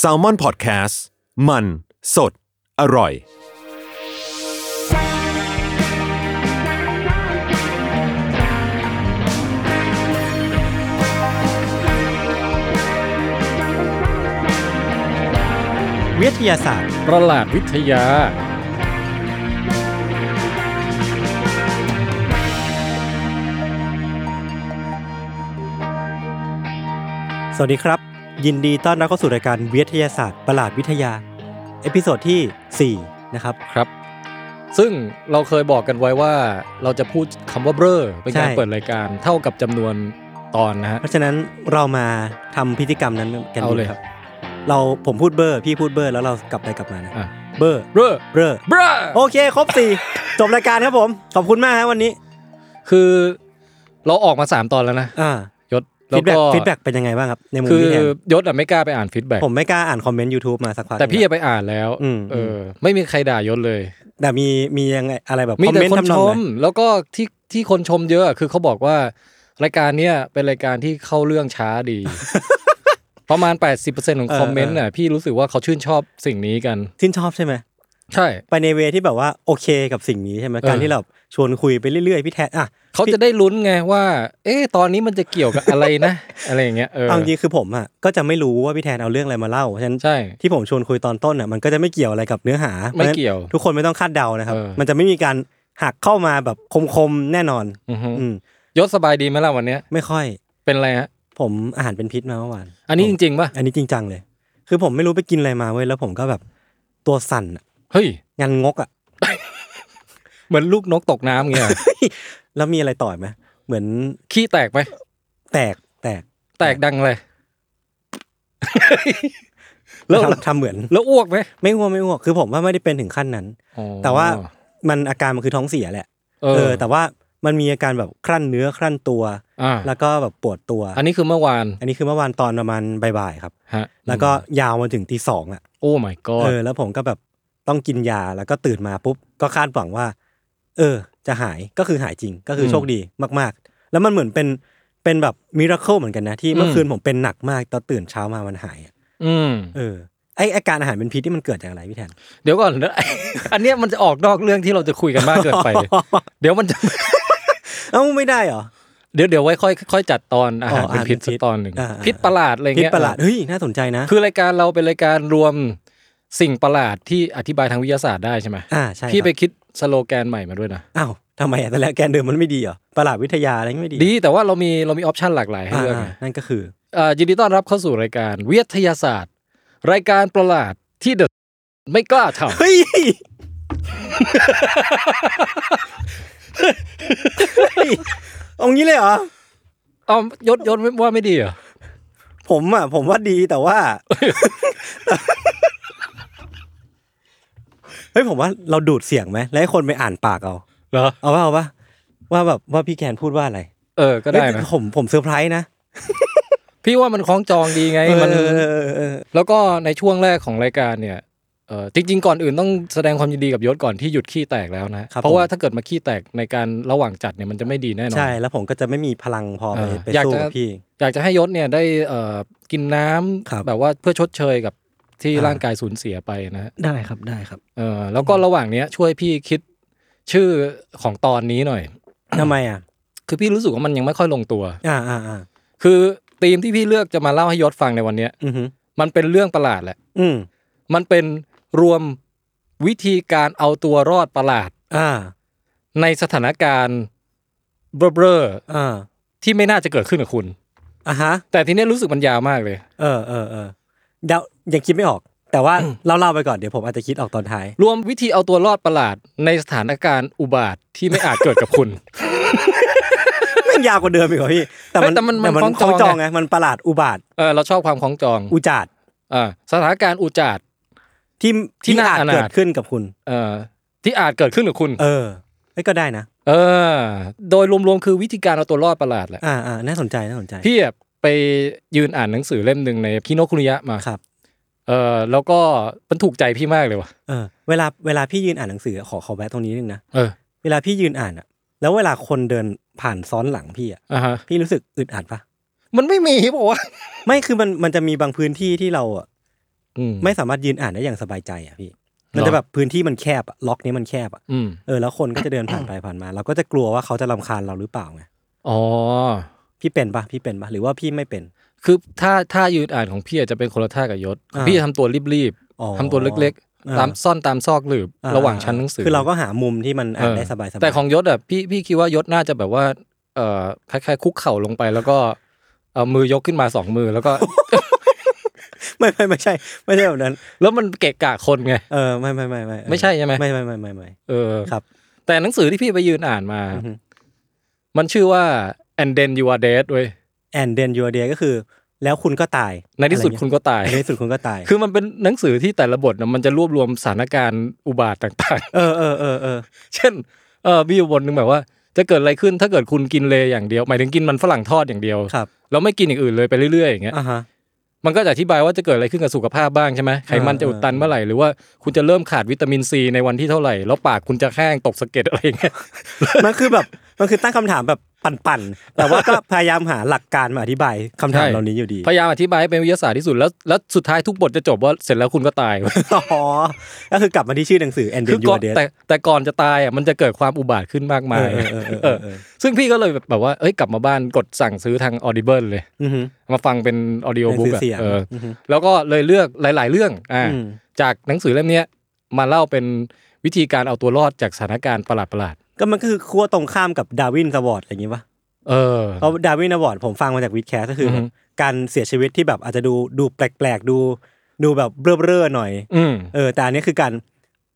s a l ม o n PODCAST มันสดอร่อย วิทยาศาสตร์ ประหลาดวิทยา สวัสดีครับ ยินดีต้อนรับเข้าสู่รายการวิทยาศาสตร์ ประหลาดวิทยา เอพิโซดที่ 4 นะครับ ครับ ซึ่งเราเคยบอกกันไว้ว่า เราจะพูดคำว่าเบ้อเป็นการ ใช่ เปิดรายการเท่ากับจำนวนตอนนะฮะ เพราะฉะนั้นเรามาทำพิธีกรรมนั้นกัน เอา ดู เลย ครับ เราผมพูดเบอร์พี่พูดเบอร์แล้วเรากลับไปกลับมานะ อ่ะ เบอร์ เบ้อ เบอร์ เบ้อ โอเค ครบ 4 จบรายการครับผม ขอบคุณมากครับวันนี้ คือ เราออกมาสามตอนแล้วนะ อ่าย ศแล้ ฟี ว ดแบ็ก ก็ ฟีดแบ็กเป็นยังไงบ้างครับ ในมุม คื พี่ อ แทน ยศอะไม่กล้าไปอ่านฟีดแบ็ก ผมไม่กล้าอ่านคอมเมนต์ YouTube มาสักพัก แต่พี่ หนึ่ง อะไปอ่านแล้ว อืม เออ ไม่มีใครด่ายศเลย แต่มีมียังไงอะไรแบบ มี คอม แต่ เมนต์ คน ทำน ช องไห ม น แล้วก็ที่ที่คนชมเยอะอะคือเขาบอกว่ารายการเนี้ยเป็นรายการที่เข้าเรื่องช้า ดี ประมาณ 80%ของคอมเมนต์น่ะพี่รู้สึกว่าเขาชื่นชอบสิ่งนี้กัน ชื่นชอบใช่ไหม ใช่ ไปในเวที่แบบว่าโอเคกับสิ่งนี้ใช่ไหม เออ การที่เราชวนคุยไปเรื่อยๆพี่แทนอ่ะ เขาจะได้ลุ้นไงว่า เอ๊ะตอนนี้มันจะเกี่ยวกับอะไรนะ อะไรอย่างเงี้ยเออ เอาจริงๆคือผมอ่ะก็จะไม่รู้ว่าพี่แทนเอาเรื่องอะไรมาเล่าฉะนั้น ใช่ ที่ผมชวนคุยตอนต้นอ่ะมันก็จะไม่เกี่ยวอะไรกับเนื้อหา ไม่เกี่ยว พราะฉะนั้นทุกคนไม่ต้องคาดเดานะครับ เออ มันจะไม่มีการหักเข้ามาแบบคมๆแน่นอน อือฮึ อืม ยศสบายดีไหมล่ะวันเนี้ย ไม่ค่อย เป็นอะไรฮะ ผมอาหารเป็นพิษมาเมื่อวาน อันนี้จริงๆป่ะ อันนี้จริงจังเลย คือผมไม่รู้ไปกินอะไรมาเว้ยแล้วผมก็แบบตัวสั่นอะ เฮ้ย งันงกอ่ะ เหมือนลูกนกตกน้ำเงี้ย แล้วมีอะไรต่อยไหมเหมือน ขี้แตกไหม แตกแตก แตกดังเลย แล้ว ทำทำเหมือน แล้วอ้วกไหม ไม่อ้วกไม่อ้วกคือผมว่าไม่ได้เป็นถึงขั้นนั้น อ๋อ แต่ว่ามันอาการมันคือท้องเสียแหละ เอ เอ อ อ แต่ว่ามันมีอาการแบบครั่นเนื้อครั่นตัว อ่า แล้วก็แบบปวดตัว อันนี้คือเมื่อวาน อันนี้คือเมื่อวานตอนประมาณบ่ายๆครับ ฮะ แล้วก็ยาวมาถึงตีสองอ่ะ โอ้ my เอ god อ แล้วผมก็แบบต้องกินยาแล้วก็ตื่นมาปุ๊บ ก็คาดหวังว่า เออ จะหายก็คือหายจริงก็คือ ม โชคดีมากๆ แล้วมันเหมือนเป็นเป็นแบบมิราเคิลเหมือนกันนะที่เมื่อ อืม คืนผมเป็นหนักมากตอนตื่นเช้ามามันหายอะ อืม เออไออาการอาหารเป็นพิษที่มันเกิดจากอะไรพี่แทน เดี๋ยวก่อนนะ อันเนี้ยมันจะออกนอกเรื่องที่เราจะคุยกันมากเกินไป เดี๋ยวมันจะ เอ้าไม่ได้เหรอ เดี๋ยวเดี๋ยวไว้ค่อยค่อยจัดตอนอาหาร อ๋อ เป็นพิษ อาหารเป็นพิษสักตอนหนึ่ง อ่าอ่า พิษประหลาดอะไร พิษ เงี้ย ประหลาดเฮ้ยน่าสนใจนะ คือรายการเราเป็นรายการรวมสิ่งประหลาดที่อธิบายทางวิทยาศาสตร์ได้ใช่ไหม อ่าใช่ พี่ ครับ ไปคิดสโลแกนใหม่มาด้วยนะ อ้าวทำไมอ่ะแต่แล้วแกนเดิมมันไม่ดีเหรอประหลาดวิทยาอะไรอย่างงี้ไม่ดี ดีแต่ว่าเรามีเรามีออปชันหลากหลายให้ อ่า เลือก อ่า ไง นั่นก็คือ เอ่อยินดีต้อนรับเข้าสู่รายการวิทยาศาสตร์ รายการประหลาดที่เดอะไม่กล้าท เฮ้ย เอางี้เลยเหรอ ำเอายศยศว่าไม่ดีเหรอ ผมอ่ะ ผมว่าดีแต่ว่า เฮ้ยผมว่าเราดูดเสียงไหมแล้วให้คนไปอ่านปากเอา เหรอ เอาว่าเอาว่าว่าแบบว่าพี่แกนพูดว่าอะไร เออก็ได้ เฮ้ย นะ ผมผมเซอร์ไพรส์นะ พี่ว่ามันคล้องจองดีไง เออ มัน เออเออเออ แล้วก็ในช่วงแรกของรายการเนี่ยเออจริง ๆ ก่อนอื่นต้องแสดงความยินดีกับยศก่อนที่หยุดขี้แตกแล้วนะครับ เพราะว่า ผม ถ้าเกิดมาขี้แตกในการระหว่างจัดเนี่ยมันจะไม่ดีแน่นอน ใช่แล้วผมก็จะไม่มีพลังพอไป เออ ไป อยาก สู้ จะ กับพี่ อยากจะให้ยศเนี่ยได้เอ่อกินน้ำ ครับ แบบว่าเพื่อชดเชยกับที่ อ่า ร่างกายสูญเสียไปนะฮะ ได้ครับได้ครับ เออแล้วก็ระหว่างเนี้ยช่วยพี่คิดชื่อของตอนนี้หน่อย ทำไมอ่ะ คือพี่รู้สึกว่ามันยังไม่ค่อยลงตัว อ่าอ่าอ่า คือธีมที่พี่เลือกจะมาเล่าให้ยศฟังในวันเนี้ย อือหือ มันเป็นเรื่องประหลาดแหละ อืม มันเป็นรวมวิธีการเอาตัวรอดประหลาด อ่า ในสถานการณ์เบลอ อ่า ๆที่ไม่น่าจะเกิดขึ้นกับคุณ อ่ะฮะ แต่ทีเนี้ยรู้สึกมันยาวมากเลย เออเออเออเดายังคิดไม่ออก แต่ ว่าเล่าเล่าไปก่อนเดี๋ยวผมอาจจะคิดออกตอนท้าย รวมวิธีเอาตัวรอดประหลาด ในสถานการณ์อุบาทที่ไม่อาจเกิดกับคุณ แมันยาวกว่าเดิมอีกเหรอพี่ แต่มัน เฮ้ยแต่มันมัน แต่ คล้องจอง จองไงมันประหลาดอุบาท เออเราชอบความคล้องจอง อุจาด อ่าสถานการณ์อุจาด ที่ ที่ ที่ น่า อาจ อนาถ เกิดขึ้นกับคุณ เอ่อที่อาจเกิดขึ้นกับคุณ เออเอ้ยก็ได้นะ เออ โดยรวมๆคือวิธีการเอาตัวรอดประหลาดแหละ อ่าอ่าน่าสนใจน่าสนใจ พี่อะไปยืนอ่านหนังสือเล่มหนึ่งในคิโนคุริยะมา ครับ เออแล้วก็มันถูกใจพี่มากเลยว่ะ เออ เวลาเวลาพี่ยืนอ่านหนังสือขอขอแวะตรงนี้นิดนึงนะ เออ เวลาพี่ยืนอ่านอ่ะ แล้วเวลาคนเดินผ่านซ้อนหลังพี่อ่ะ อ่าฮะ พี่รู้สึกอึดอัดปะ มันไม่มีบอกว่า ไม่คือมันมันจะมีบางพื้นที่ที่เราอะ อืม ไม่สามารถยืนอ่านได้อย่างสบายใจอ่ะพี่ หรอ มันจะแบบพื้นที่มันแคบอะล็อกนี้มันแคบอะ อืม เออแล้วคนก็จะเดินผ่านไปผ่านมา เราก็จะกลัวว่าเขาจะรำคาญเราหรือเปล่าไง อ๋อ พี่เป็นปะพี่เป็นปะหรือว่าพี่ไม่เป็น คือถ้าถ้ายืนอ่านของพี่อาจจะเป็นคนละท่ากับยศ อ่า พี่จะทำตัวรีบ อ๋อ ๆทำตัวเล็ก อ่า ๆ ตามซ่อนตามซอกหลืบ อ่ ระหว่างชั้นหนังสือ คือเราก็หามุมที่มันอ่าน เออ ได้สบายๆ แต่ของยศอ่ะพี่พี่คิดว่ายศน่าจะแบบว่าเอ่อคล้ายๆคุกเข่าลงไปแล้วก็เอามือยกขึ้นมาสองมือแล้วก็ ไม่ไม่ไม่ใช่ ไม่ใช่แบบนั้น แล้วมันเกะกะคนไง เออไม่ไม่ไม่ไม่เออ ไม่ใช่ใช่ไหม ไม่ไม่ไม่ไม่ไม่ เออ ครับ แต่หนังสือที่พี่ไปยืนอ่านมา อือฮึ มันชื่อว่า and then you are dead เว้ย and then your day ก็คือ แล้วคุณก็ตาย ในที่สุด อะไร คุณ เงี้ย ก็ตาย ในที่สุดคุณก็ตาย คือมันเป็นหนังสือที่แต่ละบทนะมันจะรวบรวมสถานการณ์อุบาทต่าง เออเออเออเออ ๆ เช่นเออมีอยู่บทหนึ่งแบบว่า จะเกิดอะไรขึ้นถ้าเกิดคุณกินเลอย่างเดียว หมายถึงกินมันฝรั่งทอดอย่างเดียว ครับ แล้วไม่กินอย่างอื่นเลยไปเรื่อยๆอย่างเงี้ย อ่าฮะ มันก็จะอธิบายว่าจะเกิดอะไรขึ้นกับสุขภาพบ้างใช่ไหมไขมันจะอุดตันเมื่อไหร่หรือว่าคุณจะเริ่มขาดวิตามินซีในวันที่เท่าไหร่แล้วปากคุณจะแห้งตกสะเก็ดอะไรอย่างเงี้ย มันคือแบบมันคือตั้งคำถามแบบปั่นๆ แต่ว่าก็พยายามหาหลักการมาอธิบายคำถาม ใช่ เหล่านี้อยู่ดี พยายามอธิบายให้เป็นวิทยาศาสตร์ที่สุดแล้วแล้วสุดท้ายทุกบทจะจบว่าเสร็จแล้วคุณก็ตาย อ๋อก็คือกลับมาที่ชื่อหนังสือ and คือ then ก่อน your day แต่แต่ก่อนจะตายอ่ะมันจะเกิดความอุบาทขึ้นมากมาย เออเออเออเออ เออ เออ ซึ่งพี่ก็เลยแบบแบบว่าเอ้ยกลับมาบ้านกดสั่งซื้อทาง Audible เลย อือฮึ มาฟังเป็นออดิโอบุ๊ก หนังสือเสียง เอออ อฮึ แล้วก็เลยเลือกหลาย ๆ เรื่องอ่า อืม จากหนังสือเล่มเนี้ยมาเล่าเป็นวิธีการเอาตัวรอดจากสถานการณ์ประหลาด ก็มันก็คือขั้วตรงข้ามกับดาวินสวอร์ดอะไรอย่างงี้ปะ ๆเออ เพราะดาวินสวอร์ดผมฟังมาจากวิดแคสก็คืออ อฮึ การเสียชีวิตที่แบบอาจจะดูดูแปลกๆ ดู ดูแบบเบ้อๆหน่อย อืม เออแต่อันนี้คือการ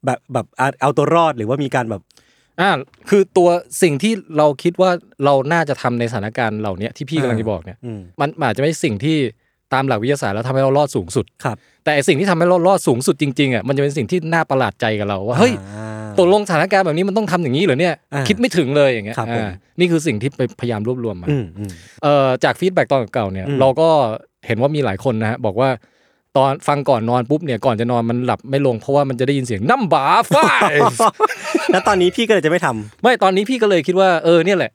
แบบแบบเอาเอาตัวรอดหรือว่ามีการแบบ อ่าคือตัวสิ่งที่เราคิดว่าเราน่าจะทำในสถานการณ์เหล่าเนี้ยที่พี่กำลังจะบอกเนี่ย อืม มันอาจจะไม่ใช่สิ่งที่ตามหลักวิทยาศาสตร์แล้วทำให้เรารอดสูงสุด ครับ แต่ไอ้สิ่งที่ทำให้เรารอดสูงสุดจริงๆอ่ะมันจะเป็นสิ่งที่น่าประหลาดใจกับเราว่าเฮ้ย อ่า ตกลงสถานการณ์แบบนี้มันต้องทำอย่างนี้เหรอเนี่ย อ่า คิดไม่ถึงเลยอย่างเงี้ย ครับผม อ่านี่คือสิ่งที่ไปพยายามรวบรวมมา อืมอืม เอ่อจากฟีดแบ็กตอนเก่าๆเนี่ย อืม เราก็เห็นว่ามีหลายคนนะฮะบอกว่าตอนฟังก่อนนอนปุ๊บเนี่ยก่อนจะนอนมันหลับไม่ลงเพราะว่ามันจะได้ยินเสียงน้ำบาฟ้า แล้วตอนนี้พี่ก็เลยจะไม่ทำ ไม่ตอนนี้พี่ก็เลยคิดว่าเออเนี่ยแหละ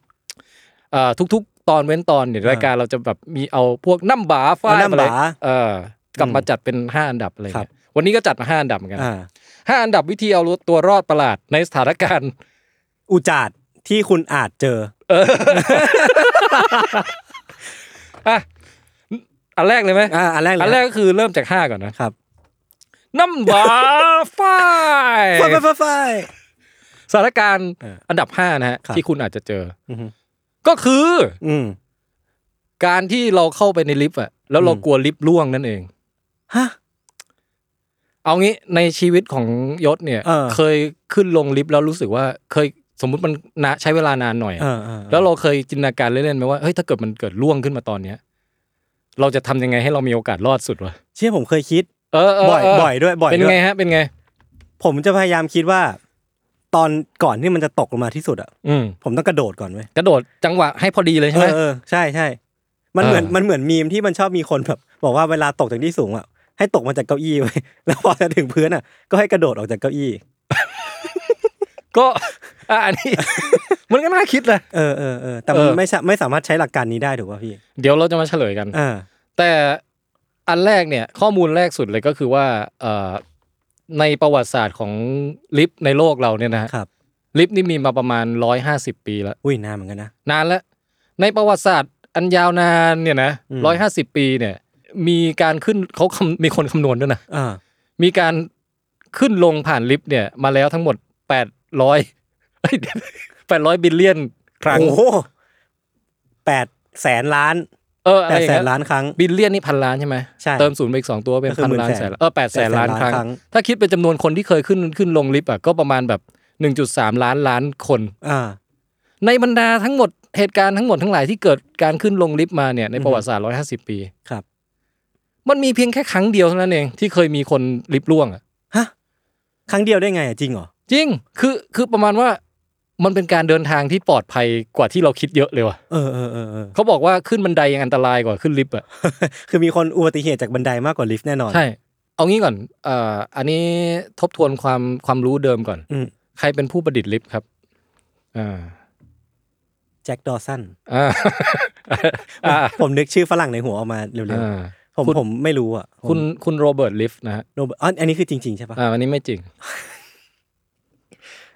เอ่อทุกๆ ตอนเว้นตอนเนี่ยรายการเราจะแบบมีเอาพวกน้ำบาฟ้า เอาน้ำบา อะไรเออกลับมาจัดเป็นห้าอันดับอะไร ครับ เงี้ยวันนี้ก็จัดมาห้าอันดับเหมือนกัน อ่า ห้าอันดับวิธีเอาตัวรอดประหลาดในสถานการณ์ อุจาดที่คุณอาจเจอ อ่ะอันแรกเลยไหม อ่าอันแรกเลย อันแรกก็คือเริ่มจากห้าก่อนนะครับ น้ำบาฟ้า ไฟไฟไฟไฟ สถานการณ์ เอออั อันดับห้านะฮะ ครับ ที่คุณอาจจะเจอ อืม ก็คือ อืม การที่เราเข้าไปในลิฟต์อะแล้วเรา อืม กลัวลิฟต์ร่วงนั่นเอง ฮะ เอางี้ในชีวิตของยศเนี่ย เออ เคยขึ้นลงลิฟต์แล้วรู้สึกว่าเคยสมมุติมันนะใช้เวลานานหน่อยอะ เออเออ แล้วเราเคยจินตนาการเล่นๆไหมว่าเฮ้ยถ้าเกิดมันเกิดร่วงขึ้นมาตอนเนี้ย เราจะทำยังไงให้เรามีโอกาสรอดสุดวะ เชื่อผมเคยคิด เออเ บ่อยบ่อยด้วยบ่อย เป็น ด้วย ไงฮะเป็นไง ผมจะพยายามคิดว่า ตอนก่อนที่มันจะตกลงมาที่สุดอ่ะ อืม ผมต้องกระโดดก่อนเว้ย กระโดดจังหวะให้พอดีเลยใช่ เอ ไหอมเออใช่ใช่มันเหมือน เออ มันเหมือนมีมที่มันชอบมีคนแบบบอกว่าเวลาตกจากที่สูงอ่ะให้ตกมาจากเก้าอี้ไว้ย แล้วพอจะถึงพื้นอ่ะ ก็ให้กระโดดออกจากเก้าอี้ ก็ อ่ะอันนี้ มันก็น่าคิดแหละ เออเออเออแต่มัน เออ ไม่ใช่ไม่สามารถใช้หลักการนี้ได้ถูกป่ะพี่ เดี๋ยวเราจะมาเฉลยกัน อ่า แต่อันแรกเนี่ยข้อมูลแรกสุดเลยก็คือว่าเอ่อในประวัติศาสตร์ของลิฟต์ในโลกเราเนี่ยนะฮะ ครับ ลิฟต์นี่มีมาประมาณ 150 ปีแล้ว อุ้ยนานเหมือนกันนะ นานแล้ว ในประวัติศาสตร์อันยาวนานเนี่ยนะ อืม ร้อยห้าสิบปีเนี่ย มีการขึ้นเขาคำมีคนคำนวณด้วยนะ อ่า มีการขึ้นลงผ่านลิฟต์เนี่ย มาแล้วทั้งหมด 800 800 บิลเลียนครั้ง โอ้โหแปดแสนล้าน เอออะ แป ไร ด อย่า แส ง น เงี้ย ล้านครั้ง บิลเลียนนี่พันล้านใช่ไหม ใช่ เติมศูนย์ไปอีกสองตัวเป็น ก็คือ พัน หมื่น ล้าน แสน แสนเออแปดแสนล้านครั้ง แสนล้านครั้ง ถ้าคิดเป็นจำนวนคนที่เคยขึ้นขึ้นลงลิฟต์อ่ะก็ประมาณแบบ1.3 ล้านล้านคน อ่า ในบรรดาทั้งหมดเหตุการณ์ทั้งหมดทั้งหลายที่เกิดการขึ้นลงลิฟต์มาเนี่ยใน อือฮึ ประวัติศาสตร์ 150 ปี ครับ มันมีเพียงแค่ครั้งเดียวเท่านั้นเองที่เคยมีคนลิฟต์ล่วงอะ ฮะครั้งเดียวได้ไงอ่ะจริงเหรอ จริง คือคือประมาณว่ามันเป็นการเดินทางที่ปลอดภัยกว่าที่เราคิดเยอะเลยว่ะ เออเออเออเออ เขาบอกว่าขึ้นบันไดยังอันตรายกว่าขึ้นลิฟต์อ่ะ คือมีคนอุบัติเหตุจากบันไดมากกว่าลิฟต์แน่นอน ใช่ เอางี้ก่อนเอ่ออันนี้ทบทวนความความรู้เดิมก่อน อืม ใครเป็นผู้ประดิษฐ์ลิฟต์ครับอ่า แจ็คดอสัน อ่า อ่า ผมนึกชื่อฝรั่งในหัวออกมาเร็ว อ่า ๆผม คุณ ผมไม่รู้อ่ะผม คุณคุณโรเบิร์ตลิฟนะฮะ โนบอ๋ออันนี้คือจริง ๆ ใช่ปะ อ่าอันนี้ไม่จริง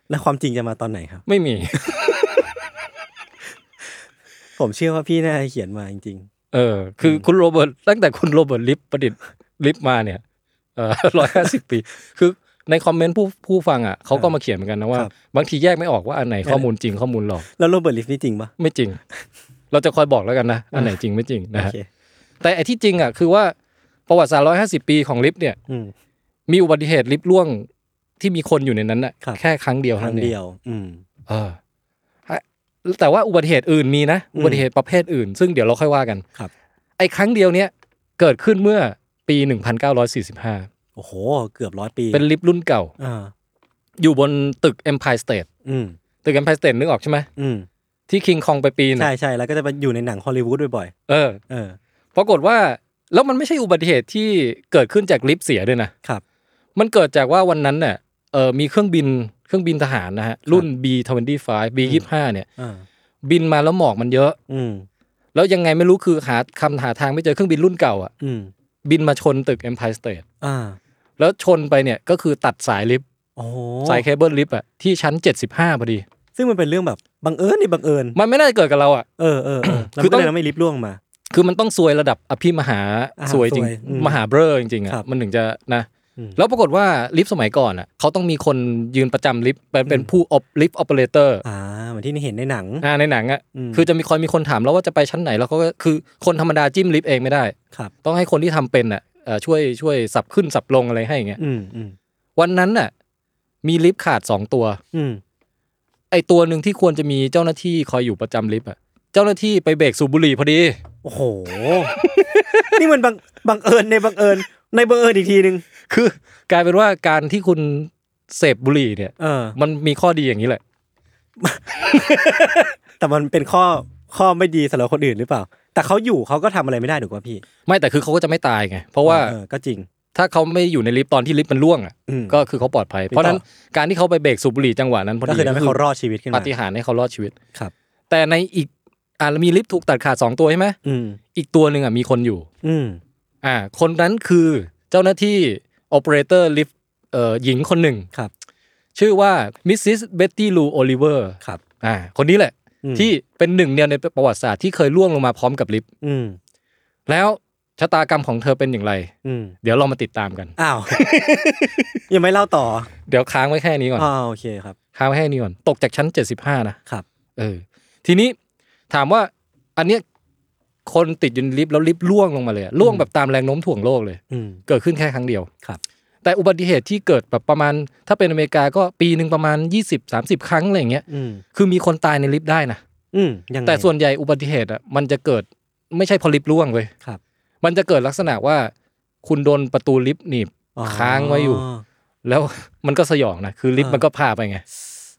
แล้วความจริงจะมาตอนไหนครับ ไม่มี ผมเชื่อว่าพี่น่าจะเขียนมาจริง เออ คือคุณโรเบิร์ตตั้งแต่คุณโรเบิร์ตลิฟประดิษฐ์ลิฟมาเนี่ยเออร้อยห้าสิบปี คือในคอมเมนต์ผู้ผู้ฟังอ่ะเขาก็มาเขียนเหมือนกันนะว่า ครับ บางทีแยกไม่ออกว่าอันไหนข้อมูลจริงข้อมูลหลอก ๆ แล้วโรเบิร์ตลิฟต์นี่จริงปะ ไม่จริง เราจะคอยบอกแล้วกันนะ อันไหนจริงไม่จริง โอ นะฮะ เค แต่ไอที่จริงอ่ะคือว่าประวัติศาสตร์ร้อยห้าสิบปีของลิฟต์เนี่ย อืม มีอุบัติเหตุลิฟต์ร่วงที่มีคนอยู่ในนั้นน่ะ ครับ แค่ครั้งเดียว ครั้ เท่าง นั้นเอ เดี ง ยว อืม เออแต่ว่าอุบัติเหตุอื่นมีนะ อุบัติเหตุประเภทอื่น ซึ่งเดี๋ยวเราค่อยว่ากัน ครับ ไอ้ครั้งเดียวเนี้ยเกิดขึ้นเมื่อปี 1945 โอ้โห เกือบร้อยปี เป็นลิฟต์รุ่นเก่า อ่า อยู่บนตึก Empire State อืม ตึก Empire State นึกออกใช่ไหม อืม ที่คิงคองไปปีน ใช่ น่ะ ใช่แล้วก็จะไปอยู่ในหนังฮอลลีวูดบ่อย เออ ๆเออ ปรากฏว่าแล้วมันไม่ใช่อุบัติเหตุที่เกิดขึ้นจากลิฟต์เสียด้วยนะ ครับ มันเกิดจากว่าวันนั้นเนี่ยเออมีเครื่องบินเครื่องบินทหารนะฮะ รุ่น B25 B25 เนี่ย อ่า บินมาแล้วหมอกมันเยอะ อืม แล้วยังไงไม่รู้คือหาคำหาทางไม่เจอเครื่องบินรุ่นเก่าอ่ะ อืม บินมาชนตึก Empire State อ่า แล้วชนไปเนี่ยก็คือตัดสายลิฟต์ โอ้โห สายเคเบิลลิฟต์อ่ะที่ชั้น 75พอดี ซึ่งมันเป็นเรื่องแบบบังเอิญนี่บังเอิญ มันไม่น่าจะเกิดกับเราอ่ะ เออเออเออแล้ว คือ ก็ ต้อง เลยทำให้ลิฟต์ร่วงมา คือมันต้องซวยระดับอภิมหา อ่า สวยจริง ซวยอืม มหาเบ้อจริงๆอ่ะ ครับ มันถึงจะนะ อืม แล้วปรากฏว่าลิฟต์สมัยก่อนอ่ะเขาต้องมีคนยืนประจำลิฟต์เป็นเป็นผู้ออลิฟต์ออเปอเรเตอร์ อ่าเหมือนที่เห็นในหนัง อ่าในหนังอ่ะ อืม คือจะมีคอยมีคนถามแล้วว่าจะไปชั้นไหนแล้วเขาก็คือคนธรรมดาจิ้มลิฟต์เองไม่ได้ ครับ ต้องให้คนที่ทำเป็นอ่ะเอ่อช่วยช่วยสับขึ้นสับลงอะไรให้อย่างเงี้ย อืมอืม วันนั้นน่ะมีลิฟต์ขาดสองตัว อืม ไอตัวหนึ่งที่ควรจะมีเจ้าหน้าที่คอยอยู่ประจำลิฟต์อ่ะเจ้าหน้าที่ไปเบรกสูบบุหรี่พอดี โอ้โห นี่มันบังบังเอิญในบังเอิญในบังเอิญอีกทีหนึ่ง คือกลายเป็นว่าการที่คุณเสพบุหรี่เนี่ย เออ มันมีข้อดีอย่างนี้แหละ แต่มันเป็นข้อข้อไม่ดีสำหรับคนอื่นหรือเปล่า แต่เขาอยู่เขาก็ทำอะไรไม่ได้ถูกป่ะพี่ ไม่แต่คือเขาก็จะไม่ตายไง เพราะว่า เออก็จริง ถ้าเขาไม่อยู่ในลิฟต์ตอนที่ลิฟต์มันร่วงอ่ะ อืม ก็คือเขาปลอดภัย เพราะฉะนั้นการที่เขาไปเบรกสูบบุหรี่จังหวะนั้นพอก็ดีคือทำให้เขารอดชีวิตขึ้น ปา มา ฏิหาริย์ให้เขารอดชีวิต ครับ แต่ในอีกอ่ามีลิฟต์ถูกตัดขาดสองตัวใช่ไหม อืม อีกตัวหนึ่งอ่ะมีคนอยู่ อืม อ่า คนนั้นคือเจ้าหน้าที่โอเปอเรเตอร์ลิฟต์เอ่อหญิงคนหนึ่ง ครับ ชื่อว่ามิสซิสเบตตี้ลูโอลิเวอร์ ครับ อ่า คนนี้แหละ อืม ที่เป็นหนึ่งเดียวในประวัติศาสตร์ที่เคยล่วงลงมาพร้อมกับลิฟต์ อืม แล้วชะตากรรมของเธอเป็นอย่างไร อืม เดี๋ยวเรามาติดตามกัน อ้าว ยังไม่เล่าต่อ เดี๋ยวค้างไว้แค่นี้ก่อน อ๋อโอเคครับ ค้างไว้แค่นี้ก่อนตกจากชั้น 75นะ ครับ เออทีนี้ถามว่าอันเนี้ยคนติดอยู่ในลิฟต์แล้วลิฟต์ล่วงลงมาเลยอะล่วงแบบตามแรงโน้มถ่วงโลกเลย อืม เกิดขึ้นแค่ครั้งเดียว ครับ แต่อุบัติเหตุที่เกิดแบบประมาณ ถ้าเป็นอเมริกาก็ปีหนึ่งประมาณ 20-30 ครั้งอะไรอย่างเงี้ย อืม คือมีคนตายในลิฟต์ได้นะ อืม ยังไง แต่ส่วนใหญ่อุบัติเหตุอ่ะมันจะเกิดไม่ใช่เพอลิฟต์ล่วงเลย ครับ มันจะเกิดลักษณะว่า คุณโดนประตูลิฟต์หนีบ อ๋อ ค้างไว้อยู่ แล้ว มันก็สยองนะคือลิฟต์ อ่ามั มันก็พาไปไง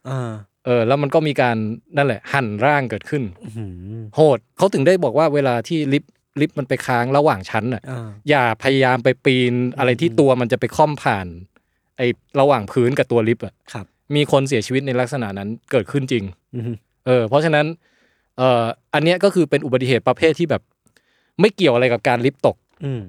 อ่า เออแล้วมันก็มีการนั่นแหละ หั่นร่างเกิดขึ้น อื้อหือ โหดเขาถึงได้บอกว่าเวลาที่ลิฟต์ลิฟต์มันไปค้างระหว่างชั้นอ่ะ อ่า อย่าพยายามไปปีนอะไรที่ตัวมันจะไปค่อมผ่าน ไอ้ระหว่างพื้นกับตัวลิฟต์อ่ะ ครับ มีคนเสียชีวิตในลักษณะนั้นเกิดขึ้นจริง อืม เออ เพราะฉะนั้น เอ่ออันเนี้ยก็คือเป็นอุบัติเหตุประเภทที่แบบ ไม่เกี่ยวอะไรกับการลิฟต์ตก อืม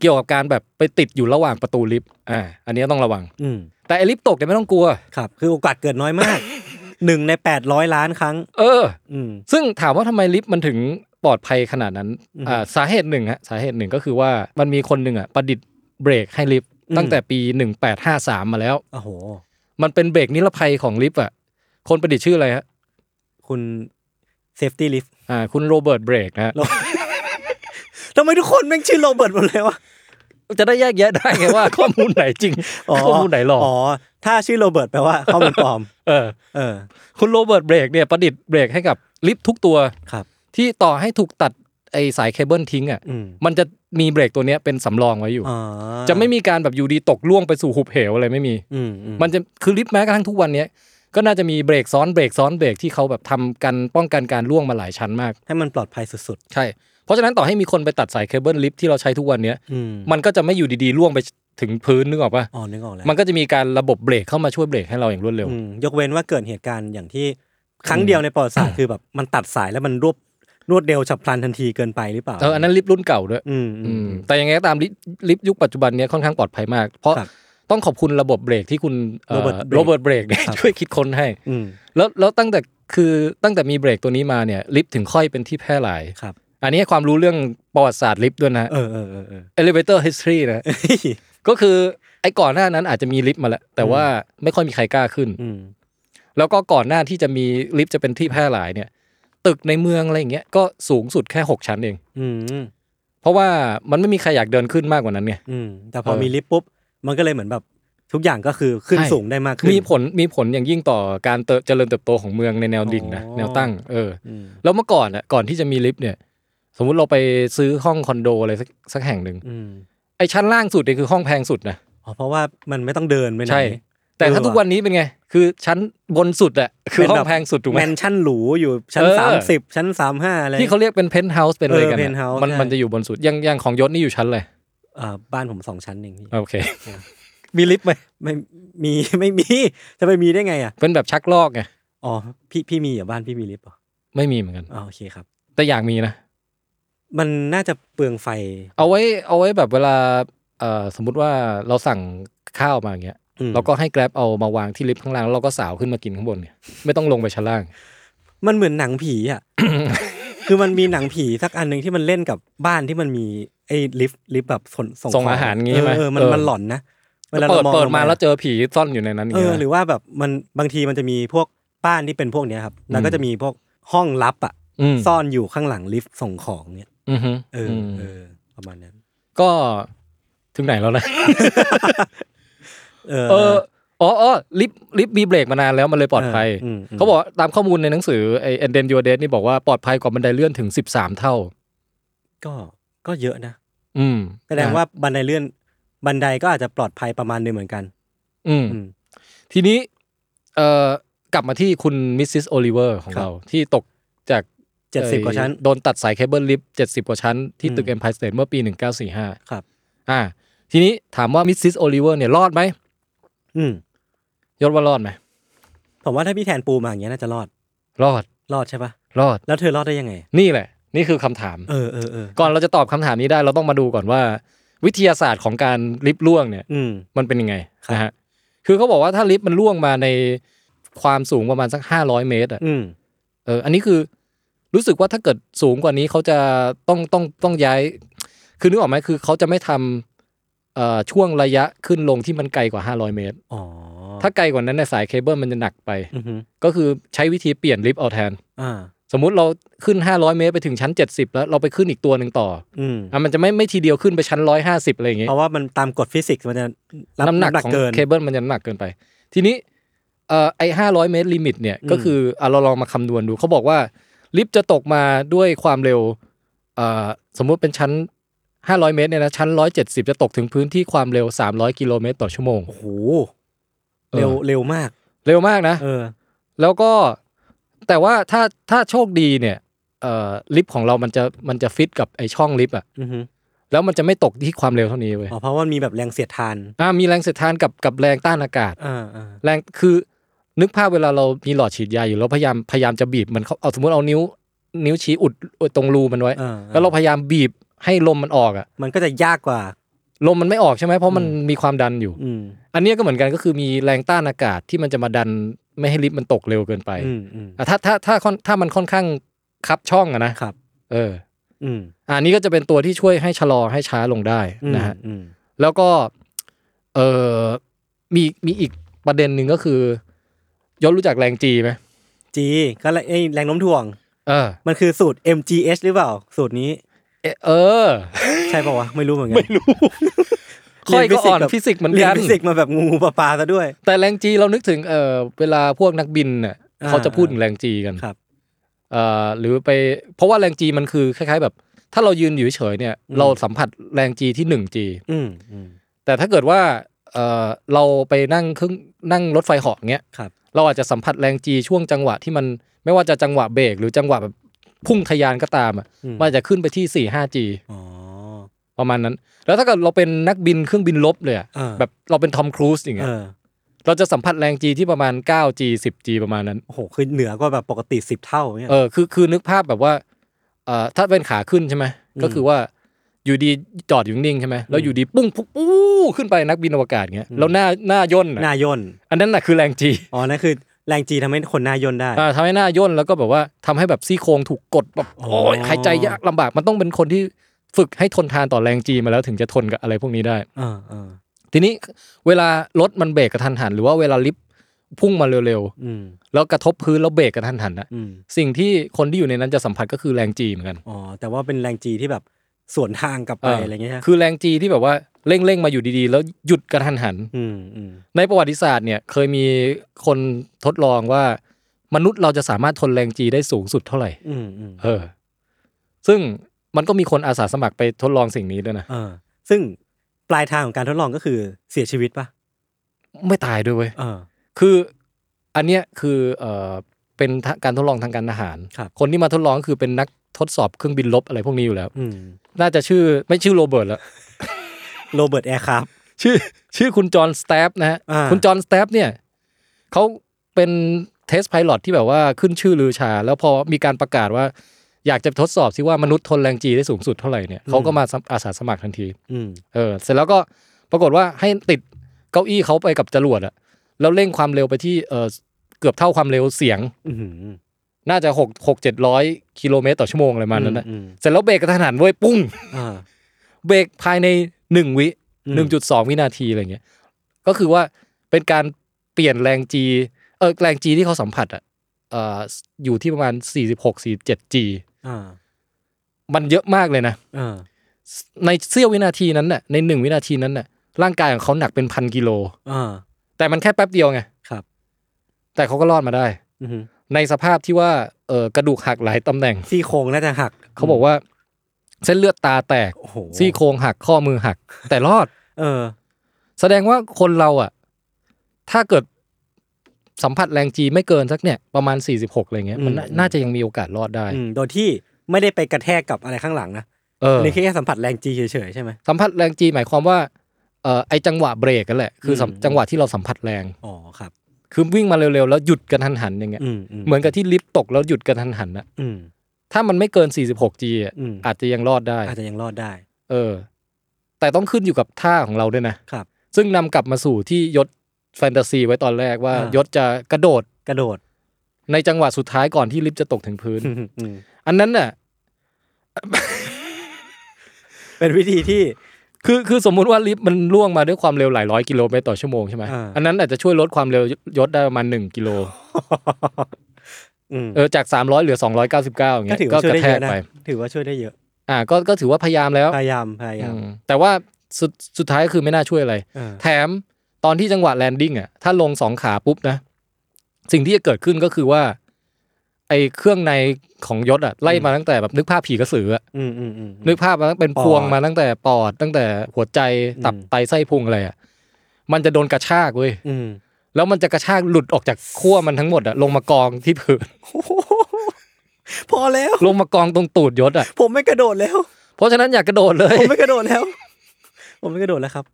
เกี่ยวกับการแบบไปติดอยู่ระหว่างประตูลิฟต์อ่า อันเนี้ยต้องระวัง อืม แต่ไอ้ลิฟต์ตกเนี่ยไม่ต้องกลัว ครับ คือโอกาสเกิดน้อยมาก หนึ่งในแปดร้อยล้านครั้ง เออ อืม ซึ่งถามว่าทำไมลิฟต์มันถึงปลอดภัยขนาดนั้น อือฮึ อ่าสาเหตุหนึ่งฮะสาเหตุหนึ่งก็คือว่ามันมีคนหนึ่งอ่ะประดิษฐ์เบรกให้ลิฟต์ อืม ตั้งแต่ปี 1853 มาแล้ว โอ้โห มันเป็นเบรกนิรภัยของลิฟต์อ่ะคนประดิษฐ์ชื่ออะไรฮะ คุณเซฟตี้ลิฟต์ อ่าคุณโรเบิร์ตเบรกนะฮะ ทำไมทุกคนแม่งชื่อโรเบิร์ตหมดเลยวะ จะได้แยกแยะได้ไง ว่า ข้อมูลไหนจริง ข้อมูลไหนหลอก อ๋อ ถ้าชื่อโรเบิร์ตแปลว่าข้อมูลปลอม เออ เออ คุณโรเบิร์ตเบรกเนี่ยประดิษฐ์เบรกให้กับลิฟต์ทุกตัว ครับ ที่ต่อให้ถูกตัดไอสายเคเบิลทิ้งอ่ะ อืม มันจะมีเบรกตัวเนี้ยเป็นสำรองไว้อยู่ อ๋อ จะไม่มีการแบบอยู่ดีตกล่วงไปสู่หุบเหวอะไรไม่มี อืมอื มันจะคือลิฟต์แม้กระทั่งทุกวันเนี้ยก็น่าจะมีเบรกซ้อนเบรกซ้อนเบรกที่เขาแบบทำกันป้องกันการล่วงมาหลายชั้นมาก ให้มันปลอดภัยสุด ใช่ เพราะฉะนั้นต่อให้มีคนไปตัดสายเคเบิลลิฟต์ที่เราใช้ทุกวันเนี้ย ๆ อืม มันก็จะไม่อยู่ดีๆล่วงไปถึงพื้นนึกออกปะ อ๋อ นึกออกแล้ว มันก็จะมีการระบบเบรกเข้ามาช่วยเบรกให้เราอย่างรวดเร็ว อืมยกเว้นว่าเกิดเหตุการณ์อย่างที่ครั้งเดียวในประวัติศาสตร์คือแบบมันตัดสายแล้วมันรวบ รวดเร็วฉับพลันทันทีเกินไปหรือเปล่า เอออันนั้นลิฟต์รุ่นเก่าด้วย อืมอื อื ม มแต่ยังไงก็ตามลิฟต์ลิฟต์ยุคปัจจุบันเนี้ยค่อนข้างปลอดภัยมาก เพราะ ครับ ต้องขอบคุณระบบเบรกที่คุณเอ่อ Robert Brake โรเบิร์ตเบรกเนี่ย ครับ ช่วยคิดค้นให้ อืม แล้วแล้วตั้งแต่คือตั้งแต่มีเบรกตัวนี้มาเนี่ยลิฟต์ถึงค่อยเป็นที่แพร่หลาย ครับ อันนี้ให้ความรู้เรื่องประวัติศาสตร์ลิฟต์ด้วยนะ เออเออเออเอ อ elevator history นะ ก็คือไอ้ก่อนหน้านั้นอาจจะมีลิฟต์มาแล้ว แต่ว่าไม่ค่อยมีใครกล้าขึ้น อืม แล้วก็ก่อนหน้าที่จะมีลิฟต์จะเป็นที่แพร่หลายเนี่ย ตึกในเมืองอะไรอย่างเงี้ยก็สูงสุดแค่หกชั้นเอง อืม เพราะว่ามันไม่มีใครอยากเดินขึ้นมากกว่านั้นไง อืมแต่พอ เออ มีลิฟต์ปุ๊บ มันก็เลยเหมือนแบบทุกอย่างก็คือขึ้น ใช่ สูงได้มากขึ้น มีผลมีผลอย่างยิ่งต่อการเติบเจริญเติบโตของเมืองในแนวดิ่งนะ อ๋อ แนวตั้งเออ อืม แล้วเมื่อก่อนอ่ะก่อนที่จะมีลิฟต์เนี่ย สมมุติเราไปซื้อห้องคอนโดอะไรสักสักแห่งหนึ่ง อืม ไอชั้นล่างสุดเนี่ยคือห้องแพงสุดนะ อ๋อเพราะว่ามันไม่ต้องเดินไปไหน ใช่ แต่ถ้า เออว่ะ ทุกวันนี้เป็นไง คือชั้นบนสุดอะคือห้องแพงสุดถูกไหม แมนชั่นหรูอยู่ชั้น เออ สามสิบชั้นสามห้าอะไร ที่เขาเรียกเป็นเพนท์เฮาส์เป็นอะไรกัน เออ อะ penthouse มัน ใช่ มันจะอยู่บนสุดอย่างอย่างของยศนี่อยู่ชั้นอะไร อ่าบ้านผมสองชั้นเองพี่ โอเค มีลิฟต์ไหม ไม่มี ไม่มี จะไปมีได้ไงอ่ะ เป็นแบบชักลอกไง อ๋อพี่พี่มีเหรอ่ะบ้านพี่มีลิฟต์เหรอ ไม่มีเหมือนกัน อ๋อโอเคครับ แต่อยากมีนะ มันน่าจะเปลืองไฟ เอาไว้เอาไว้แบบเวลาเอ่อสมมุติว่าเราสั่งข้าวมาอย่างเงี้ย อืม เราก็ให้แกร็บเอามาวางที่ลิฟต์ข้างล่างแล้วเราก็สาวขึ้นมากินข้างบนเนี่ยไม่ต้องลงไปชั้นล่าง มันเหมือนหนังผีอ่ะ คือมันมีหนังผีสักอันหนึ่งที่มันเล่นกับบ้านที่มันมีไอ้ลิฟต์ลิฟต์แบบส่ง ส่งอาหารงี้ เออ ไหม เออมัน เออ มันหลอนนะ เปิด ง เปิดมา ไป แล้วเจอผีซ่อนอยู่ในนั้นอย่าง เอ เงี้ อย หรือว่าแบบมันบางทีมันจะมีพวกบ้านที่เป็นพวกเนี้ยครับ แล้วก็จะมีพวกห้องลับอ่ะ ม ซ่อนอยู่ข้างหลังลิฟต์ส่งของเนี่ย อือฮึ เอออ ม เออ ประมาณนั้น ก็ถึงไหนแล้วนะ เอ เอ อ ออ๋ออ๋อลิฟต์ลิฟต์มีเบรกมานานแล้วมันเลยปลอดภัย เอออืมอืม เขาบอกว่าตามข้อมูลในหนังสือไอเอ็นเดมยูเดนี่บอกว่าปลอดภัยกว่าบันไดเลื่อนถึง 13 เท่า ก็ก็เยอะนะ อืม แสดงว่าบันไดเลื่อนบันไดก็อาจจะปลอดภัยประมาณหนึงเหมือนกัน อืม อืม ทีนี้เอ่อกลับมาที่คุณมิสซิสโอลิเวอร์ของ ครับ เราที่ตกจาก เจ็ดสิบกว่าชั้น เอ่อโดนตัดสายเคเบิลลิฟต์70 กว่าชั้น ที่ตึก อืม เอ็มพายสเตทเมื่อปี 1945 ครับ อ่า ทีนี้ถามว่ามิสซิสโอลิเวอร์เนี่ยรอดไหม อืม ยศว่ารอดไหม ผมว่าถ้าพี่แทนปูมาอย่างเงี้ยน่าจะรอด รอด รอดใช่ปะ รอด แล้วเธอรอดได้ยังไง นี่แหละ นี่คือคำถาม เออเออเออ ก่อนเราจะตอบคำถามนี้ได้เราต้องมาดูก่อนว่า วิทยาศาสตร์ของการลิฟต์ล่วงเนี่ย อืม มันเป็นยังไง ครับ นะฮะคือเขาบอกว่าถ้าลิฟต์มันล่วงมาในความสูงประมาณสักห้าร้อยเมตรอ่ะ อืม เอออันนี้คือรู้สึกว่าถ้าเกิดสูงกว่านี้เขาจะต้องต้องต้องย้าย คือนึกออกไหมคือเขาจะไม่ทำเอ่อช่วงระยะขึ้นลงที่มันไกลกว่า 500 เมตร อ๋อ ถ้าไกลกว่านั้นในยสายเคเบิลมันจะหนักไป อือฮึ ก็คือใช้วิธีเปลี่ยนลิฟต์เอาแทน อ่า สมมุติเราขึ้น 500 เมตรไปถึงชั้น 70 แล้วเราไปขึ้นอีกตัวหนึ่งต่อ อืม อ่ะมันจะไม่ไม่ทีเดียวขึ้นไปชั้น 150อะไรอย่างเงี้ย เพราะว่ามันตามกฎฟิสิกส์มันจะรับ น้ำหนัก ำ ของ เกิน เคเบิลมันจะน้ำหนักเกินไป ทีนี้เอ่อไอห้าร้อยเมตรลิมิตเนี่ย อืม ก็คืออ่ะเราลองมาคำนวณดูเขาบอกว่า ลิฟต์จะตกมาด้วยความเร็วเอ่อสมมุติเป็นชั้น 500 เมตรเนี่ยนะชั้น 170 จะตกถึงพื้นที่ความเร็ว 300 กิโลเมตรต่อชั่วโมง โอ้โห เออ เร็วเร็วมาก เร็วมากนะ เออ แล้วก็แต่ว่าถ้าถ้าโชคดีเนี่ยเอ่อลิฟต์ของเรามันจะมันจะฟิตกับไอช่องลิฟต์อะ อือฮึ แล้วมันจะไม่ตกที่ความเร็วเท่านี้เว้ย อ๋อเพราะว่ามีแบบแรงเสียดทาน อ่ะมีแรงเสียดทานกับกับแรงต้านอากาศ อ่าอ่า แรงคือนึกภาพเวลาเรามีหลอดฉีดยาอยู่แล้วพยายามพยายามจะบีบมันเขาเอาสมมติเอานิ้ว นิ้วชี้อุดอุดตรงรูมันไว้ อ่า แล้วเราพยายามบีบให้ลมมันออกอะ มันก็จะยากกว่า ลมมันไม่ออกใช่ไหมเพราะมันมีความดันอยู่ อืม อันเนี้ยก็เหมือนกันก็คือมีแรงต้านอากาศที่มันจะมาดันไม่ให้ลิฟต์มันตกเร็วเกินไป อืมอืม อ่ะถ้าถ้าถ้าค่อนถ้ามันค่อนข้างคับช่องอะนะครับ เออ อืม อ่ะอันนี้ก็จะเป็นตัวที่ช่วยให้ชะลอให้ช้าลงได้ อืม นะฮะ อืม แล้วก็เออมีมีอีกประเด็นหนึ่งก็คือ ยศรู้จักแรงจีไหม จีก็แรงเอ้ยแรงโน้มถ่วง เออ มันคือสูตร MGH หรือเปล่า สูตรนี้ เอเออ ใช่เปล่าวะไม่รู้เหมือนกันไม่ รู้ ค่อยก็อ่อนฟิสิกส์เหมือน เรีย กัน น ฟิสิกส์มาแบบงูปลาปลาซะด้วย แต่แรงจีเรานึกถึงเออเวลาพวกนักบินน่ะ อ่า เขาจะพูดถึงแรงจีกัน ครับ เออหรือไปเพราะว่าแรงจีมันคือคล้ายๆ แบบ ถ้าเรายืนอยู่เฉยๆเนี่ย อืม เราสัมผัสแรงจีที่หนึ่งจี อืมอืม แต่ถ้าเกิดว่าเออเราไปนั่งเครื่องนั่งรถไฟเหาะเงี้ย ครับ เราอาจจะสัมผัสแรงจีช่วงจังหวะที่มันไม่ว่าจะจังหวะเบรกหรือจังหวะแบบพุ่งทะยานก็ตามอ่ะ อืม มันอาจจะขึ้นไปที่สี่ห้าจี อ๋อ ประมาณนั้น แล้วถ้าเกิดเราเป็นนักบินเครื่องบินลบเลยอะ อ่า แบบเราเป็นทอมครูซอย่างเงี้ย เออ เราจะสัมผัสแรง G ที่ประมาณ 9G 10G ประมาณนั้น โอ้โหคือเหนือกว่าแบบปกติสิบเท่าเนี่ย เออ คือ คือนึกภาพแบบว่า เอ่อถ้าเป็นขาขึ้นใช่ไหมก็คือว่าอยู่ดีจอดอยู่นิ่งใช่ไหมแล้วอยู่ดีปุ้งปุ๊บอู้ขึ้นไปนักบินอวกาศเงี้ยแล้วหน้าหน้าย่น ห อะ น้าย่น อันนั้นน่ะคือแรงจี อ๋อนั่นคือแรงจีทำให้คนหน้าย่นได้ อ่าทำให้หน้าย่นแล้วก็แบบว่าทำให้แบบซี่โครงถูกกดแบบโอ้ย อ๋อ หายใจยากลำบากมันต้องเป็นคนที่ฝึกให้ทนทานต่อแรงจีมาแล้วถึงจะทนกับอะไรพวกนี้ได้ เออเออ ทีนี้เวลารถมันเบรกกระทันหัน หรือว่าเวลาลิฟต์พุ่งมาเร็ว อืม ๆแล้วกระทบพื้นแล้วเบรกกระทันหันนะ อืม สิ่งที่คนที่อยู่ในนั้นจะสัมผัสก็คือแรงจีเหมือนกัน อ๋อแต่ว่าเป็นแรงจีที่แบบสวนทางกลับไป เอออ อะไรเงี้ยใช่ไหม คือแรงจีที่แบบว่าเร่งเร่งๆมาอยู่ดีๆ แล้วหยุดกระทันหัน อืมอืม ในประวัติศาสตร์เนี่ยเคยมีคนทดลองว่ามนุษย์เราจะสามารถทนแรงจีได้สูงสุดเท่าไหร่ อืมอืม เออ ซึ่งมันก็มีคนอาสาสมัครไปทดลองสิ่งนี้ด้วยนะ เออ ซึ่งปลายทางของการทดลองก็คือเสียชีวิตปะ ไม่ตายด้วยเว้ย เออ คืออันเนี้ยคือเออเป็นทะการทดลองทางการทหาร ครับ คนที่มาทดลองก็คือเป็นนักทดสอบเครื่องบินลบอะไรพวกนี้อยู่แล้ว อืม น่าจะชื่อไม่ชื่อโรเบิร์ตแล้ว โรเบิร์ตแอร์ครับ ชื่อชื่อคุณจอห์นสแตปนะฮะ อ่า คุณจอห์นสแตปเนี่ยเขาเป็นเทสไพลอตที่แบบว่าขึ้นชื่อลือชา แล้วพอมีการประกาศว่า อยากจะทดสอบซิว่ามนุษย์ทนแรงจีได้สูงสุดเท่าไหร่เนี่ยเขาก็มาสมัครอาสาสมัครทันที อืม เออเสร็จแล้วก็ปรากฏว่าให้ติดเก้าอี้เขาไปกับจรวดอะแล้วเร่งความเร็วไปที่เออเกือบเท่าความเร็วเสียง อืมอืม น่าจะหกหกเจ็ดร้อยกิโลเมตรต่อชั่วโมงอะไรประมาณนั้นนะ อืม เสร็จแล้วเบรกกระทันหันเว้ยปุ้ง เออ เบรกภายในหนึ่งวิ อืม หนึ่งจุดสองวินาทีอะไรเงี้ยก็คือว่าเป็นการเปลี่ยนแรงจีเออแรงจีที่เขาสัมผัสอะเอ่ออยู่ที่ประมาณสี่สิบหกสี่เจ็ดจี เออ มันเยอะมากเลยนะ เออ ในเสี้ยววินาทีนั้นน่ะในหนึ่งวินาทีนั้นน่ะร่างกายของเขาหนักเป็นพันกิโล เออ แต่มันแค่แป๊บเดียวไง ครับ แต่เขาก็รอดมาได้ อืม ในสภาพที่ว่าเออกระดูกหักหลายตำแหน่ง ซี่โครงน่าจะหัก เขาบอกว่าเส้นเลือดตาแตก โอ้โห ซี่โครงหักข้อมือหัก แต่รอด เออ แสดงว่าคนเราอ่ะ ถ้าเกิดสัมผัสแรงจีไม่เกินสักเนี่ยประมาณ 46อะไรเงี้ยมันน่า อืม น่าจะยังมีโอกาสรอดได้ อืมโดยที่ไม่ได้ไปกระแทกกับอะไรข้างหลังนะ เออ นี่แค่สัมผัสแรงจีเฉยๆใช่ไหม สัมผัสแรงจีหมายความว่าเอ่อไอจังหวะเบรกกันแหละคือสัม อืม จังหวะที่เราสัมผัสแรง อ๋อครับ คือวิ่งมาเร็วๆ แล้วหยุดกันทันหันอย่างเงี้ย อืม เหมือนกับที่ลิฟต์ตกแล้วหยุดกันทันหันนะ อืม ถ้ามันไม่เกิน 46G อ่ะ อืม อาจจะยังรอดได้ อาจจะยังรอดได้ เออ แต่ต้องขึ้นอยู่กับท่าของเราด้วยนะ ครับ ซึ่งนำกลับมาสู่ที่ยศแฟนตาซีไว้ตอนแรกว่า อ่าย ยศจะกระโดด กระโดด ในจังหวะสุดท้ายก่อนที่ลิฟต์จะตกถึงพื้น อืม อันนั้นน่ะ เป็นวิธีที่ คือคือสมมุติว่าลิฟต์มันล่วงมาด้วยความเร็วหลายร้อยกิโลเมตรต่อชั่วโมงใช่ไหม อ่า อันนั้นอาจจะช่วยลดความเร็วยศได้ประมาณหนึ่งกิโล อืม เออจากสามร้อยเหลือสองร้อยเก้าสิบเก้าอย่าง ก็ เงี้ย ถือ ก็ ว่าช่ว ก ย ระ ได้เยอะแทกนะ ไป ถือว่าช่วยได้เยอะ อ่าก็ก็ถือว่าพยายามแล้ว พยายามพยายาม อืมแต่ว่าสุดสุดท้ายคือไม่น่าช่วยอะไร เออ แถมตอนที่จังหวะแลนดิ้งอ่ะถ้าลงสองขาปุ๊บนะ สิ่งที่จะเกิดขึ้นก็คือว่า ไอ้เครื่องในของยศอ่ะไล่มาตั้งแต่แบบนึกภาพผีกระสืออะ อืมอืมอืม นึกภาพมาตั้งเป็น ปอด พวงมาตั้งแต่ปอด ตั้งแต่หัวใจตับ อืม ไตไส้พุงอะไรอ่ะมันจะโดนกระชากเว้ย อืม แล้วมันจะกระชากหลุดออกจากขั้วมันทั้งหมดอ่ะลงมากองที่พื้น โอ้โหพอแล้ว ลงมากองตรงตูดยศอ่ะ ผมไม่กระโดดแล้ว เพราะฉะนั้นอย่ากระโดดเลย ผมไม่กระโดดแล้ว ผมไม่กระโดดแล้วครับ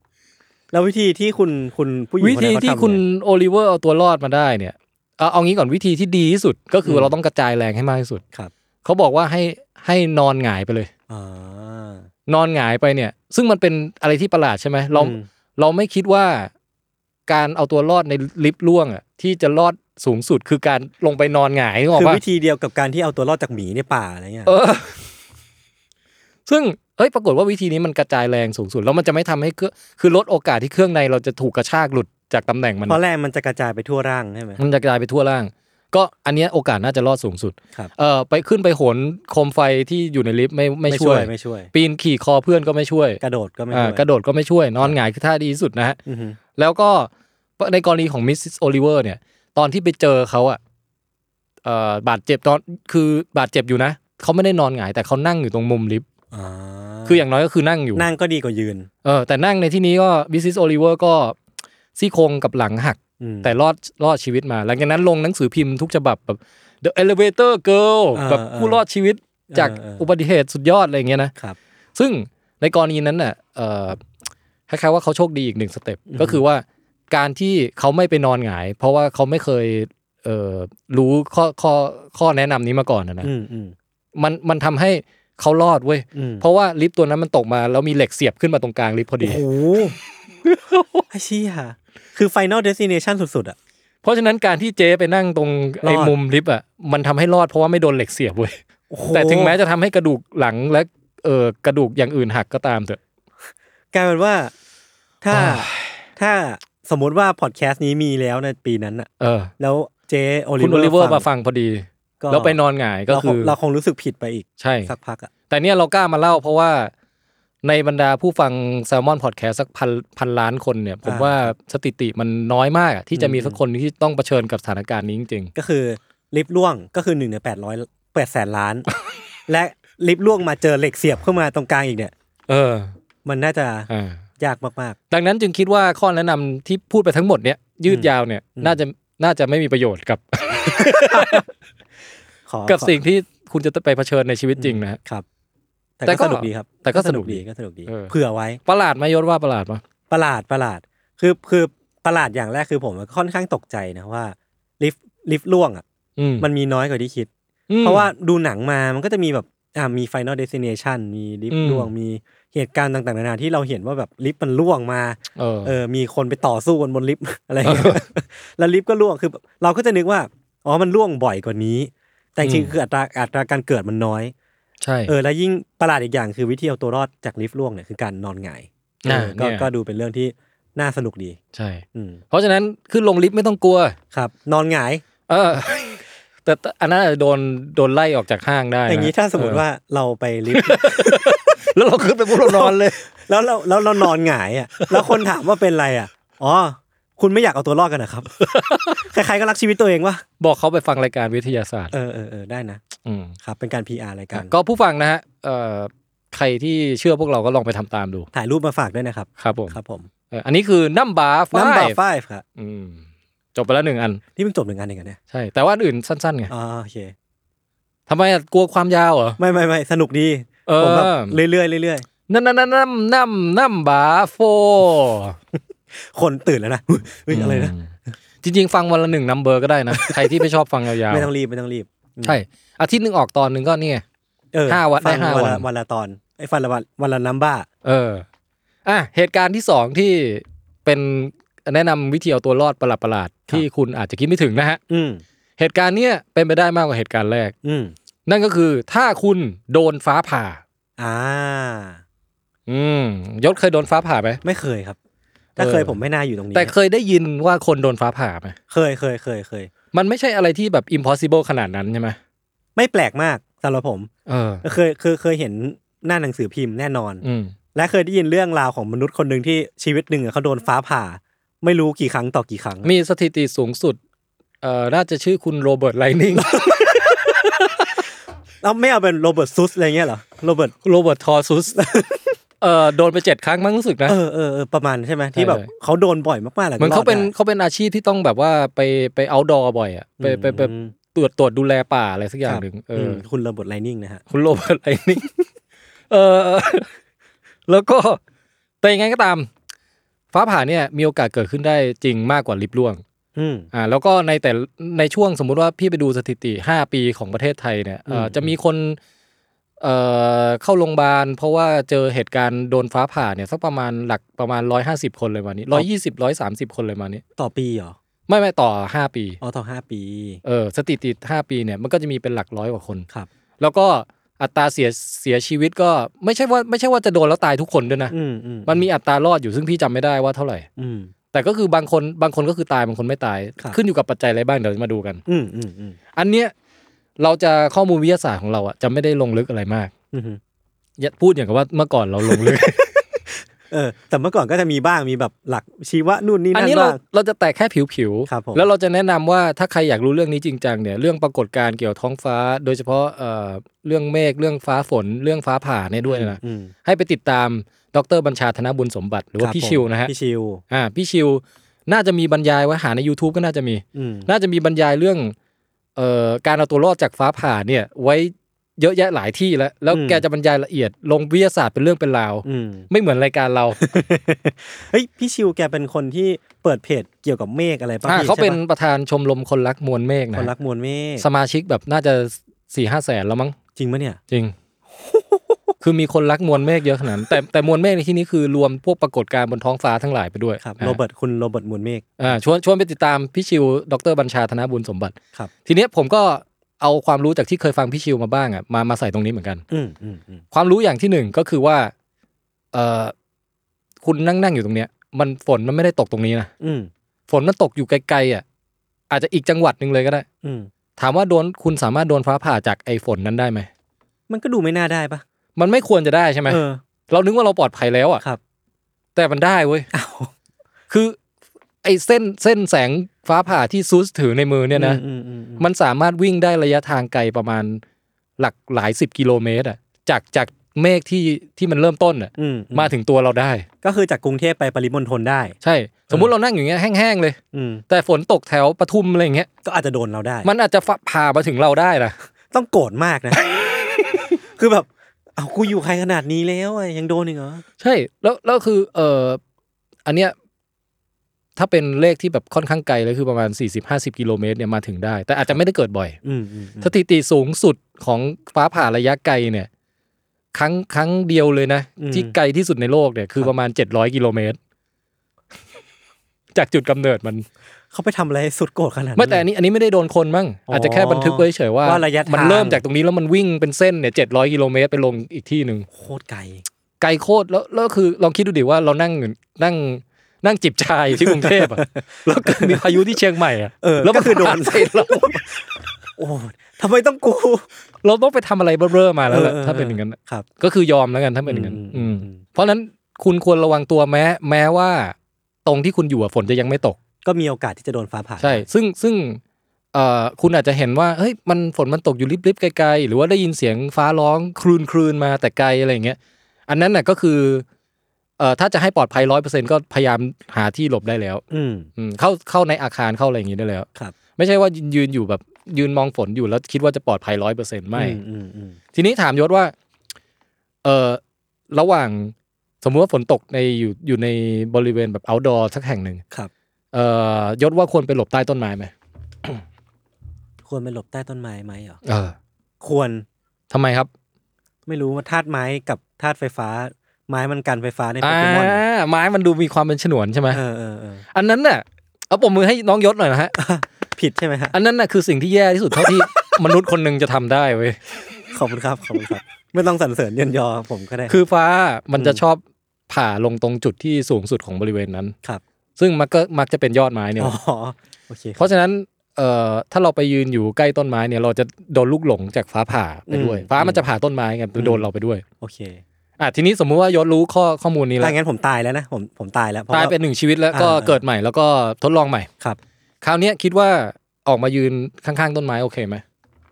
แล้ววิธีที่คุณคุณผู้หญิง วิ คน ธี นั้นเขา ที่ ทำ คุณ เนี่ย โอลิเวอร์เอาตัวรอดมาได้เนี่ยเอาเอางี้ก่อนวิธีที่ดีที่สุดก็คือเราต้องกระจายแรงให้มากที่สุด ครับ เขาบอกว่าให้ให้นอนหงายไปเลย อ่าน อนหงายไปเนี่ย ซึ่งมันเป็นอะไรที่ประหลาดใช่ไหมเรา อืม เราไม่คิดว่าการเอาตัวรอดในลิฟต์ล่วงอ่ะที่จะรอดสูงสุดคือการลงไปนอนหงายนึกออก คือ ปะ วิธีเดียวกับการที่เอาตัวรอดจากหมีในป่าอะไรเงี้ย เออ ซึ่งเอ้ยปรากฏว่าวิธีนี้มันกระจายแรงสูงสุดแล้วมันจะไม่ทำให้เครื่องคือลดโอกาสที่เครื่องในเราจะถูกกระชากหลุดจากตำแหน่งมัน เพราะแรงมันจะกระจายไปทั่วร่างใช่ไหม มันจะกลายไปทั่วร่าง ก็อันเนี้ยโอกาสน่าจะรอดสูงสุด ครับ เออไปขึ้นไปโหนโคมไฟที่อยู่ในลิฟต์ไม่ไม่ ไม่ ช่วย ไม่ช่วย ปีนขี่คอเพื่อนก็ไม่ช่วย กระโดดก็ไม่ อ่า ช่วย กระโดดก็ไม่ช่วย นอนหงายคือท่าดีที่สุดนะฮะ อือฮึ แล้วก็ในกรณีของมิสซิสโอลิเวอร์เนี่ย ตอนที่ไปเจอเขาอะเอ่อบาดเจ็บตอนคือบาดเจ็บอยู่นะเขาไม่ได้นอนหงายแต่เขานั่งอยู่ตรงมุมลิฟต์ อ่า คืออย่างน้อยก็คือนั่งอยู่ นั่งก็ดีกว่ายืน เออแต่นั่งในที่นี้ก็มิสซิสโอลิเวอร์ก็ซี่โครงกับหลังหัก อืม แต่รอดรอดชีวิตมา หลังจากนั้นลงหนังสือพิมพ์ทุกฉบับแบบ The Elevator Girl เออ แบบผู้รอดชีวิตจาก เออเอออุ อุบัติเหตุสุดยอดอะไรอย่างเงี้ยนะ ครับ ซึ่งในกรณีนั้นน่ะเอ่อคล้ายๆว่าเขาโชคดีอีกหนึ่งสเต็ป อือฮึ ก็คือว่าการที่เขาไม่ไปนอนหงาย เพราะว่าเขาไม่เคยเอ่อรู้ข้อข้อข้อแนะนำนี้มาก่อนนะนะ อืมอืม มันมันทำให้เขารอดเว้ย อืม เพราะว่าลิฟต์ตัวนั้นมันตกมาแล้วมีเหล็กเสียบขึ้นมาตรงกลางลิฟต์พอดี โอ้โหไอ้เชี่ยคือ Final Destination สุด ๆ อ่ะ เพราะฉะนั้นการที่เจ๊ไปนั่งตรงไอ้ รอด มุมลิฟต์อ่ะมันทำให้รอดเพราะว่าไม่โดนเหล็กเสียบเว้ย โอ้โห แต่ถึงแม้จะทำให้กระดูกหลังและเออกระดูกอย่างอื่นหักก็ตามเถอะ กลายเป็นว่า ถ้า โอ้ย ถ้าสมมติว่าพอดแคสต์นี้มีแล้วในปีนั้นอ่ะ เออ แล้วเจโอลิ คุณโอลิเว เว อ อ ร์ ร์ มาฟังพอดี ก็ แล้วไปนอนหงายก็ เรา คือ เราคงรู้สึกผิดไปอีก ใช่ สักพักอ่ะ แต่เนี่ยเรากล้ามาเล่าเพราะว่าในบรรดาผู้ฟังแซลมอนพอดแคสสักพันพันล้านคนเนี่ย ผม อ่า ว่าสถิติมันน้อยมากอะที่จะมี อืม สักคนที่ต้องเผชิญกับสถานการณ์นี้จริง ก็คือลิฟต์ล่วงก็คือหนึ่งในแปดร้อยแปดแสน ล้าน และลิฟต์ล่วงมาเจอเหล็กเสียบเข้ามาตรงกลางอีกเนี่ย ๆ เออ มันน่าจะ อ่าย ากมาก ดังนั้นจึงคิดว่าข้อแนะนำที่พูดไปทั้งหมดเนี่ย ยืดยาวเนี่ย อืม น่าจะน่าจะไม่มีประโยชน์กับ ๆ ขอ กับ ขอ สิ่งที่คุณจะไปเผชิญในชีวิตจริงนะฮะ ครับ แต่ แต่ก็ก็สนุกดีครับ แต่ก็สนุกดี ก็สนุกดี เออ เผื่อไว้ ประหลาดไหมยศว่าประหลาดปะ ประหลาดประหลาด คือคือประหลาดอย่างแรกคือผมค่อนข้างตกใจนะว่าลิฟต์ลิฟต์ล่วงอ่ะ อืม มันมีน้อยกว่าที่คิด อืม เพราะว่าดูหนังมามันก็จะมีแบบอ่ามี Final Destination มีลิฟ อื ต์ ม ล่วงมีเหตุการณ์ต่างๆนานาที่เราเห็นว่าแบบลิฟต์มันล่วงมา เออ เออ มีคนไปต่อสู้กันบนลิฟต์ อะไรอย่างเงี้ย แล้วลิฟต์ก็ล่วง คือ เราก็จะนึกว่า อ๋อ มันล่วงบ่อยกว่านี้ แต่จริง อืๆมคืออัตราอัตราการเกิดมันน้อย ใช่ เออ แล้วยิ่งประหลาดอีกอย่างคือวิธีเอาตัวรอดจากลิฟต์ล่วงเนี่ยคือการนอนหงาย น่ะ เออก็ เนี่ย ก็ดูเป็นเรื่องที่น่าสนุกดี ใช่ อืม เพราะฉะนั้นขึ้นลงลิฟต์ไม่ต้องกลัว ครับ นอนหงาย เออ แต่แต่อันนั้นอาจจะโดนโดนไล่ออกจากห้างได้นะ อย่างนี้ถ้าสมมติว่าเราไปลิฟต์ เออแล้วเราขึ้นไปพวกเรานอน เลย แล้วเราแล้วเรานอนหงายอ่ะ แล้วคนถามว่าเป็นอะไรอ่ะ อ๋อ คุณไม่อยากเอาตัวรอดกันนะครับ ใครๆก็รักชีวิตตัวเองวะ บอกเขาไปฟังรายการวิทยาศาสตร์ เออเออเออได้นะ อืม ครับ เป็นการ PR รายการ ก็ผู้ฟังนะฮะเอ่อใครที่เชื่อพวกเราก็ลองไปทำตามดู ถ่ายรูปมาฝากด้วยนะครับ ครับผม ครับผม เอออันนี้คือน้ำบาฟ้า น้ำบาฟฟ์ครับ อืมจบไปแล้วหนึ่งอัน นี่เพิ่งจบหนึ่งอันเองเหรอเนี่ย ใช่ แต่ว่าอันอื่นสั้นๆไง อ๋อโอเค ทำไมอะกลัวความยาวเหรอ ไม่ไม่ไม่สนุกดี เออ ผมแบบเรื่อยๆเรื่อย นั่นนั่นนั่นนั่นนั่นนั่นบาโฟ ๆ คนตื่นแล้วนะอุ๊ยอุ๊ยอะไรนะ มจริง ๆ ฟังวันละหนึ่งนัมเบอร์ก็ได้ นะ ใครที่ไม่ชอบฟังยาว ไม่ต้องรีบไม่ต้องรีบ ๆใช่อาทิตย์หนึ่งออกตอนหนึ่งก็เนี่ย เออ ห้าวัน ฟัง ได้ห้า ละ วัน วันละตอนไอ้ฟันละวันวันละน้ำบ้า เออ อ่ะ เหตุการณ์ที่สองที่เป็นแนะนำวิธีเอาตัวรอดประหลาดๆ ครับ ที่คุณอาจจะคิดไม่ถึงนะฮะ อืม เหตุการณ์เนี้ยเป็นไปได้มากกว่าเหตุการณ์แรก อืม นั่นก็คือถ้าคุณโดนฟ้าผ่า อ่า อืมยศเคยโดนฟ้าผ่าไหม ไม่เคยครับ ถ้าเคย เออ ผมไม่น่าอยู่ตรงนี้ แต่เคยได้ยินว่าคนโดนฟ้าผ่าไหม เคยเคยเคยเคย มันไม่ใช่อะไรที่แบบ impossible ขนาดนั้นใช่ไหม ไม่แปลกมากสำหรับผม เออ เคยเคยเคยเห็นหน้าหนังสือพิมพ์แน่นอน อืม และเคยได้ยินเรื่องราวของมนุษย์คนหนึ่งที่ชีวิตหนึ่งอะเขาโดนฟ้าผ่า ไม่รู้กี่ครั้งต่อกี่ครั้ง มีสถิติสูงสุด เอ่อ น่าจะชื่อคุณโรเบิร์ตไลนิ ง แล้วไม่เอาเป็นโรเบิร์ตซุสอะไรเงี้ยเหรอโรเบิร์ต โรเบิร์ตทอซุส เอ่อ โดนไปเจ็ดครั้งมั้งรู้สึกนะ เออเออเออประมาณใช่ไหมที่แบบ ใช่ เขาโดนบ่อยมากๆแหละ เหมือนเขาเป็น ร เขาเป็นอาชีพที่ต้องแบบว่าไปไปเอาดอบ่อยอ่ะ อด ไป ด้ ไปไป อืม ตรวจตรวจดูแลป่าอะไรสักอย่างหนึ่งเออ ม อ คุณโรเบิร์ตไลนิ่งนะฮะ คุณโรเบิร์ตไลนิง เออ แล้วก็แต่ยังไงก็ตาม ฟ้าผ่าเนี่ยมีโอกาสเกิดขึ้นได้จริงมากกว่าลิบล่วง อืม อ่าแล้วก็ในแต่ในช่วงสมมุติว่าพี่ไปดูสถิติ 5 ปีของประเทศไทยเนี่ยเอ่ออ ม จะมีคนเอ่อเข้าโรงพยาบาล เพราะว่าเจอเหตุการณ์โดนฟ้าผ่าเนี่ยสักประมาณหลักประมาณ 150 คนเลยวันนี้ร้อยยี่สิบร้อยสามสิบคนเลยวันนี้ ต่อปีเหรอ ไม่ไม่ต่อ 5 ปี อ๋อต่อห้าปี เออสถิติ 5 ปีเนี่ยมันก็จะมีเป็นหลักร้อยกว่าคน ครับ แล้วก็อัตราเสียเสียชีวิตก็ไม่ใช่ว่าไม่ใช่ว่าจะโดนแล้วตายทุกคนด้วยนะ อืมอืม มันมีอัตรารอดอยู่ซึ่งพี่จำไม่ได้ว่าเท่าไหร่ อืม แต่ก็คือบางคนบางคนก็คือตายบางคนไม่ตาย ครับ ขึ้นอยู่กับปัจจัยอะไรบ้างเดี๋ยวมาดูกัน อืมอืมอืม อันเนี้ยเราจะข้อมูลวิทยาศาสตร์ของเราอะจะไม่ได้ลงลึกอะไรมาก อืม อย่าพูดอย่างกับว่าเมื่อก่อนเราลง ลึก เออ แต่เมื่อก่อนก็จะมีบ้างมีแบบหลักชีวะนู่นนี่ อัน นั่น นี้เรา บ้าง เราจะแตกแค่ผิว ครับผม แล้วเราจะแนะนำว่าถ้าใครอยากรู้เรื่องนี้จริงจังเนี่ยเรื่องปรากฏการณ์เกี่ยวท้องฟ้า โดยเฉพาะเอ่อเรื่องเมฆเรื่องฟ้าฝน เรื่องฟ้าผ่าเนี่ยด้วยนะ อืม ให้ไปติดตามดรบัญชาธนบุญสมบัติ หรือว่า คบ พี่ ผม ชิวนะฮะ พี่ชิว อ่าพี่ชิวน่าจะมีบรรยายไว้หาใน YouTube ก็น่าจะมี อืม น่าจะมีบรรยายเรื่องเอ่อการเอาตัวรอดจากฟ้าผ่าเนี่ยไว้เยอะแยะหลายที่แล้ว แล้วแกจะบรรยายละเอียดลงวิทยาศาสตร์เป็นเรื่องเป็นราว อืม ไม่เหมือนรายการเรา เฮ้ยพี่ชิวแกเป็นคนที่เปิดเพจเกี่ยวกับเมฆอะไรป่ะ อ่ะ พี่ เขาเป็น ใช่ ประธานชมรมคนรักมวลเมฆ ปะ นะ คนรักมวลเมฆ สมาชิกแบบน่าจะสี่ห้าแสนแล้วมั้ง จ จริงปะเนี่ย จริง คือมีคนรักมวลเมฆเยอะขนาดนั้นแต่แต่มวลเมฆในที่นี้คือรวมพวกปรากฏการณ์บนท้องฟ้าทั้งหลายไปด้วย ครับ นะ โรเบิร์ตคุณโรเบิร์ตมูลเมฆ อ่าชวนชวนไปติดตามพี่ชิว ดรบัญชาธนบุญสมบัติ ครับ ทีเนี้ยผมก็เอาความรู้จากที่เคยฟังพี่ชิวมาบ้างอ่ะมามาใส่ตรงนี้เหมือนกัน อืมอืมอืม ความรู้อย่างที่หนึ่งก็คือว่า เออคุณนั่งนั่งอยู่ตรงเนี้ย มันฝนมันไม่ได้ตกตรงนี้นะ อืม ฝนมันตกอยู่ไกลๆอ่ะ อาจจะอีกจังหวัดหนึ่งเลยก็ได้ อืม ถามว่าโดนคุณสามารถโดนฟ้าผ่าจากไอ้ฝนนั้นได้ไหม มันก็ดูไม่น่าได้ปะ มันไม่ควรจะได้ใช่ไหม เออ เรานึกว่าเราปลอดภัยแล้วอ่ะ ครับ แต่มันได้เว้ย อ้าว คือ ไอ้เส้นเส้นแสงฟ้าผ่าที่ซูสถือในมือเนี่ยนะ อืมอืมอืม มันสามารถวิ่งได้ระยะทางไกลประมาณหลักหลายสิบกิโลเมตรอ่ะ จากจากเมฆที่ที่มันเริ่มต้นอ่ะ อืม มาถึงตัวเราได้ ก็คือจากกรุงเทพไปปริมณฑลได้ ใช่ สมมุติเรานั่งอยู่เงี้ยแห้งๆเลย อืม แต่ฝนตกแถวปทุมอะไรอย่างเงี้ย ก็อาจจะโดนเราได้ มันอาจจะฟ้าผ่ามาถึงเราได้นะ ต้องโกรธมากนะ คือแบบ เอากูอยู่ใครขนาดนี้แล้วอะยังโดนอีกเหรอ ใช่ แล้วแล้วคือ เอ่ออันเนี้ยถ้าเป็นเลขที่แบบค่อนข้างไกลเลยคือประมาณ 40-50 กิโลเมตรเนี่ยมาถึงได้ แต่อาจจะไม่ได้เกิดบ่อย อืมอืมอืม สถิติสูงสุดของฟ้าผ่าระยะไกลเนี่ย ครั้งครั้งเดียวเลยนะ ที่ไกลที่สุดในโลกเนี่ยคือประมาณ 700 กิโลเมตร จากจุดกำเนิดมัน เขาไปทำอะไรให้สุดโกรธขนาดนั้น ไม่แต่อันนี้อันนี้ไม่ได้โดนคนมั้ง อ๋ออ อาจจะแค่บันทึกไว้เฉยๆว่า ว่าระยะทาง มันเริ่มจากตรงนี้แล้วมันวิ่งเป็นเส้นเนี่ยเจ็ดร้อยกิโลเมตรไปลงอีกที่หนึ่ง โคตรไกล ไกลโคตรแล้วแล้วคือลองคิดดูดิว่าเรานั่งอยู่นั่งนั่งจิบชายที่กรุงเทพอะ แล้วเกิดมีพายุที่เชียงใหม่อะ เออ แล้วมัน ก็คือโดน ผ่าใส่เรา โอ้ทำไมต้องกู เราต้องไปทำอะไรเบ้อๆมาแล้วแหละ เออเออ ถ้าเป็นอย่างนั้น ครับ ก็คือยอมแล้วกันถ้าเป็นอย่างนั้น อืม อืม อืม เพราะฉะนั้นคุณควรระวังตัวแม้ แม้ว่า ตรงที่คุณอยู่อะฝนจะยังไม่ตก ก็มีโอกาสที่จะโดนฟ้าผ่า ใช่ ซึ่งซึ่งเอ่อคุณอาจจะเห็นว่าเฮ้ยมันฝนมันตกอยู่ริบๆไกลๆ หรือว่าได้ยินเสียงฟ้าร้องครืนครืนๆมาแต่ไกลอะไรอย่างเงี้ย อันนั้นน่ะก็คือเอ่อถ้าจะให้ปลอดภัยร้อยเปอร์เซ็นก็พยายามหาที่หลบได้แล้ว อืม อืมเข้าเข้าในอาคารเข้าอะไรอย่างงี้ได้แล้ว ครับ ไม่ใช่ว่ายืนยืนอยู่แบบยืนมองฝนอยู่แล้วคิดว่าจะปลอดภัยร้อยเปอร์เซ็นไม่ อืมอืม ทีนี้ถามยศว่า เออระหว่างสมมุติว่าฝนตกในอยู่อยู่ในบริเวณแบบ outdoor สักแห่งหนึ่ง ครับ เอ่อยศว่าควรไปหลบใต้ต้นไม้ไหม ควรไปหลบใต้ต้นไม้ไหมเหรอ เออ ควร ทำไมครับ ไม่รู้ว่าธาตุไม้กับธาตุไฟฟ้า ไม้มันกันไฟฟ้าในโป อ่า เกมอน ไม้มันดูมีความเป็นฉนวนใช่ไหม เออเออเออ อันนั้นน่ะเอาปมมือให้น้องยศหน่อยนะฮะ ผิดใช่ไหมฮะ อันนั้นน่ะคือสิ่งที่แย่ที่สุดเท่าที่ มนุษย์คนหนึ่งจะทำได้ เว้ย ขอบคุณครับ ขอบคุณครับ ไม่ต้องสรรเสริญเยินยอผมก็ได้ คือฟ้ามันจะชอบผ่าลงตรงจุดที่สูงสุดของบริเวณนั้น ครับ ซึ่งมันก็มักจะเป็นยอดไม้เนี่ย อ๋อ โอเค เพราะฉะนั้นเอ่อถ้าเราไปยืนอยู่ใกล้ต้นไม้เนี่ยเราจะโดนลูกหลงจากฟ้าผ่าไปด้วย ฟ้ามันจะผ่าต้นไม้ไงโดนเราไปด้วย โอเค อ่ะทีนี้สมมุติว่ายศรู้ข้อข้อมูลนี้แล้ ถ้าว งั้นผมตายแล้วนะ ผมผมตายแล้วพระ ตาย ว่ เป็นหนึ่งชีวิตแล้วก็ อ่า เกิดใหม่แล้วก็ทดลองใหม่ ครับ คราวเนี้ยคิดว่าออกมายืนข้างๆต้นไม้โอเคไหม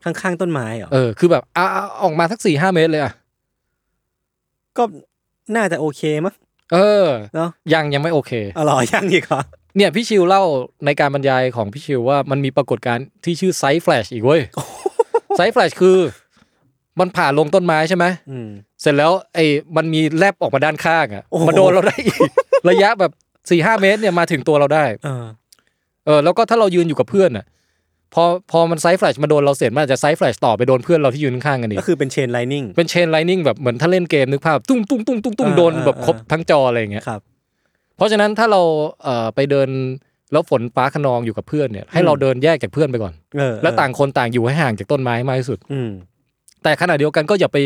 ข้างๆต้นไม้เหรอ เออคือแบบอ่ะอ่ะออกมาสักสี่ห้าเมตรเลยอ่ะ ก็น่าจะโอเคมั้ง เออ เนาะ ยังยังไม่โอเค อร่อยยังอีกเหรอ เนี่ยพี่ชิวเล่าในการบรรยายของพี่ชิวว่ามันมีปรากฏการณ์ที่ชื่อไซส์แฟลชอีกเว้ ยไซส์แฟลชคือ มันผ่าลงต้นไม้ใช่ไหม อืม เสร็จแล้วไอ้มันมีแลบออกมาด้านข้างอ่ะ โอ้โห มาโดนเราได้อีก ระยะแบบสี่ห้าเมตรเนี่ยมาถึงตัวเราได้ เออ เออแล้วก็ถ้าเรายืนอยู่กับเพื่อนอ่ะพอพอมันไซส์แฟลชมาโดนเราเสร็จมันอาจจะไซส์แฟลชต่อไปโดนเพื่อนเราที่ยืนข้างๆกันอี ก็ ก คือเป็นเชนไลนิ่ง เป็นเชนไลนิ่งแบบเหมือนถ้าเล่นเกมนึกภาพตุ้งตุ้งตุ้งตุ้งตุ้ง อ่า โดนแบบ อ่า ครบ อ่า ทั้งจออะไรอย่างเงี้ย ครับ เพราะฉะนั้นถ้าเราเอ่อไปเดินแล้วฝนฟ้าขนองอยู่กับเพื่อนเนี่ยให้เราเดินแยกจากเพื่อนไปก่อน เออ แล้วต่างคนต่างอยู่ให้ห่างจากต้นไม้มากที่สุด อืม แต่ขณะเดียวกันก็อย่าไป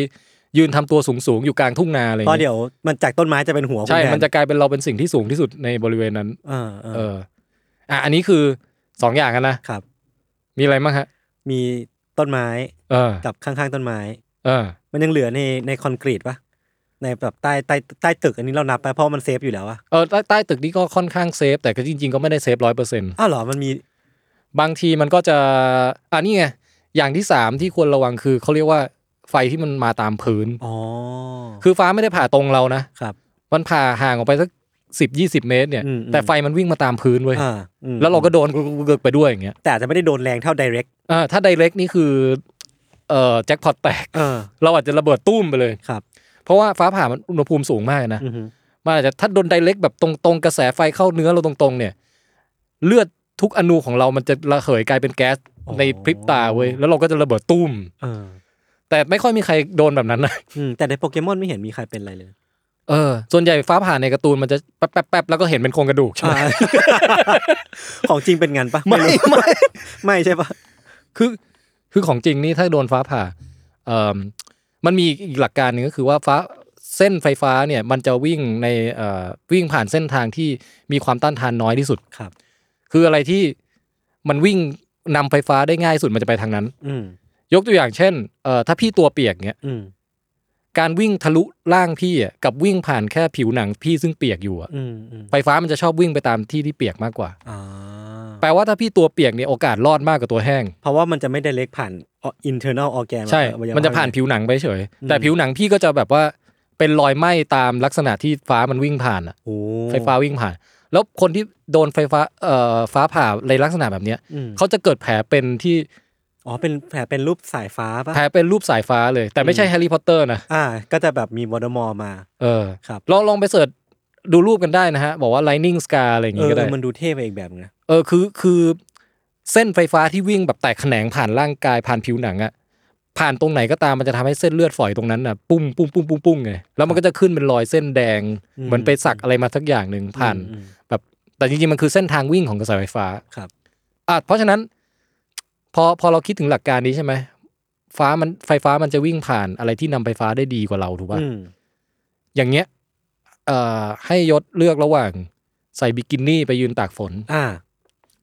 ยืนทำตัวสูงๆอยู่กลางทุ่งนาอะไรอย่าง เพราะ เงี้ย เดี๋ยวมันจากต้นไม้จะเป็นหัวคุณ ใช่ แท มันจะกลายเป็นเราเป็นสิ่งที่สูงที่สุดในบริเวณนั้น เออเอ เอ อ อ อ่ะ อันนี้คือสองอย่างกันนะ ครับ มีอะไรบ้างฮะ มีต้นไม้ เออ กับข้างๆต้นไม้ เออ มันยังเหลือในในคอนกรีตปะในแบบใต้ใต้ใต้ตึกอันนี้เรานับไปเพราะมันเซฟอยู่แล้วอะ เออใต้ใต้ตึกนี้ก็ค่อนข้างเซฟ แต่ก็จริง ๆ ก็ไม่ได้เซฟร้อยเปอร์เซ็นต์ อ้าวเหรอมันมี บางทีมันก็จะ อ่ะนี่ไง อย่างที่สามที่ควรระวังคือเขาเรียกว่าไฟที่มันมาตามพื้น อ๋อ คือฟ้าไม่ได้ผ่าตรงเรานะ ครับ มันผ่าห่างออกไปสักสิบยี่สิบเมตรเนี่ย อืมอืม แต่ไฟมันวิ่งมาตามพื้นเว้ย อ่าอืม แล้วเราก็โดนเกิกๆไปด้วยอย่างเงี้ย แต่อาจจะไม่ได้โดนแรงเท่า direct อ่าถ้าไดเรกนี่คือ เอ่อแจ็คพอตแตก เออ เราอาจจะระเบิดตุ้มไปเลย ครับ เพราะว่าฟ้าผ่ามันอุณหภูมิสูงมากนะ อือฮึ มันอาจจะถ้าโดนไดเรกแบบตรงๆกระแสไฟเข้าเนื้อเราตรงๆ เนี่ย เลือดทุกอนูของเรามันจะระเหยกลายเป็นแก๊สในพริบตาเว้ย แล้วเราก็จะระเบิดตุ้ม เออ แต่ไม่ค่อยมีใครโดนแบบนั้นนะ อืมแต่ในโปเกมอนไม่เห็นมีใครเป็นอะไรเลยนะ เออ ส่วนใหญ่ฟ้าผ่าในการ์ตูนมันจะแป๊บแป๊บแป๊บแล้วก็เห็นเป็นโครงกระดูกใช่ไหม อ่า ของจริงเป็นงานปะ ไม่ รู้ ไม่ ไม่ใช่ปะ คือคือของจริงนี่ถ้าโดนฟ้าผ่าเอ่อมันมีอีกหลักการหนึ่งก็คือว่าฟ้าเส้นไฟฟ้าเนี่ยมันจะวิ่งในเอ่อวิ่งผ่านเส้นทางที่มีความต้านทานน้อยที่สุด ครับ คืออะไรที่มันวิ่งนำไฟฟ้าได้ง่ายสุดมันจะไปทางนั้น อืม ยกตัวอย่างเช่นเอ่อถ้าพี่ตัวเปียกเนี่ย อืม การวิ่งทะลุร่างพี่อะกับวิ่งผ่านแค่ผิวหนังพี่ซึ่งเปียกอยู่อะ อืมอืม ไฟฟ้ามันจะชอบวิ่งไปตามที่ที่เปียกมากกว่า อ่า แปลว่าถ้าพี่ตัวเปียกเนี่ยโอกาสรอดมากกว่าตัวแห้ง เพราะว่ามันจะไม่ได้เล็กผ่านอินเทอร์เน็ตออแกน ใช่ มันจะผ่านผิวหนังไปเฉย แต่ผิวหนังพี่ก็จะแบบว่าเป็นรอยไหม้ตามลักษณะที่ฟ้ามันวิ่งผ่านอะ โอ้ ไฟฟ้าวิ่งผ่าน แล้วคนที่โดนไฟฟ้าเอ่อฟ้าผ่าในลักษณะแบบเนี้ย อืม เขาจะเกิดแผลเป็นที่ อ๋อเป็นแผลเป็นรูปสายฟ้าปะ แผลเป็นรูปสายฟ้าเลย แต่ไม่ใช่แฮร์รี่พอตเตอร์นะ อ่า ก็จะแบบมีวอดมอมา เออ ครับ ลองลองไปเสิร์ชดูรูปกันได้นะฮะ บอกว่า lightning scar อะไรอย่าง เอ งี้ อ ก็ได้ มันดูเท่ไปอีกแบบนึงนะ เออคือคือเส้นไฟฟ้าที่วิ่งแบบแตกแขนงผ่านร่างกายผ่านผิวหนังอะผ่านตรงไหนก็ตามมันจะทำให้เส้นเลือดฝอยตรงนั้นน่ะปุ้งปุ้งปุ้งปุ้งปุ้งไงแล้วมันก็จะขึ้นเป็นรอยเส้นแดง เหมือนไปสักอะไรมาสักอย่างหนึ่งผ่าน อืม แบบแต่จริงๆมันคือเส้นทางวิ่งของกระแสไฟฟ้า ครับ อ่ะเพราะฉะนั้น พอพอเราคิดถึงหลักการนี้ใช่ไหมฟ้ามันไฟฟ้ามันจะวิ่งผ่านอะไรที่นำไฟฟ้าได้ดีกว่าเราถูกป่ะ อืม อย่างเงี้ยเอ่อให้ยศเลือกระหว่างใส่บิกินี่ไปยืนตากฝน อ่า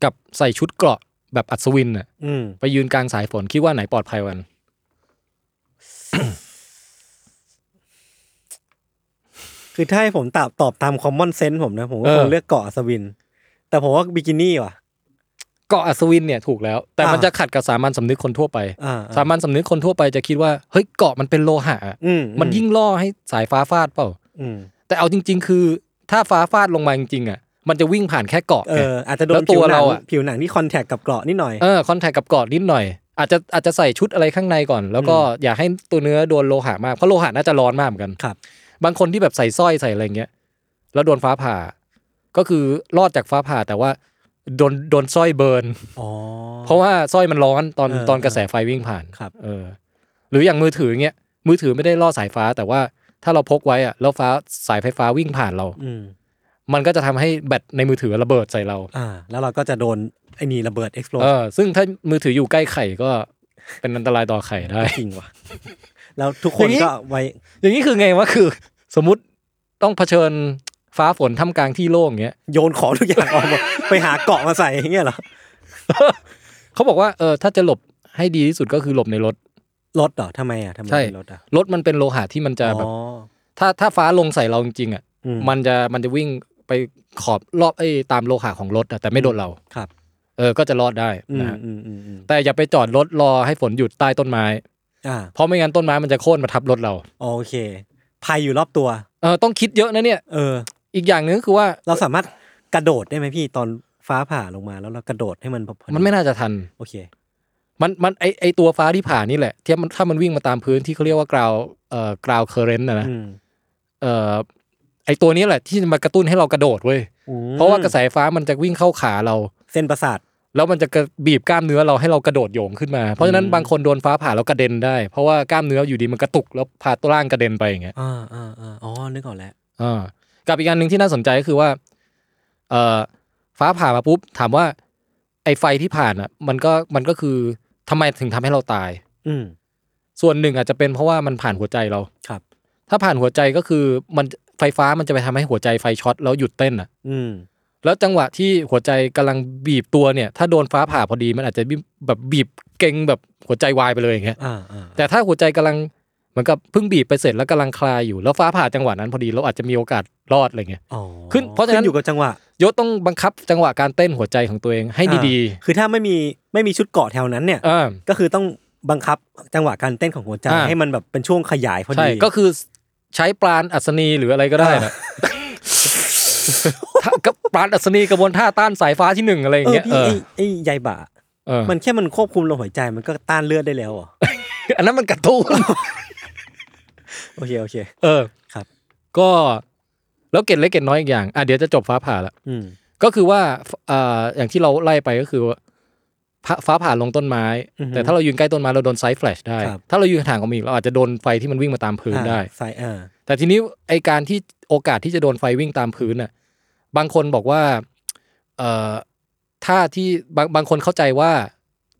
กับใส่ชุดเกราะแบบอัศวินน่ะ อืม ไปยืนกลางสายฝนคิดว่าไหนปลอดภัยวัน คือถ้าให้ผมตอบตอบตามคอมมอนเซนส์ผมนะ ผมก็ เออ คงเลือกเกาะอัศวิน แต่ผมว่าบิกินี่ว่ะ เกาะอัศวินเนี่ยถูกแล้ว แต่ อ่ามั มันจะขัดกับสามัญสำนึกคนทั่วไป อ่า สามัญสำนึกคนทั่วไปจะคิดว่าเฮ้ยเกาะมันเป็นโลหะอะ อืม มันยิ่งล่อให้สายฟ้าฟาดเปล่า อืม แต่เอาจริง ๆ คือถ้าฟ้าฟาดลงมาจริงๆอ่ะมันจะวิ่งผ่านแค่เกาะ เอ ไง ออาจจะโด แล้ว น ตั ผิว ว หนั เรา ง อะ ผิวหนังที่คอนแทคกับเกราะนิดหน่อย เออคอนแทคกับเกาะนิดหน่อย อาจจะอาจจะใส่ชุดอะไรข้างในก่อน แล้วก็อย่าให้ตัวเนื้อโดนโลหะมากเพราะโลหะน่าจะร้อนมากเหมือนกัน ครับ บางคนที่แบบใส่สร้อยใส่อะไรเงี้ยแล้วโดนฟ้าผ่า ก็คือรอดจากฟ้าผ่าแต่ว่าโดนโดนสร้อยเบิร์น อ๋อ เพราะว่าสร้อยมันร้อนตอน เออ ตอนกระแสไฟวิ่งผ่าน ครับ เออ หรืออย่างมือถือเงี้ยมือถือไม่ได้ล่อสายฟ้า แต่ว่าถ้าเราพกไว้อะแล้วฟ้าสายไฟฟ้าวิ่งผ่านเรา อืม มันก็จะทำให้แบตในมือถือระเบิดใส่เรา อ่า แล้วเราก็จะโดนไอ้นี่ระเบิด explode เออ ซึ่งถ้ามือถืออยู่ใกล้ไข่ก็เป็นอันตรายต่อไข่ได้ จริงว่ะ แล้วทุกคน อย่างนี้ ก็ไว้ อย่างนี้คือไงวะคือ สมมติต้องเผชิญฟ้าฝนท่ามกลางที่โล่งเงี้ย โยนของทุกอย่างออกมา ไปหาเกาะมาใส่อย่างเงี้ยเหรอ เขาบอกว่าเออถ้าจะหลบให้ดีที่สุดก็คือหลบในรถ รถเหรอทำไมอ่ะทำไม ใช่ เป็นรถอ่ะ รถมันเป็นโลหะที่มันจะแบบ อ๋อ ถ้าถ้าฟ้าลงใส่เราจริงๆอ่ะ อืม มันจะมันจะวิ่งไปขอบรอบไอ้ตามโลหะของรถนะแต่ไม่โดนเรา ครับ เออก็จะรอดได้ อื นะ ม ฮะ อืมอืมอืม แต่อย่าไปจอดรถรอให้ฝนหยุดใต้ต้นไม้ อ่า เพราะไม่งั้นต้นไม้มันจะโค่นมาทับรถเรา โอเค ภัยอยู่รอบตัว เออต้องคิดเยอะนะเนี่ย เออ อีกอย่างหนึ่งก็คือว่า เราสามารถกระโดดได้ไหมพี่ตอนฟ้าผ่าลงมาแล้วเรากระโดดให้มันพอดี มันไม่น่าจะทัน โอเค มันมันไอไอตัวฟ้าที่ผ่านนี่แหละที่มันถ้ามันวิ่งมาตามพื้นที่เขาเรียกว่ากราวเอ่อกราวเคอร์เรนต์นะนะ อืม เอ่อไอตัวนี้แหละที่มากระตุ้นให้เรากระโดดเว้ยเพราะว่ากระแสไฟฟ้ามันจะวิ่งเข้าขาเรา เส้นประสาท แล้วมันจะกระบีบกล้ามเนื้อเราให้เรากระโดดโยงขึ้นมา เพราะฉะนั้น อืม บางคนโดนฟ้าผ่าแล้วกระเด็นได้ เพราะว่ากล้ามเนื้ออยู่ดีมันกระตุกแล้วพาตัวร่างกระเด็นไปอย่างเงี้ย อ่าอ่าอ่าอ๋อ นึกออกแล้ว อ่ากับอีกอันหนึ่งที่น่าสนใจก็คือว่าเอ่อฟ้าผ่ามาปุ๊บถามว่าไอ้ไฟที่ผ่านอ่ะมันก็มันก็คือทำไมถึงทำให้เราตาย อืม ส่วนหนึ่งอาจจะเป็นเพราะว่ามันผ่านหัวใจเรา ครับ ถ้าผ่านหัวใจก็คือมันไฟฟ้ามันจะไปทำให้หัวใจไฟช็อตแล้วหยุดเต้นอ่ะ อืม แล้วจังหวะที่หัวใจกำลังบีบตัวเนี่ย ถ้าโดนฟ้าผ่าพอดีมันอาจจะบีบแบบบีบเก่งแบบหัวใจวายไปเลยอย่างเงี้ย อ่าอ่า แต่ถ้าหัวใจกำลังเหมือนกับเพิ่งบีบไปเสร็จแล้วกำลังคลายอยู่แล้วฟ้าผ่าจังหวะนั้นพอดีเราอาจจะมีโอกาสรอดอะไรเงี้ย อ๋อ ขึ้นเพราะฉะนั้น ขึ้อยู่กับจังหวะ ยศต้องบังคับจังหวะการเต้นหัวใจของตัวเองให้อดี่าคือถ้าไม่มีไม่มีชุดเกาะแถวนั้นเนี่ย ๆอ่า ก็คือต้องบังคับจังหวะการเต้นของหัวใจ อ่า ให้มันแบบเป็นช่วงขยายพอ ใช่ ดี ก็คือใช้ปราณอัศนีหรืออะไรก็ได้นะถ้ากับปราณอัศนีกระบวนท่าต้านสายฟ้าที่หนึ่งอะไรอย่า เองอ เงี้ย พี่ เออ ไอ้ไอ้ใยบ่า เออ มันแค่มันควบคุมลมหายใจมันก็ต้านเลือดได้แล้วเหรอ อันนั้นมันกระตุ้น โอเคโอเค เออ ครับ ก็แล้วเกร็ดเล็กเกร็ดน้อยอีกอย่างอ่ะเดี๋ยวจะจบฟ้าผ่าละ อืม ก็คือว่าเอ่ออย่างที่เราไล่ไปก็คือว่า ฟ้าฟ้าผ่าลงต้นไม้ อือฮึ แต่ถ้าเรายืนใกล้ต้นไม้เราโดนไซส์แฟลชได้ ครับ ถ้าเรายืนห่างออกมาอีกเราอาจจะโดนไฟที่มันวิ่งมาตามพื้นได้ อ่าสายอ่า แต่ทีนี้ไอการที่โอกาสที่จะโดนไฟวิ่งตามพื้นน่ะบางคนบอกว่าเอ่อถ้าที่บางบางคนเข้าใจว่า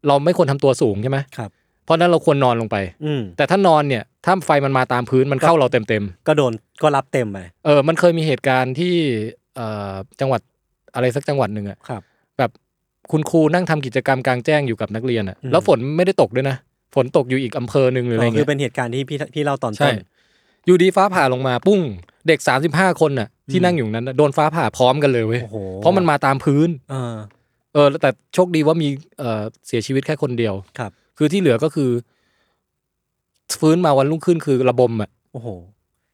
เราไม่ควรทำตัวสูงใช่ไหม ครับ เพราะฉะนั้นเราควรนอนลงไป อืม แต่ถ้านอนเนี่ยถ้าไฟมันมาตามพื้นมันเข้าเราเต็มเต็ม ก็โดนก็รับเต็มไป ๆเออมันเคยมีเหตุการณ์ที่เอ่อจังหวัดอะไรสักจังหวัดหนึ่งอะ ครับ แบบคุณครูนั่งทำกิจกรรมกลางแจ้งอยู่กับนักเรียนอ่ะ อืม แล้วฝนไม่ได้ตกด้วยนะ ฝนตกอยู่อีกอำเภอหนึ่งหรืออะไร อ๋อคื เงี้ อย เป็นเหตุการณ์ที่พี่พี่เล่าตอน ใช่ ต้น อยู่ดีฟ้าผ่าลงมาปุ้ง เด็ก 35 คนน่ะ ที่ อืม นั่งอยู่นั้นน่ะโดนฟ้าผ่าพร้อมกันเลยเว้ย โอ้โห เพราะมันมาตามพื้น เออ เออแต่โชคดีว่ามีเอ่อเสียชีวิตแค่คนเดียว ครับ คือที่เหลือก็คือ ฟื้นมาวันรุ่งขึ้นคือระบมอ่ะ โอ้โห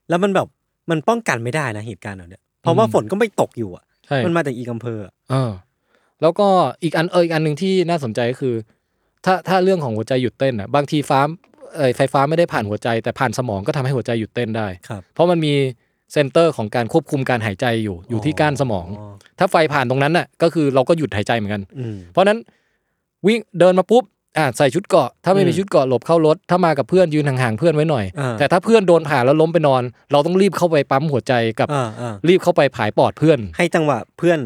แล้วมันแบบมันป้องกันไม่ได้นะเหตุการณ์แบบเนี้ยเพราะว่า อืม ฝนก็ไม่ตกอยู่อ่ะ ใช่ มันมาจากอีกอำเภออะ เออแล้วก็อีกอันเอออีกอันหนึ่งที่น่าสนใจก็คือ ถ้าถ้าเรื่องของหัวใจหยุดเต้นอ่ะบางทีฟ้าเอ่อไฟฟ้าไม่ได้ผ่านหัวใจ แต่ผ่านสมองก็ทำให้หัวใจหยุดเต้นได้ ครับ เพราะมันมีเซนเตอร์ของการควบคุมการหายใจอยู่อยู่ที่ก้านสมอง ถ้าไฟผ่านตรงนั้นน่ะก็คือเราก็หยุดหายใจเหมือนกัน อืม เพราะฉะนั้นวิ่งเดินมาปุ๊บอ่ะใส่ชุดเกราะ ถ้าไม่มี อืม ชุดเกราะหลบเข้ารถ ถ้ามากับเพื่อนยืนห่างๆเพื่อนไว้หน่อย อ่า แต่ถ้าเพื่อนโดนผ่าแล้วล้มไปนอน เราต้องรีบเข้าไปปั๊มหัวใจกับ อ่าอ่า รีบเข้าไปผายปอดเพื่อน ให้จังหวะเพื่อน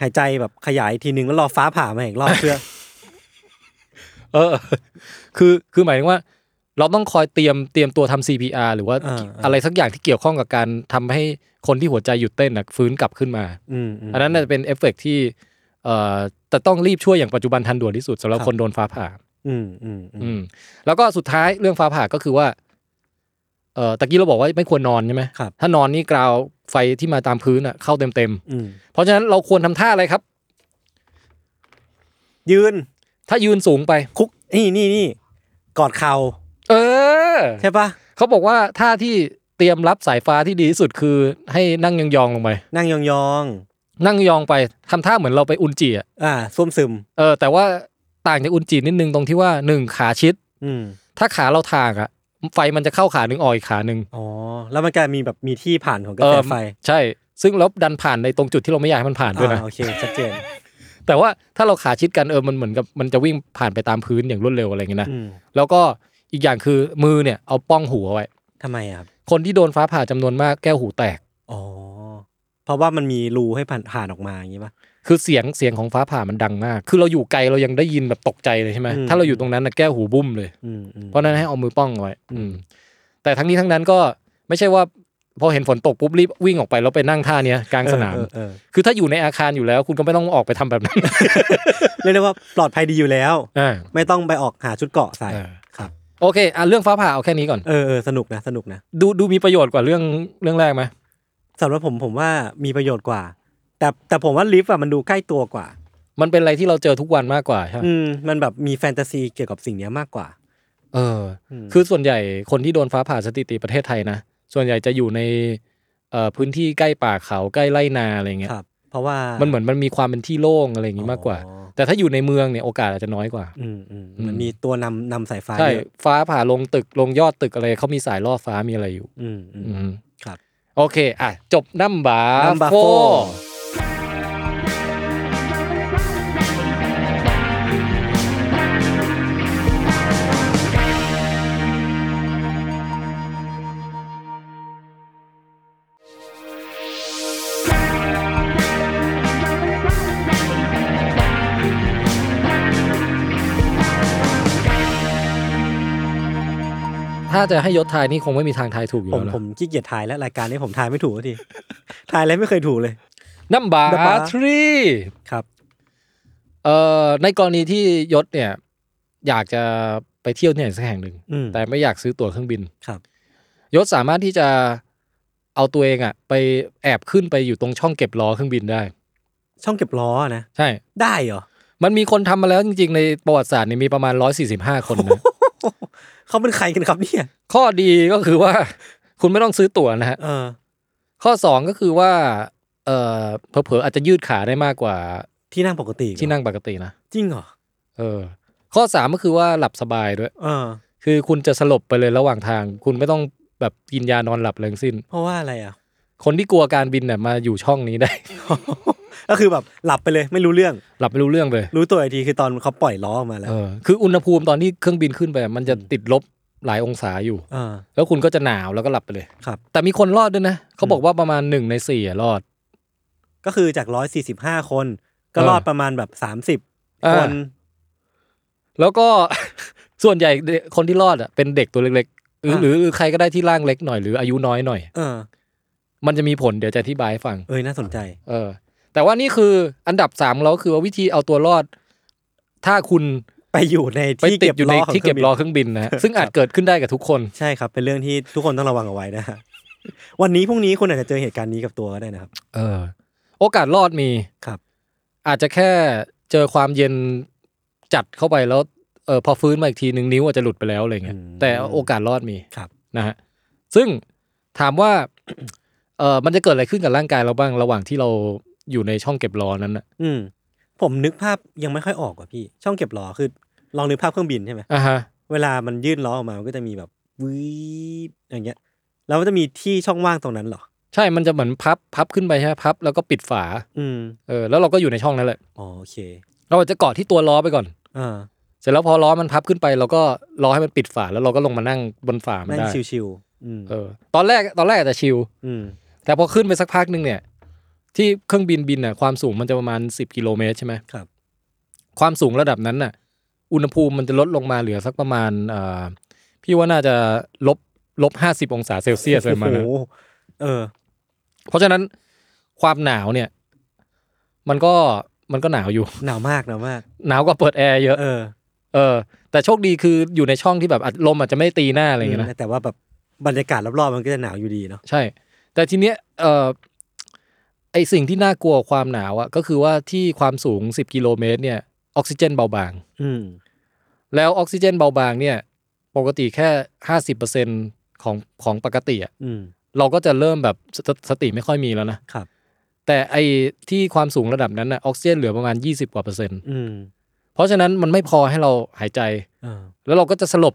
หายใจแบบขยายทีนึงแล้วรอฟ้าผ่ามาอีกรอบ เพื่อ เออ คือคือหมายถึงว่า เราต้องคอยเตรียมเตรียมตัวทำ CPR หรือว่า อ่า อะไรสักอย่างที่เกี่ยวข้องกับการทำให้คนที่หัวใจหยุดเต้นน่ะฟื้นกลับขึ้นมา อืมม อันนั้นน่าจะเป็นเอฟเฟกต์ที่เอ่อแต่ต้องรีบช่วยอย่างปัจจุบันทันด่วนที่สุดสำหรับ ครับ คนโดนฟ้าผ่า อืมอืมอื อื ม ม แล้วก็สุดท้ายเรื่องฟ้าผ่าก็คือว่าเอ่อตะกี้เราบอกว่าไม่ควรนอนใช่ไหม ครับ ถ้านอนนี่กราวไฟที่มาตามพื้นอ่ะเข้าเต็มเต็ม อืม ๆเพราะฉะนั้นเราควรทำท่าอะไรครับ ยืน ถ้ายืนสูงไป คุกนี่นี่นี่กอดเข่า เออ ใช่ปะ เขาบอกว่าท่าที่เตรียมรับสายฟ้าที่ดีที่สุดคือให้นั่งยองๆลงไป นั่งยอง นั่งยองไปทำท่าเหมือนเราไปอุนจิอ่ะ ๆอ่าซุ่มซึม เออแต่ว่าต่างจากอุนจินิดนึงตรงที่ว่าหนึ่งขาชิด อืม ถ้าขาเราทางอ่ะ ไฟมันจะเข้าขาหนึ่งออกอีกขาหนึ่ง อ๋อแล้วมันก็มีแบบมีที่ผ่านของกระ เอ แส อ ไฟ ใช่ ซึ่งลบดันผ่านในตรงจุดที่เราไม่อยากให้มันผ่านด้วยนะ อ่าโอเคชัด เจน แต่ว่าถ้าเราขาชิดกันเออมันเหมือนกับมันจะวิ่งผ่านไปตามพื้นอย่างรวดเร็วอะไรอย่างเงี้ยนะ อืม แล้วก็อีกอย่างคือมือเนี่ยเอาป้องหูเอาไว้ ทำไมอะครับ คนที่โดนฟ้าผ่าจำนวนมากแก้วหูแตก อ๋อเพราะว่ามันมีรูให้ผ่านผ่านออกมาอย่างนี้ปะ คือเสียงเสียงของฟ้าผ่ามันดังมาก คือเราอยู่ไกลเรายังได้ยินแบบตกใจเลยใช่ไหม อืม ถ้าเราอยู่ตรงนั้นนะแก้วหูบุ้มเลย อืมอืม เพราะฉะนั้นให้เอามือป้องเอาไว้ อืม แต่ทั้งนี้ทั้งนั้นก็ไม่ใช่ว่าพอเห็นฝนตกปุ๊บรีบวิ่งออกไปแล้วไปนั่งท่าเนี้ยกลางสนาม เออเออเออ คือถ้าอยู่ในอาคารอยู่แล้ว คุณก็ไม่ต้องออกไปทำแบบนั้น เรียกได้ว่าปลอดภัยดีอยู่แล้ว อ่า ไม่ต้องไปออกหาชุดเกราะใส่ เออ ครับ โอเคอ่ะเรื่องฟ้าผ่าเอาแค่นี้ก่อน เออเออสนุกนะสนุกนะ ดูดูมีประโยชน์กว่าเรื่องเรื่องแรกไหม สำหรับผมผมว่ามีประโยชน์กว่า แต่แต่ผมว่าลิฟต์อะมันดูใกล้ตัวกว่า มันเป็นอะไรที่เราเจอทุกวันมากกว่าใช่ไหม อืมมันแบบมีแฟนตาซีเกี่ยวกับสิ่งเนี้ยมากกว่า เออ อืม คือส่วนใหญ่คนที่โดนฟ้าผ่าสถิติประเทศไทยนะ ส่วนใหญ่จะอยู่ในเอ่อพื้นที่ใกล้ป่าเขาใกล้ไร่นาอะไรเงี้ย ครับ เพราะว่า มั มัน เหมือนมันมีความเป็นที่โล่งอะไรอย่างนี้มากกว่า แต่ถ้าอยู่ในเมืองเนี่ยโอกาสอาจจะน้อยกว่า อืมอืมมันมีตัวนำนำสายไฟ ใช่ เยอะ ฟ้าผ่าลงตึกลงยอดตึกอะไรเขามีสายล่อฟ้ามีอะไรอยู่ อืมอืม อืม ครับ โอเค อ่ะ จบน้ำบา นัมบา โฟ โฟ ถ้าจะให้ยศทายนี่คงไม่มีทางทายถูกอยู่ ผม แล้ว ผ ล่ะ มขี้เกียจทายแล้วรายการนี้ผมทายไม่ถูกสักที ทายอะไรไม่เคยถูกเลย น้ำบา number ทรี ครับ เอ่อในกรณีที่ยศเนี่ย อยากจะไปเที่ยวที่ไหนสักแห่งหนึ่ง อืม แต่ไม่อยากซื้อตั๋วเครื่องบิน ครับ ยศสามารถที่จะเอาตัวเองอ่ะ ไปแอบขึ้นไปอยู่ตรงช่องเก็บล้อเครื่องบินได้ ช่องเก็บล้อนะ ใช่ ได้เหรอ มันมีคนทำมาแล้วจริงๆ ในประวัติศาสตร์เนี่ยมีประมาณ 145 คน นะ เขาเป็นใครกันครับเนี่ย ข้อดีก็คือว่า คุณไม่ต้องซื้อตั๋วนะฮะ เออ ข้อ 2 ก็คือว่า เออเผลอๆอาจจะยืดขาได้มากกว่า ที่นั่งปกติเหรอ ที่นั่งปกตินะ จริงเหรอ เออ ข้อ 3 ก็คือว่าหลับสบายด้วย เออ คือคุณจะสลบไปเลยระหว่างทาง คุณไม่ต้องแบบกินยานอนหลับเลยทั้งสิ้น เพราะว่าอะไรอ่ะ คนที่กลัวการบินเนี่ยมาอยู่ช่องนี้ได้ ก็คือแบบหลับไปเลยไม่รู้เรื่อง หลับไม่รู้เรื่องเลย รู้ตัวอีกทีคือตอนเขาปล่อยล้อออกมาแล้ เอ ว อคืออุณหภูมิตอนที่เครื่องบินขึ้นไปมันจะติดลบหลายองศาอยู่ อ่า แล้วคุณก็จะหนาวแล้วก็หลับไปเลย ครับ แต่มีคนรอดด้วยนะเขาบอกว่าประมาณหนึ่งในสี่อะรอด ก็คือจากร้อยสี่สิบห้าคน ก็ เออ รอดประมาณแบบสามสิบ เออ คน แล้วก็ ส่วนใหญ่เด็กคนที่รอดอะเป็นเด็กตัวเล็กๆหรือ อ่ะ หรือหรือใครก็ได้ที่ร่างเล็กหน่อยหรืออายุน้อยหน่อย เออ มันจะมีผลเดี๋ยวจะอธิบายให้ฟัง เอ้ยน่าสนใจ เออ แต่ว่านี่คืออันดับสามเราก็คือว่าวิธีเอาตัวรอด ถ้าคุณ ไปอยู่ใน ไป ที่ ติด เก็บ อยู่ ล้ ใน อของ ที่ ครื่ เก็ อบ งบิน ล้อเครื่องบินนะฮะซึ่งอาจเกิดขึ้นได้กับทุกคน ใช่ครับเป็นเรื่องที่ทุกคนต้องระวังเอาไว้นะฮะ วันนี้พรุ่งนี้คุณอาจจะเจอเหตุการณ์นี้กับตัวก็ได้นะครับ เออ โอกาสรอดมี ครับ อาจจะแค่เจอความเย็นจัดเข้าไปแล้วเออพอฟื้นมาอีกทีหนึ่งนิ้วอาจจะหลุดไปแล้วอะไรเงี้ย อืม แต่โอกาสรอดมี ครับ นะฮะซึ่งถามว่า เออมันจะเกิดอะไรขึ้นกับร่างกายเราบ้างระหว่างที่เราอยู่ในช่องเก็บล้อนั้นนะ อืม ผมนึกภาพยังไม่ค่อยออกว่ะพี่ ช่องเก็บล้อคือ ลองนึกภาพเครื่องบินใช่ไหม อ่ะฮะ เวลามันยื่นล้อออกมามันก็จะมีแบบวิบอย่างเงี้ย แล้วมันจะมีที่ช่องว่างตรงนั้นเหรอ ใช่มันจะเหมือนพับพับขึ้นไปใช่ไหมพับแล้วก็ปิดฝา อืม เออแล้วเราก็อยู่ในช่องนั้นแหละ อ๋อโอเค เราอาจจะเกาะที่ตัวล้อไปก่อน อ่า เสร็จแล้วพอล้อมันพับขึ้นไปเราก็ล้อให้มันปิดฝาแล้วเราก็ลงมานั่งบนฝามัน นั่ง ได้ ชิวๆอืม เออตอนแรกตอนแรกอาจจะชิล อืม แต่พอขึ้นไปสักพักหนึ่งเนี่ย ที่เครื่องบินบินน่ะความสูงมันจะประมาณ 10 กิโลเมตรใช่ไหม ครับ ความสูงระดับนั้นน่ะ อุณหภูมิมันจะลดลงมาเหลือสักประมาณเอ่อพี่ว่าน่าจะลบลบห้าสิบองศาเซลเซียสอะไรประมาณ โอ้ นั้น โหเออ เพราะฉะนั้นความหนาวเนี่ย มันก็มันก็หนาวอยู่ หนาวมากหนาวมาก หนาวกว่าเปิดแอร์เยอะ เออ เออแต่โชคดีคืออยู่ในช่องที่แบบอัดลมอาจจะไม่ตีหน้าอะไรอย่างเงี้ยนะ มแต่ว่าแบบบรรยากาศรอบๆมันก็จะหนาวอยู่ดีเนาะ ใช่ แต่ทีเนี้ยเอ่อไอสิ่งที่น่ากลัวความหนาวอะก็คือว่าที่ความสูง 10 กิโลเมตรเนี่ยออกซิเจนเบาบาง อืม แล้วออกซิเจนเบาบางเนี่ยปกติแค่ 50%ของของปกติอะ อืม เราก็จะเริ่มแบบสตสติไม่ค่อยมีแล้วนะครับ แต่ไอที่ความสูงระดับนั้นอะออกซิเจนเหลือประมาณ 20กว่าเปอร์เซ็นต์ อืม เพราะฉะนั้นมันไม่พอให้เราหายใจ เออ แล้วเราก็จะสลบ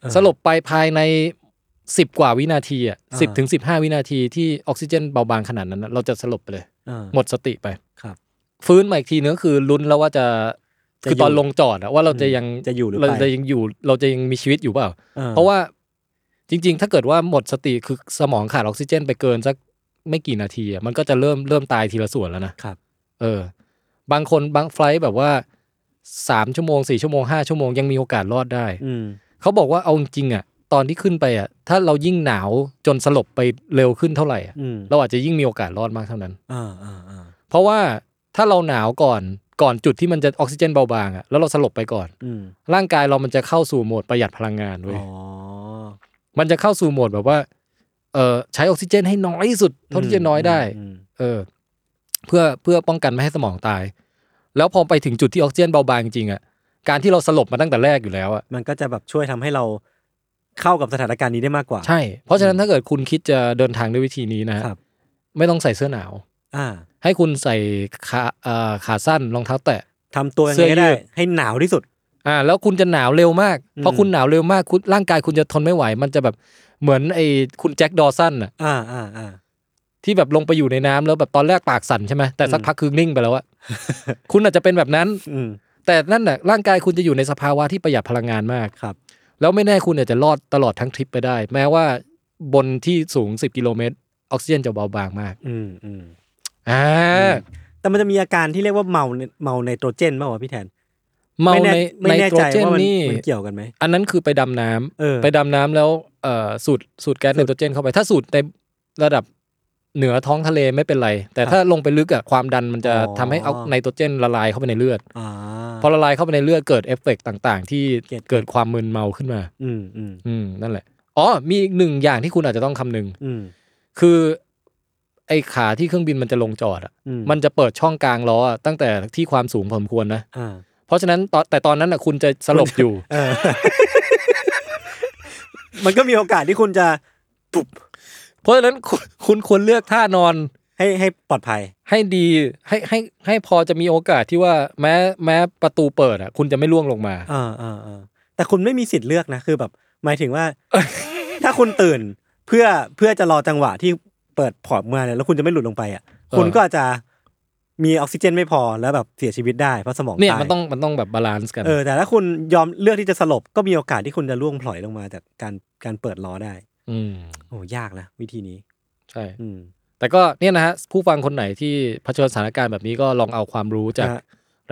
เออ สลบไปภายใน 10 กว่าวินาทีอ่ะ อ่า สิบถึงสิบห้าวินาทีที่ออกซิเจนเบาบางขนาดนั้นน่ะเราจะสลบไปเลย เออ หมดสติไป ครับ ฟื้นมาอีกทีนึงก็คือลุ้นแล้วว่าจะ จะ คือตอน อยู่ ลงจอดอะว่าเราจะ อืม ยัง จะอยู่หรือ เรา ไป จะยังอยู่เราจะยังมีชีวิตอยู่เปล่า ออ เพราะว่าจริง ๆ ถ้าเกิดว่าหมดสติคือสมองขาดออกซิเจนไปเกินสักไม่กี่นาทีอะมันก็จะเริ่มเริ่มตายทีละส่วนแล้วนะ ครับ เออ บางคนบางไฟลท์แบบว่าสามชั่วโมงสี่ชั่วโมงห้าชั่วโมงยังมีโอกาสรอดได้ อืม เขาบอกว่าเอาจริงๆอ่ะตอนที่ขึ้นไปอ่ะถ้าเรายิ่งหนาวจนสลบไปเร็วขึ้นเท่าไหร่อ่ะ อืม เราอาจจะยิ่งมีโอกาสรอดมากเท่านั้น อ่าอ่าอ่า เพราะว่าถ้าเราหนาวก่อนก่อนจุดที่มันจะออกซิเจนเบาบางอ่ะแล้วเราสลบไปก่อน อืม ร่างกายเรามันจะเข้าสู่โหมดประหยัดพลังงานเว้ย อ๋อ มันจะเข้าสู่โหมดแบบว่าเออใช้ออกซิเจนให้น้อยที่สุดเท่าที่จะน้อยได้ อืม เออ เพื่อเพื่อป้องกันไม่ให้สมองตาย แล้วพอไปถึงจุดที่ออกซิเจนเบาบางจริงๆอ่ะการที่เราสลบมาตั้งแต่แรกอยู่แล้วอ่ะ มันก็จะแบบช่วยทำให้เราเข้ากับสถานการณ์นี้ได้มากกว่า ใช่ เพราะฉะนั้นถ้าเกิดคุณคิดจะเดินทางด้วยวิธีนี้นะฮะ ครับ ไม่ต้องใส่เสื้อหนาว อ่า ให้คุณใส่ขาเอ่อขาสั้นรองเท้าแตะ ทำตัวยัง เสื้ ไง อยืด ก็ได้ ให้หนาวที่สุด อ่า แล้วคุณจะหนาวเร็วมาก อืม พอคุณหนาวเร็วมากคุณร่างกายคุณจะทนไม่ไหว มันจะแบบเหมือนไอ้คุณแจ็คดอสันน่ะ อ่าอ่าอ่า ที่แบบลงไปอยู่ในน้ำแล้วแบบตอนแรกปากสั่นใช่ไหมแต่สั อื ก ม พักคือนิ่งไปแล้ว อะ คุณอาจจะเป็นแบบนั้น อืม แต่นั่นน่ะร่างกายคุณจะอยู่ในสภาวะที่ประหยัดพลังงานมาก ครับ แล้วไม่แน่คุณอาจจะรอดตลอดทั้งทริปไปได้ แม้ว่าบนที่สูง 10กิโลเมตรออกซิเจนจะเบาบางมาก อืมอืม อ่า แต่มันจะมีอาการที่เรียกว่าเมาในเมาไนโตรเจนป่าววะพี่แทน เมา ไม่แน่ ใน ไม่ ไน แน่ โตร ใจ เจน ว่ามัน นี่ มันเกี่ยวกันไหม อันนั้นคือไปดำน้ำ เออ ไปดำน้ำแล้วเอ่อสูดสูดแก๊สไนโตรเจนเข้าไป ถ้าสูดในระดับเหนือท้องทะเลไม่เป็นไร แต่ถ้าลงไปลึกอะความดันมันจะ อ๋อ ทำให้เอาไนโตรเจนละลายเข้าไปในเลือด อ่า พอละลายเข้าไปในเลือดเกิดเอฟเฟกต่าง ๆ ที่ เกิด เกิดความมึนเมาขึ้นมา อืมอืม อืมนั่นแหละอ๋อมีอีกหนึ่งอย่างที่คุณอาจจะต้องคำนึง อืม คือไอ้ขาที่เครื่องบินมันจะลงจอดอะ อืม มันจะเปิดช่องกลางล้ออะตั้งแต่ที่ความสูงพอสมควรนะ อ่า เพราะฉะนั้นตอนแต่ตอนนั้นอะคุณจะสลบอยู่ เออ มันก็มีโอกาสที่คุณจะ เพราะฉะนั้น คุณคุณควรเลือกท่านอน ให้ให้ปลอดภัย ให้ดีให้ให้ให้พอจะมีโอกาสที่ว่าแม้แม้ประตูเปิดอ่ะคุณจะไม่ล่วงลงมา เออเออเออแต่คุณไม่มีสิทธิ์เลือกนะ คือแบบ หมายถึง ว่า ถ้าคุณตื่นเพื่อเพื่อจะรอจังหวะที่เปิดพอร์ตมาเนี่ยแล้วคุณจะไม่หลุดลงไปอ่ะ ออ คุณก็อาจจะ มีออกซิเจนไม่พอแล้วแบบเสียชีวิตได้เพราะสมอง เนี่ย ตาย มันต้องมันต้องแบบบาลานซ์กัน เออแต่ถ้าคุณยอมเลือกที่จะสลบก็มีโอกาสที่คุณจะล่วงพลอยลงมาจากการการเปิดล้อได้ อืม โอ้ยากนะวิธีนี้ ใช่ อืม แต่ก็เนี่ยนะฮะผู้ฟังคนไหนที่เผชิญสถานการณ์แบบนี้ก็ลองเอาความรู้จาก ฮะ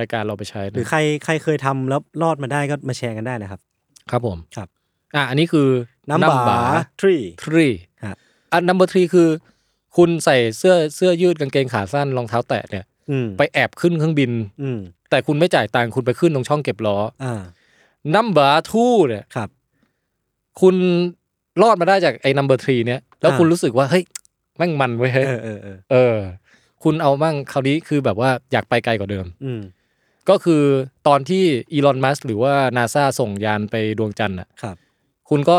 รายการเราไปใช้ หรือ นะ ใครใครเคยทำแล้วรอดมาได้ก็มาแชร์กันได้นะครับ ครับผม ครับ อ่ะอันนี้คือ น้ำบาทรี ทรี ฮะ อันนัมเบอร์ทรีคือ คุณใส่เสื้อเสื้อยืดกางเกงขาสั้นรองเท้าแตะเนี่ย อืม ไปแอบขึ้นเครื่องบิน อืม แต่คุณไม่จ่ายตังค์คุณไปขึ้นตรงช่องเก็บล้อ อ่า นัมเบอร์ทูเนี่ย ครับ คุณรอดมาได้จากไอ้นัมเบอร์ทรีเนี่ยแล้ว อ่า คุณรู้สึกว่าเฮ้ยแม่งมันเว้ย เอ เฮ้ย อเออเออ เออ คุณเอามั่งคราวนี้คือแบบว่าอยากไปไกลกว่าเดิม อืม ก็คือตอนที่อีลอนมัสหรือว่านาซาส่งยานไปดวงจันทร์อ่ะ ครับ คุณก็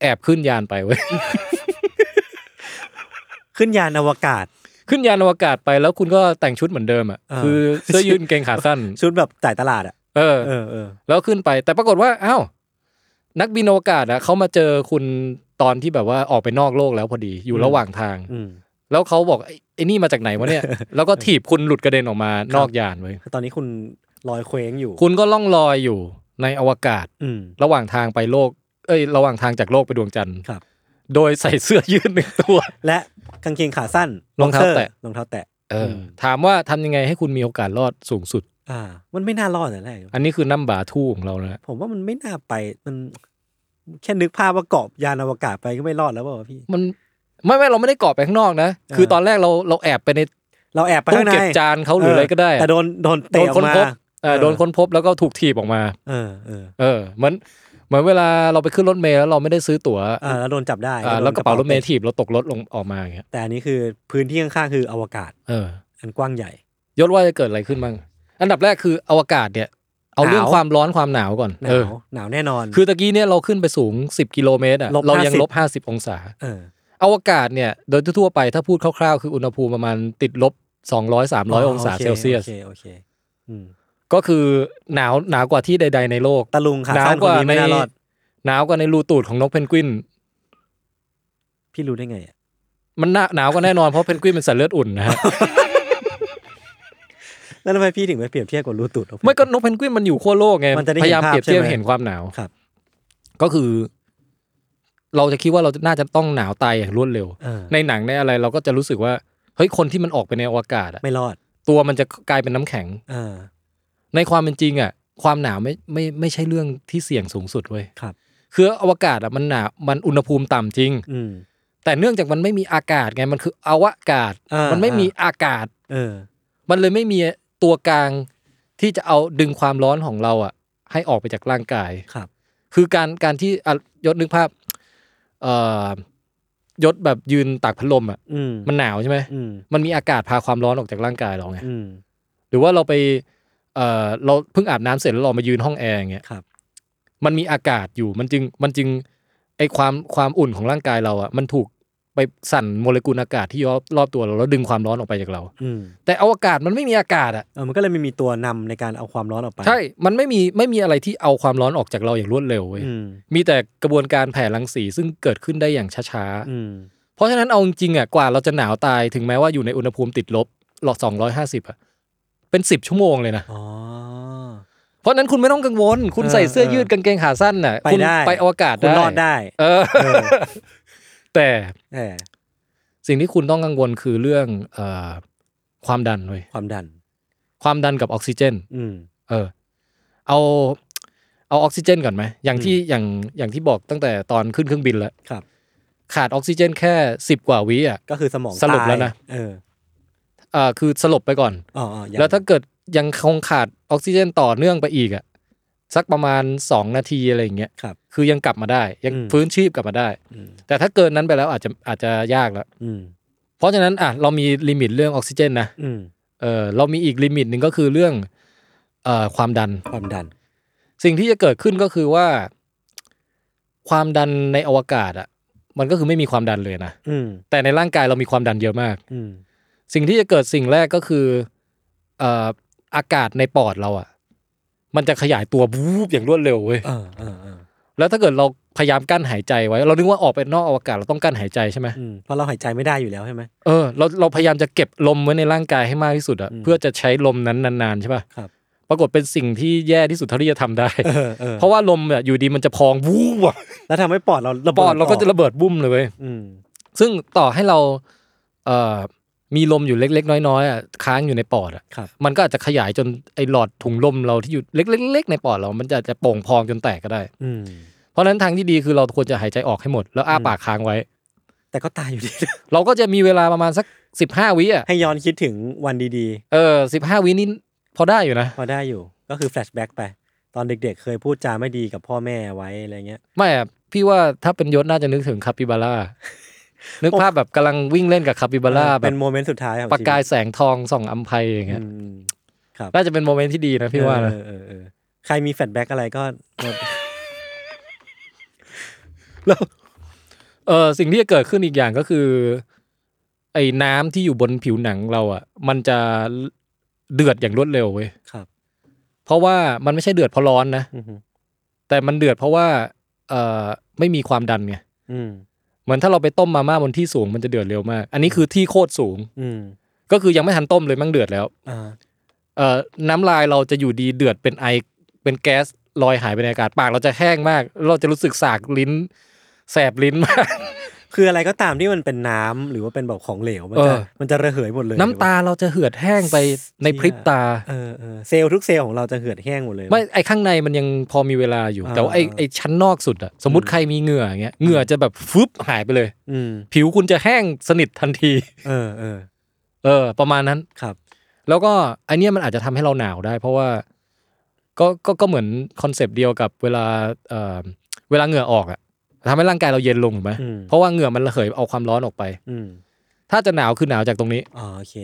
แอบขึ้นยานไปเว้ย ขึ้นยานอวกาศ ขึ้นยานอวกาศไปแล้วคุณก็แต่งชุดเหมือนเดิมอ่ะ อ่า คือเสื้อยืดกางเกงขาสั้น ชุดแบบจ่ายตลาดอ่ะ เออ เออเออ แล้วขึ้นไป แต่ปรากฏว่าอ้าวนักบินอวกาศอ่ะเขามาเจอคุณตอนที่แบบว่าออกไปนอกโลกแล้วพอดีอยู่ระหว่างทาง อืม แล้วเขาบอกไอ้ไอ้นี่มาจากไหนวะเนี่ย แล้วก็ถีบคุณหลุดกระเด็นออกมานอกยานเว้ย ตอนนี้คุณลอยเคว้งอยู่ คุณก็ล่องลอยอยู่ในอวกาศ อืม ระหว่างทางไปโลก เอ้ย ระหว่างทางจากโลกไปดวงจันทร์ ครับ โดยใส่เสื้อยืดหนึ่งตัว และกางเกงขาสั้น รองเท้าแตะ รองเท้าแตะ เอออ ม ถามว่าทำยังไงให้คุณมีโอกาสรอดสูงสุด อ่า มันไม่น่ารอดแต่แรก อันนี้คือน้ำบาทู่ของเรานะ ผมว่ามันไม่น่าไปมันแค่นึกภาพว่าเกาะยานอวกาศไปก็ไม่รอดแล้วเปล่าวะพี่ มันไม่ไม่เราไม่ได้กรอบไปข้างนอกนะ อ่า คือตอนแรกเราเราแอบไปใน เราแอบไป ตู้ ข้างใน เก็บจานเขาหรืออะไรก็ได้ แต่โดนโดนเตะอ ค อน กมา พบเออ เออ โดนค้นพบแล้วก็ถูกถีบออกมา เออเออ เออเหมือนเหมือนเวลาเราไปขึ้นรถเมล์แล้วเราไม่ได้ซื้อตั๋ว อ่าแล้วโดนจับได้ อ่า โดน แล้วกระเป๋ารถเมล์ถีบเราตกรถลงออกมาอย่างเงี้ย แต่อันนี้คือพื้นที่ข้างๆคืออวกาศ เออ อันกว้างใหญ่ ยศว่าจะเกิดอะไรขึ้นบ้าง อันดับแรกคืออวกาศเนี่ย เอา หนาว เรื่องความร้อนความหนาวก่อน ห เอ นา อ วหนาวแน่นอน คือตะกี้เนี่ยเราขึ้นไปสูง 10 กิโลเมตรอ่ะ ลบ เรายัง 50 ลบ 50 องศา เออ อวกาศเนี่ย โดยทั่วๆไปถ้าพูดคร่าวๆ คืออุณหภูมิประมาณติดลบ 200 300 องศาเซลเซียส โอเคโอเคอืม ก็คือหนาวหนาวกว่าที่ใด ๆ ในโลก ตะลุงขา หนาว สั้น ก คน ว่า นี้ ใน ไม่น่ารอด หนาวกว่าในรูตูดของนกเพนกวิน พี่รู้ได้ไงอะ มันหนาหนาวกว่าแน่นอนเพราะเพนกวินเป็นสัตว์เลือดอุ่นนะฮะ แล้วทำไมพี่ถึงไปเปรียบเทียบกับรูตูดของพี่ ไม่ก็นกเพนกวินมันอยู่ขั้วโลกไง มันจะได้เห็น พยายาม ภาพ เปรียบเทียบ ใช่ไหม เห็นความหนาว ครับ ก็คือ เราจะคิดว่าเราน่าจะต้องหนาวตายอย่างรวดเร็ว เออ ในหนังในอะไรเราก็จะรู้สึกว่าเฮ้ยคนที่มันออกไปในอวกาศอะ ไม่รอด ตัวมันจะกลายเป็นน้ำแข็ง เออ ในความเป็นจริงอะความหนาวไม่ไม่ไม่ใช่เรื่องที่เสี่ยงสูงสุดเว้ย ครับ คืออวกาศอะมันหนาวมันอุณหภูมิต่ำจริง อืม แต่เนื่องจากมันไม่มีอากาศไงมันคืออวกาศ อ่ามั มันไม่มีอากาศ เออ มันเลยไม่มีตัวกลางที่จะเอาดึงความร้อนของเราอ่ะ ให้ออกไปจากร่างกาย ครับ คือการการที่อ่ะยศนึกภาพเอ่อยศแบบยืนตากพัดลมอ่ะ อืม มันหนาวใช่ไหม อืม มันมีอากาศพาความร้อนออกจากร่างกายเราไง อืม หรือว่าเราไปเอ่อเราเพิ่งอาบน้ำเสร็จแล้วเรามายืนห้องแอร์อย่างเงี้ย ครับ มันมีอากาศอยู่มันจึงมันจึงไอความความอุ่นของร่างกายเราอ่ะมันถูกไปสั่นโมเลกุลอากาศที่รอบรอบตัวเราแล้วดึงความร้อนออกไปจากเรา อืม แต่อวกาศมันไม่มีอากาศอ่ะ เออมันก็เลยไม่มีตัวนำในการเอาความร้อนออกไป ใช่ มันไม่มีไม่มีอะไรที่เอาความร้อนออกจากเราอย่างรวดเร็วเว้ย อืม มีแต่กระบวนการแผ่รังสีซึ่งเกิดขึ้นได้อย่างช้า อืม ๆ เพราะฉะนั้นเอาจริงๆอ่ะกว่าเราจะหนาวตายถึงแม้ว่าอยู่ในอุณหภูมิติดลบหลอดสองร้อยห้าสิบอ่ะ เป็นสิบชั่วโมงเลยนะ อ๋อ เพราะฉะนั้นคุณไม่ต้องกังวล คุณ เออ ใส่เสื้อยืเออกดางเกงขาสั้นน่ะ ไป คุณ ได้ ไปอวกาศ คุณรอด ได้ ได้ เออ เออ แต่ เออ สิ่งที่คุณต้องกังวลคือเรื่องเอ่อความดันเว้ย ความดัน ความดันกับออกซิเจน อืม เออเอาเอาออกซิเจนก่อนไหมอย่างที่อย่างอย่างที่บอกตั้งแต่ตอนขึ้นเครื่องบินแล้ว ครับ ขาดออกซิเจนแค่สิบกว่าวิอ่ะ ก็คือสมอง สรุป ตาย แล้วนะ เออ เอ่อคือสลบไปก่อน อ๋ออ๋อยัง แล้วถ้าเกิดยังคงขาดออกซิเจนต่อเนื่องไปอีกอ่ะสักประมาณ 2 นาทีอะไรอย่างเงี้ย ครับ คือยังกลับมาได้ ยัง อืม ฟื้นชีพกลับมาได้ อืม แต่ถ้าเกินนั้นไปแล้วอาจจะอาจจะยากแล้ว อืม เพราะฉะนั้นอ่ะเรามีลิมิตเรื่องออกซิเจนนะ อืม เออเรามีอีกลิมิตหนึ่งก็คือเรื่องเอ่อความดัน ความดัน สิ่งที่จะเกิดขึ้นก็คือว่า ความดันในอวกาศอ่ะ มันก็คือไม่มีความดันเลยนะ อืม แต่ในร่างกายเรามีความดันเยอะมาก อืม สิ่งที่จะเกิดสิ่งแรกก็คือเอ่ออากาศในปอดเราอ่ะ มันจะขยายตัวบูบอย่างรวดเร็วเว้ย เออเออเออ แล้วถ้าเกิดเราพยายามกั้นหายใจไว้ เรานึกว่าออกไปนอกอวกาศเราต้องกั้นหายใจใช่ไหม อืมเพราะเราหายใจไม่ได้อยู่แล้วใช่ไหม เออเราเราพยายามจะเก็บลมไว้ในร่างกายให้มากที่สุดอะ อืม เพื่อจะใช้ลมนั้นนานๆใช่ป่ะ ครับ ปรากฏเป็นสิ่งที่แย่ที่สุดเท่าที่จะ ทำได้ เออเออ เพราะว่าลมอะอยู่ดีมันจะพองวูบอะ แล้วทำให้ปอดเราระ ป เบิด อดเราก็จะระเบิดบุ้มเลยเว้ย อืม ซึ่งต่อให้เราเอ่อมีลมอยู่เล็ก ๆ น้อยๆอ่ะค้างอยู่ในปอดอ่ะ ครับ มันก็อาจจะขยายจนไอหลอดถุงลมเราที่อยู่เล็กๆในปอดเรา มันจะจะโป่งพองจนแตกก็ได้ อืม เพราะฉะนั้นทางที่ดีคือเราควรจะหายใจออกให้หมด แล้วอ้า อืม ปากค้างไว้ แต่ก็ตายอยู่ดี เราก็จะมีเวลาประมาณสัก 15 วิอ่ะ ให้ย้อนคิดถึงวันดี เออสิบห้าวินี่พอได้อยู่นะ ๆ พอได้อยู่ ก็คือแฟลชแบ็กไป ตอนเด็กๆ เคยพูดจาไม่ดีกับพ่อแม่ไว้อะไรเงี้ย ไม่อ่ะพี่ว่าถ้าเป็นยศน่าจะนึกถึงคาปิ บาร่านึกภาพแบบกำลังวิ่งเล่นกับคาปิบาร่าแบ เป็ บ นโมเมนต์สุดท้ายของ ประกายแสงทองส่องอัมภัยอย่าชีงวิ เงี้ ต ย อืมครับ น่าจะเป็นโมเมนต์ที่ดีนะพี่ว่านะ เออเออเออใครมีแฟลชแบ็กอะไรก็ เออสิ่งที่จะเกิดขึ้นอีกอย่างก็คือ ไอ้น้ำที่อยู่บนผิวหนังเราอ่ะ มันจะเดือดอย่างรวดเร็วเว้ย ครับ เพราะว่ามันไม่ใช่เดือดเพราะร้อนนะ อือหือ แต่มันเดือดเพราะว่าเออไม่มีความดันไง อืม เหมือนถ้าเราไปต้มมาม่าบนที่สูงมันจะเดือดเร็วมาก อันนี้คือที่โคตรสูง อืม ก็คือยังไม่ทันต้มเลยมั่งเดือดแล้ว อ่า เออน้ำลายเราจะอยู่ดีเดือดเป็นไอเป็นแก๊สลอยหายไปในอากาศปากเราจะแห้งมาก เราจะรู้สึกสากลิ้น แสบลิ้นมาก คืออะไรก็ตามที่มันเป็นน้ำหรือว่าเป็นแบบของเหลว มันจะ เออ มันจะระเหยหมดเลย น้ำตาเราจะเหือดแห้งไปในพริบตา เออเออเซลล์ทุกเซลล์ของเราจะเหือดแห้งหมดเลย ไม่ไอ้ข้างในมันยังพอมีเวลาอยู่ อ่า แต่ว่าไอ้ อ่า ไอ้ชั้นนอกสุดอะสมมติใครมีเหงื่ออย่างเงี้ยเหงื่อจะแบบฟึบหายไปเลย อืม ผิวคุณจะแห้งสนิททันที เออเออ เออ ประมาณนั้น ครับ แล้วก็ไอเนี้ยมันอาจจะทำให้เราหนาวได้ เพราะว่าก็ก็ก็เหมือนคอนเซปต์เดียวกับเวลาเอ่อเวลาเหงื่อออกอะทำให้ร่างกายเราเย็นลงถูกไหม อืม เพราะว่าเหงื่อมันระเหยเอาความร้อนออกไป อืม ถ้าจะหนาวคือหนาวจากตรงนี้ อ๋อโอเค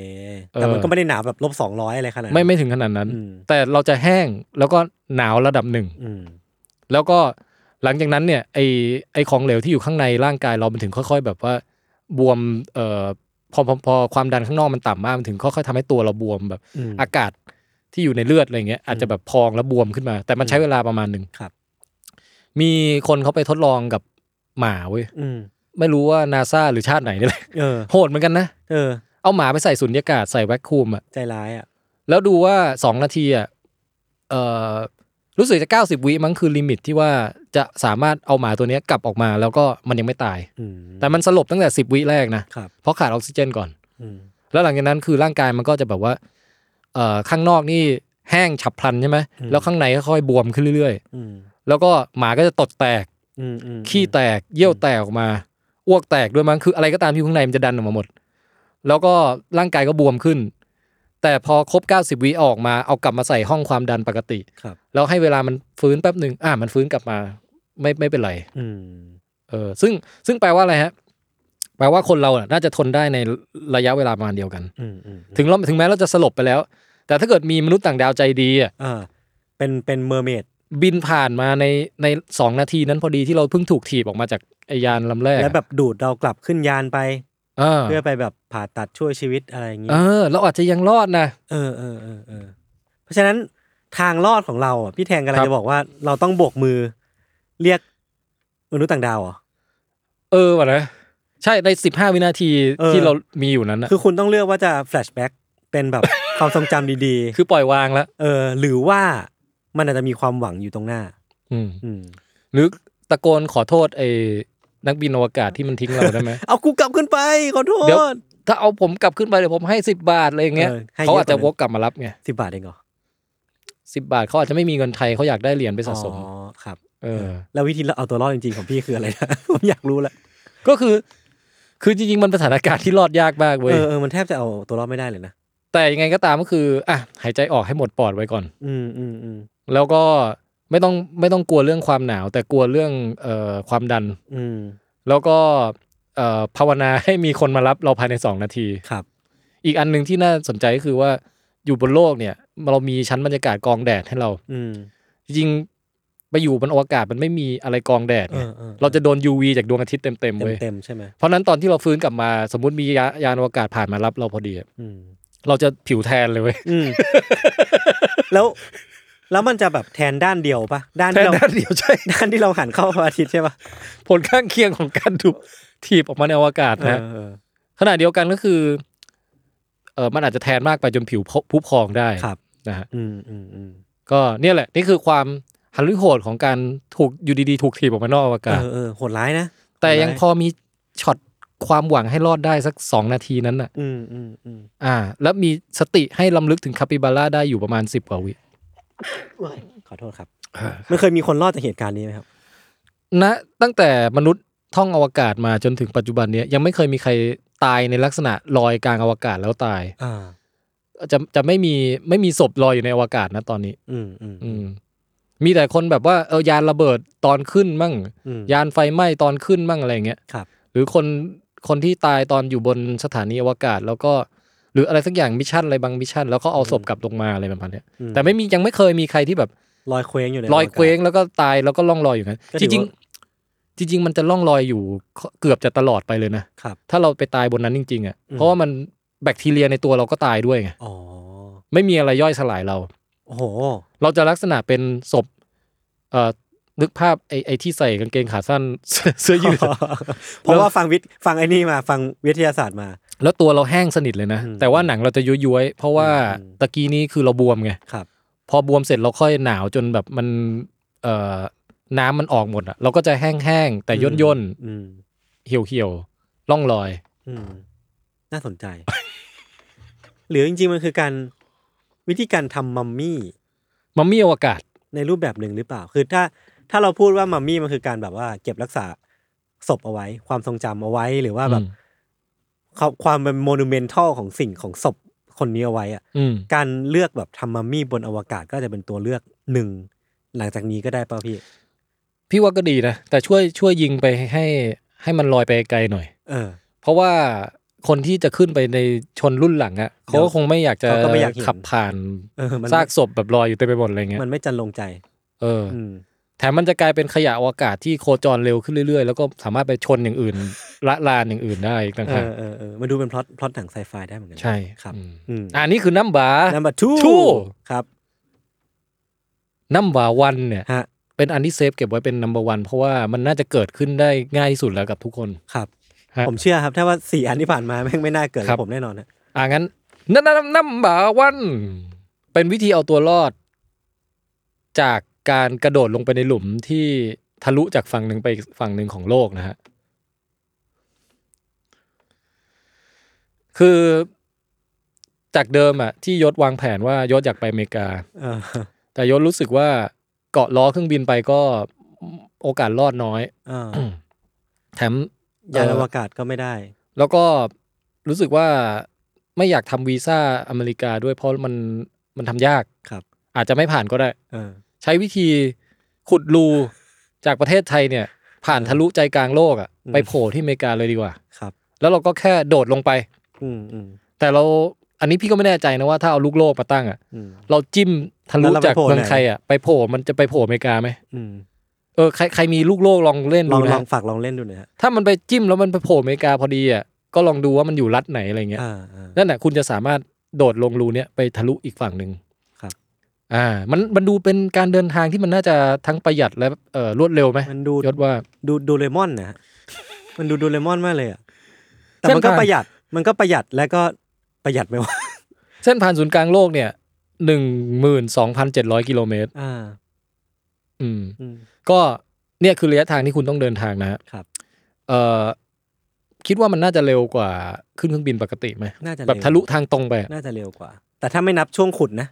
แต่มันก็ไม่ได้หนาแบบลบสองร้อยอะไรขนาดนั้น ไม่ไม่ถึงขนาดนั้น อืม แต่เราจะแห้งแล้วก็หนาวระดับหนึ่ง อืม แล้วก็หลังจากนั้นเนี่ยไอไอของเหลวที่อยู่ข้างในร่างกายเรามันถึงค่อย ๆ แบบว่าบวมเอ่อพอพอพอความดันข้างนอกมันต่ำมากมันถึงค่อยๆทำให้ตัวเราบวมแบบ อืม อากาศที่อยู่ในเลือดอะไรเงี้ยอาจจะแบบพองแล้วบวมขึ้นมา แต่มันใช้เวลาประมาณหนึ่ง ครับ มีคนเขาไปทดลองกับหมาเว้ย อืม ไม่รู้ว่านาซาหรือชาติไหนนี่แหละ เออ โหดเหมือนกันนะ เออ เอาหมาไปใส่สุญญากาศใส่แวคคูมอะ ใจร้ายอ่ะ แล้วดูว่าสองนาทีอะเอ่อรู้สึกจะเก้าสิบวิมั้งคือลิมิตที่ว่าจะสามารถเอาหมาตัวเนี้ยกลับออกมาแล้วก็มันยังไม่ตาย อืม แต่มันสลบตั้งแต่สิบวิแรกนะครับ เพราะขาดออกซิเจนก่อน อืม แล้วหลังจากนั้นคือร่างกายมันก็จะแบบว่าเอ่อข้างนอกนี่แห้งฉับพลันใช่ไหมแล้วข้างในก็ค่อยบวมขึ้นเรื่อย อืม ๆ แล้วก็หมาก็จะตดแตก อืมอืม ขี้แตก เยี่ยวแตกออกมา อ้วกแตกด้วยมั้งคืออะไรก็ตามที่อยู่ข้างในมันจะดันออกมาหมด แล้วก็ร่างกายก็บวมขึ้น แต่พอครบ 90 วิออกมาเอากลับมาใส่ห้องความดันปกติ ครับ แล้วให้เวลามันฟื้นแป๊บหนึ่งอ่ะมันฟื้นกลับมาไม่ไม่เป็นไร อืม เออซึ่งซึ่งแปลว่าอะไรฮะ แปลว่าคนเราน่ะน่าจะทนได้ในระยะเวลาประมาณเดียวกัน อืมอืม ถึงเราถึงแม้เราจะสลบไปแล้ว แต่ถ้าเกิดมีมนุษย์ต่างดาวใจดีอ่ะ อ่าเป็นเป็นเมอร์เมด บินผ่านมาในในสองนาทีนั้นพอดีที่เราเพิ่งถูกถีบออกมาจากไอยานลำแรกอะ แล้วแบบดูดเรากลับขึ้นยานไป เออ เพื่อไปแบบผ่าตัดช่วยชีวิตอะไรอย่างงี้ เออ เราอาจจะยังรอดนะ เออเออเออเออเพราะฉะนั้นทางรอดของเราอ่ะพี่แทงกำลัง ครับ จะบอกว่าเราต้องโบกมือ เรียกมนุษย์ต่างดาวเหรอ่ะ เออวะนะใช่ในสิบห้าวินาที เออ ที่เรามีอยู่นั้นนะ คือคุณต้องเลือกว่าจะแฟลชแบ็กเป็นแบบ ความทรงจำดี คือปล่อยวางแล้ว ๆ เออ หรือว่ามันอาจจะมีความหวังอยู่ตรงหน้า อืม อืม หรือตะโกนขอโทษไอ้นักบินอวกาศที่มันทิ้งเราได้ไหม เอากูกลับขึ้นไปขอโท เดี๋ยว ษ ถ้าเอาผมกลับขึ้นไปเดี๋ยวผมให้สิบบาทอะไรอย่างเงี้ย เออให้เยอะ เขาอาจจะวกกลับมารับไง สิบบาทเองเหรอ สิบบาทเขาอาจจะไม่มีเงินไทยเขาอยากได้เหรียญไปสะสม อ๋อครับ เออ แล้ววิธีเราเอาตัวรอดจริงๆของพี่คืออะไรนะ ผมอยากรู้ละ ก็คือ คือจริงๆ มันเป็นสถานการณ์ที่รอดยากมากเว้ย เออเออมันแทบจะเอาตัวรอดไม่ได้เลยนะ แต่ยังไงก็ตามก็คือ อ่ะ หายใจออกให้หมดปอดไว้ก่อน อืมอืมอืม แล้วก็ไม่ต้องไม่ต้องกลัวเรื่องความหนาว แต่กลัวเรื่องเอ่อความดัน อืม แล้วก็เอ่อภาวนาให้มีคนมารับเราภายใน 2 นาที ครับ อีกอันหนึ่งที่น่าสนใจก็คือว่าอยู่บนโลกเนี่ย เรามีชั้นบรรยากาศกรองแดดให้เรา อืม จริงๆไปอยู่บนอวกาศมันไม่มีอะไรกรองแดด เอ ไง อเออ เราจะโดน UV จากดวงอาทิตย์เต็มๆ เต็ เว้ ม ย เต็มๆใช่ไหม เพราะฉะนั้นตอนที่เราฟื้นกลับมา สมมติมียายานอวกาศผ่านมารับเราพอดีอะ อืม เราจะผิวแทนเลยเว้ย อืม แล้ว แล้วมันจะแบบแทนด้านเดียวปะด้าน แท ที่ น เรา ด้านเดียวใช่ ด้านที่เราหันเข้าพระอาทิตย์ใช่ปะ ผลข้างเคียงของการถูกถีบออกมาในอวกาศ เอ นะ อเออ ขณะเดียวกันก็คือเออมันอาจจะแทนมากไปจนผิวพุพองได้ ครับ นะฮะ อืมอืมอืม ก็เนี่ยแหละนี่คือความหันลุโหดของการถูกอยู่ดีๆ ถูกถีบออกมานอกอเอกวาศ อเออโหดร้ายนะ แต่ยังพอมีช็อตความหวังให้รอดได้สักสองนาทีนั้นน่ะ อืมอืมอืม อ่า แล้วมีสติให้ลำลึกถึงคาปิบาร่าได้อยู่ประมาณสิบกว่าวิ ขอโทษครับมันเคยมีคนรอดจากเหตุการณ์นี้ไหมครับ ณตั้งแต่มนุษย์ท่องอวกาศมาจนถึงปัจจุบันเนี้ยยังไม่เคยมีใครตายในลักษณะลอยกลางอวกาศแล้วตาย อ่า จะจะไม่มีไม่มีศพลอยอยู่ในอวกาศนะตอนนี้ อืมอืม อืม มีแต่คนแบบว่าเออยานระเบิดตอนขึ้นมั่ง อืม ยานไฟไหม้ตอนขึ้นมั่งอะไรอย่างเงี้ย ครับ หรือคนคนที่ตายตอนอยู่บนสถานีอวกาศ แล้วก็หรืออะไรสักอย่างมิชชั่นอะไรบางมิชชั่นแล้วก็เอาศพกลับลงมาอะไรประมาณเนี้ย อื แต่ไม่มียังไม่เคยมีใครที่แบบ ลอยเคว้งอยู่ใน ลอย กาศ เคว้งแล้วก็ตายแล้วก็ล่องลอยอยู่นั้น ก็ จ ถือว่า ริงๆจริง ๆ มันจะล่องลอยอยู่เกือบจะตลอดไปเลยนะ ครับ ถ้าเราไปตายบนนั้นจริงๆอ่ะ อืม เพราะว่ามันแบคทีเรียในตัวเราก็ตายด้วยไง อ๋อ ไม่มีอะไรย่อยสลายเรา โอ้โห เราจะลักษณะเป็นศพเอ่อนึกภาพไอ้ไอ้ที่ใส่กางเกงขาสั้น เสื้อเสื้อยืดอะ เพราะว่าฟังวิทย์ฟังไอ้นี่มาฟังวิทยาศาสตร์มา แล้วตัวเราแห้งสนิทเลยนะ อืม แต่ว่าหนังเราจะย้วยๆ เพราะว่า อืม ตะกี้นี้คือเราบวมไง ครับ พอบวมเสร็จเราค่อยหนาวจนแบบมันเอ่อน้ำมันออกหมดอ่ะ เราก็จะแห้งๆ แต่ย่นย่นๆ อืม เหี่ยวเหี่ยวล่องลอย อืมน่าสนใจ หรือจริงๆ มันคือการวิธีการทำมัมมี่ มัมมี่อวกาศ ในรูปแบบหนึ่งหรือเปล่า คือถ้าถ้าเราพูดว่ามัมมี่มันคือการแบบว่า เก็บรักษาศพเอาไว้ ความทรงจำเอาไว้หรือว่าแบบ อืม ความความเป็นโมนูเมนทัลของสิ่งของศพคนนี้เอาไว้อะ อืม การเลือกแบบทำมัมมี่บนอวกาศก็จะเป็นตัวเลือกหนึ่ง หลังจากนี้ก็ได้ป่ะพี่ พี่ว่าก็ดีนะ แต่ช่วยช่วยยิงไปให้ให้มันลอยไปไกลหน่อย เออ เพราะว่าคนที่จะขึ้นไปในชนรุ่นหลังอะ่ะเขาก็คงไม่อยากจะ เขาก็ไม่อยากเห็น ขับผ่าน เออมัน ซากศพแบบลอยอยู่เต็มไปหมดอะไรเงี้ย มันไม่จันลงใจ เอออ อืม แถมมันจะกลายเป็นขยะอวกาศที่โคจรเร็วขึ้นเรื่อยๆ แล้วก็สามารถไปชนอย่างอื่น ละลานอย่างอื่นได้อีกต่าง เอ หาก อเออเออมาดูเป็นพล็อตพล็อตหนังไซไฟได้เหมือนกั ใช่ ครับ อืม อืม อันนี้คือน้ำบา นัมเบอร์ทู two ครับ น้ำบาวันเนี่ย ฮะ เป็นอันที่เซฟเก็บไว้เป็นนัมเบอร์วันเพราะว่ามันน่าจะเกิดขึ้นได้ง่ายที่สุดแล้วกับทุกคน ครับ ฮะ ผมเชื่อครับ ถ้าว่าสี่อันที่ผ่านมาแม่งไม่น่าเกิด ครั กับบ ผมแน่นอนนะ อ่างั้นนั่นนั่นนั่นบาวันเป็นวิธีเอาตัวรอด จากการกระโดดลงไปในหลุมที่ทะลุจากฝั่งหนึ่งไปอีกฝั่งหนึ่งของโลกนะฮะ คือจากเดิมอะที่ยศวางแผนว่ายศอยากไปอเมริกา เออ แต่ยศรู้สึกว่าเกาะล้อเครื่องบินไปก็โอกาสรอดน้อย เออ แถม ยานอวกาศก็ไม่ได้ แล้วก็รู้สึกว่าไม่อยากทำวีซ่าอเมริกาด้วยเพราะมันมันทำยาก ครับ อาจจะไม่ผ่านก็ได้ เออ ใช้วิธีขุดรูจากประเทศไทยเนี่ย ผ่านทะลุใจกลางโลกอะ อืม ไปโผล่ที่อเมริกาเลยดีกว่า ครับ แล้วเราก็แค่โดดลงไป อืมอืม แต่เราอันนี้พี่ก็ไม่แน่ใจนะว่าถ้าเอาลูกโลกมาตั้งอะ อืม เราจิ้มทะลุ แล้วเราไป จาก โผล่ เมือง ไหน ไทยอะไปโผล่มันจะไปโผล่อเมริกาไหม อืม เออใครใครมีลูกโลกลองเล่น ล ดู องลอ นะ งฝากลองเล่นดูหน่อยฮะ ถ้ามันไปจิ้มแล้วมันไปโผล่อเมริกาพอดีอะก็ลองดูว่ามันอยู่รัฐไหนอะไรเงี้ย อ่าอ่า นั่นแหละคุณจะสามารถโดดลงรูเนี้ยไปทะลุอีกฝั่งหนึ่ง ครับ อ่า มันมันดูเป็นการเดินทางที่มันน่าจะทั้งประหยัดและเอ่อรวดเร็วไหม มันดู ยศว่า ดูดูเลมอนนะฮะ มันดูดูเลมอนมากเลยอ่ะ แต่ เส้น มันก็ ทาง ประหยัด มันก็ประหยัดแล้วก็ประหยัดไหมวะ เส้นผ่านศูนย์กลางโลกเนี่ยหนึ่งหมื่นสองพันเจ็ดร้อยกิโลเมตร อ่า อืม อืม ก็เนี่ยคือระยะทางที่คุณต้องเดินทางนะฮะ ครับ เอ่อคิดว่ามันน่าจะเร็วกว่าขึ้นเครื่องบินปกติไหม น่าจะ แบบ เร็ว ทะลุทางตรงไปอะ น่าจะเร็วกว่า แต่ถ้าไม่นับช่วงขุดนะ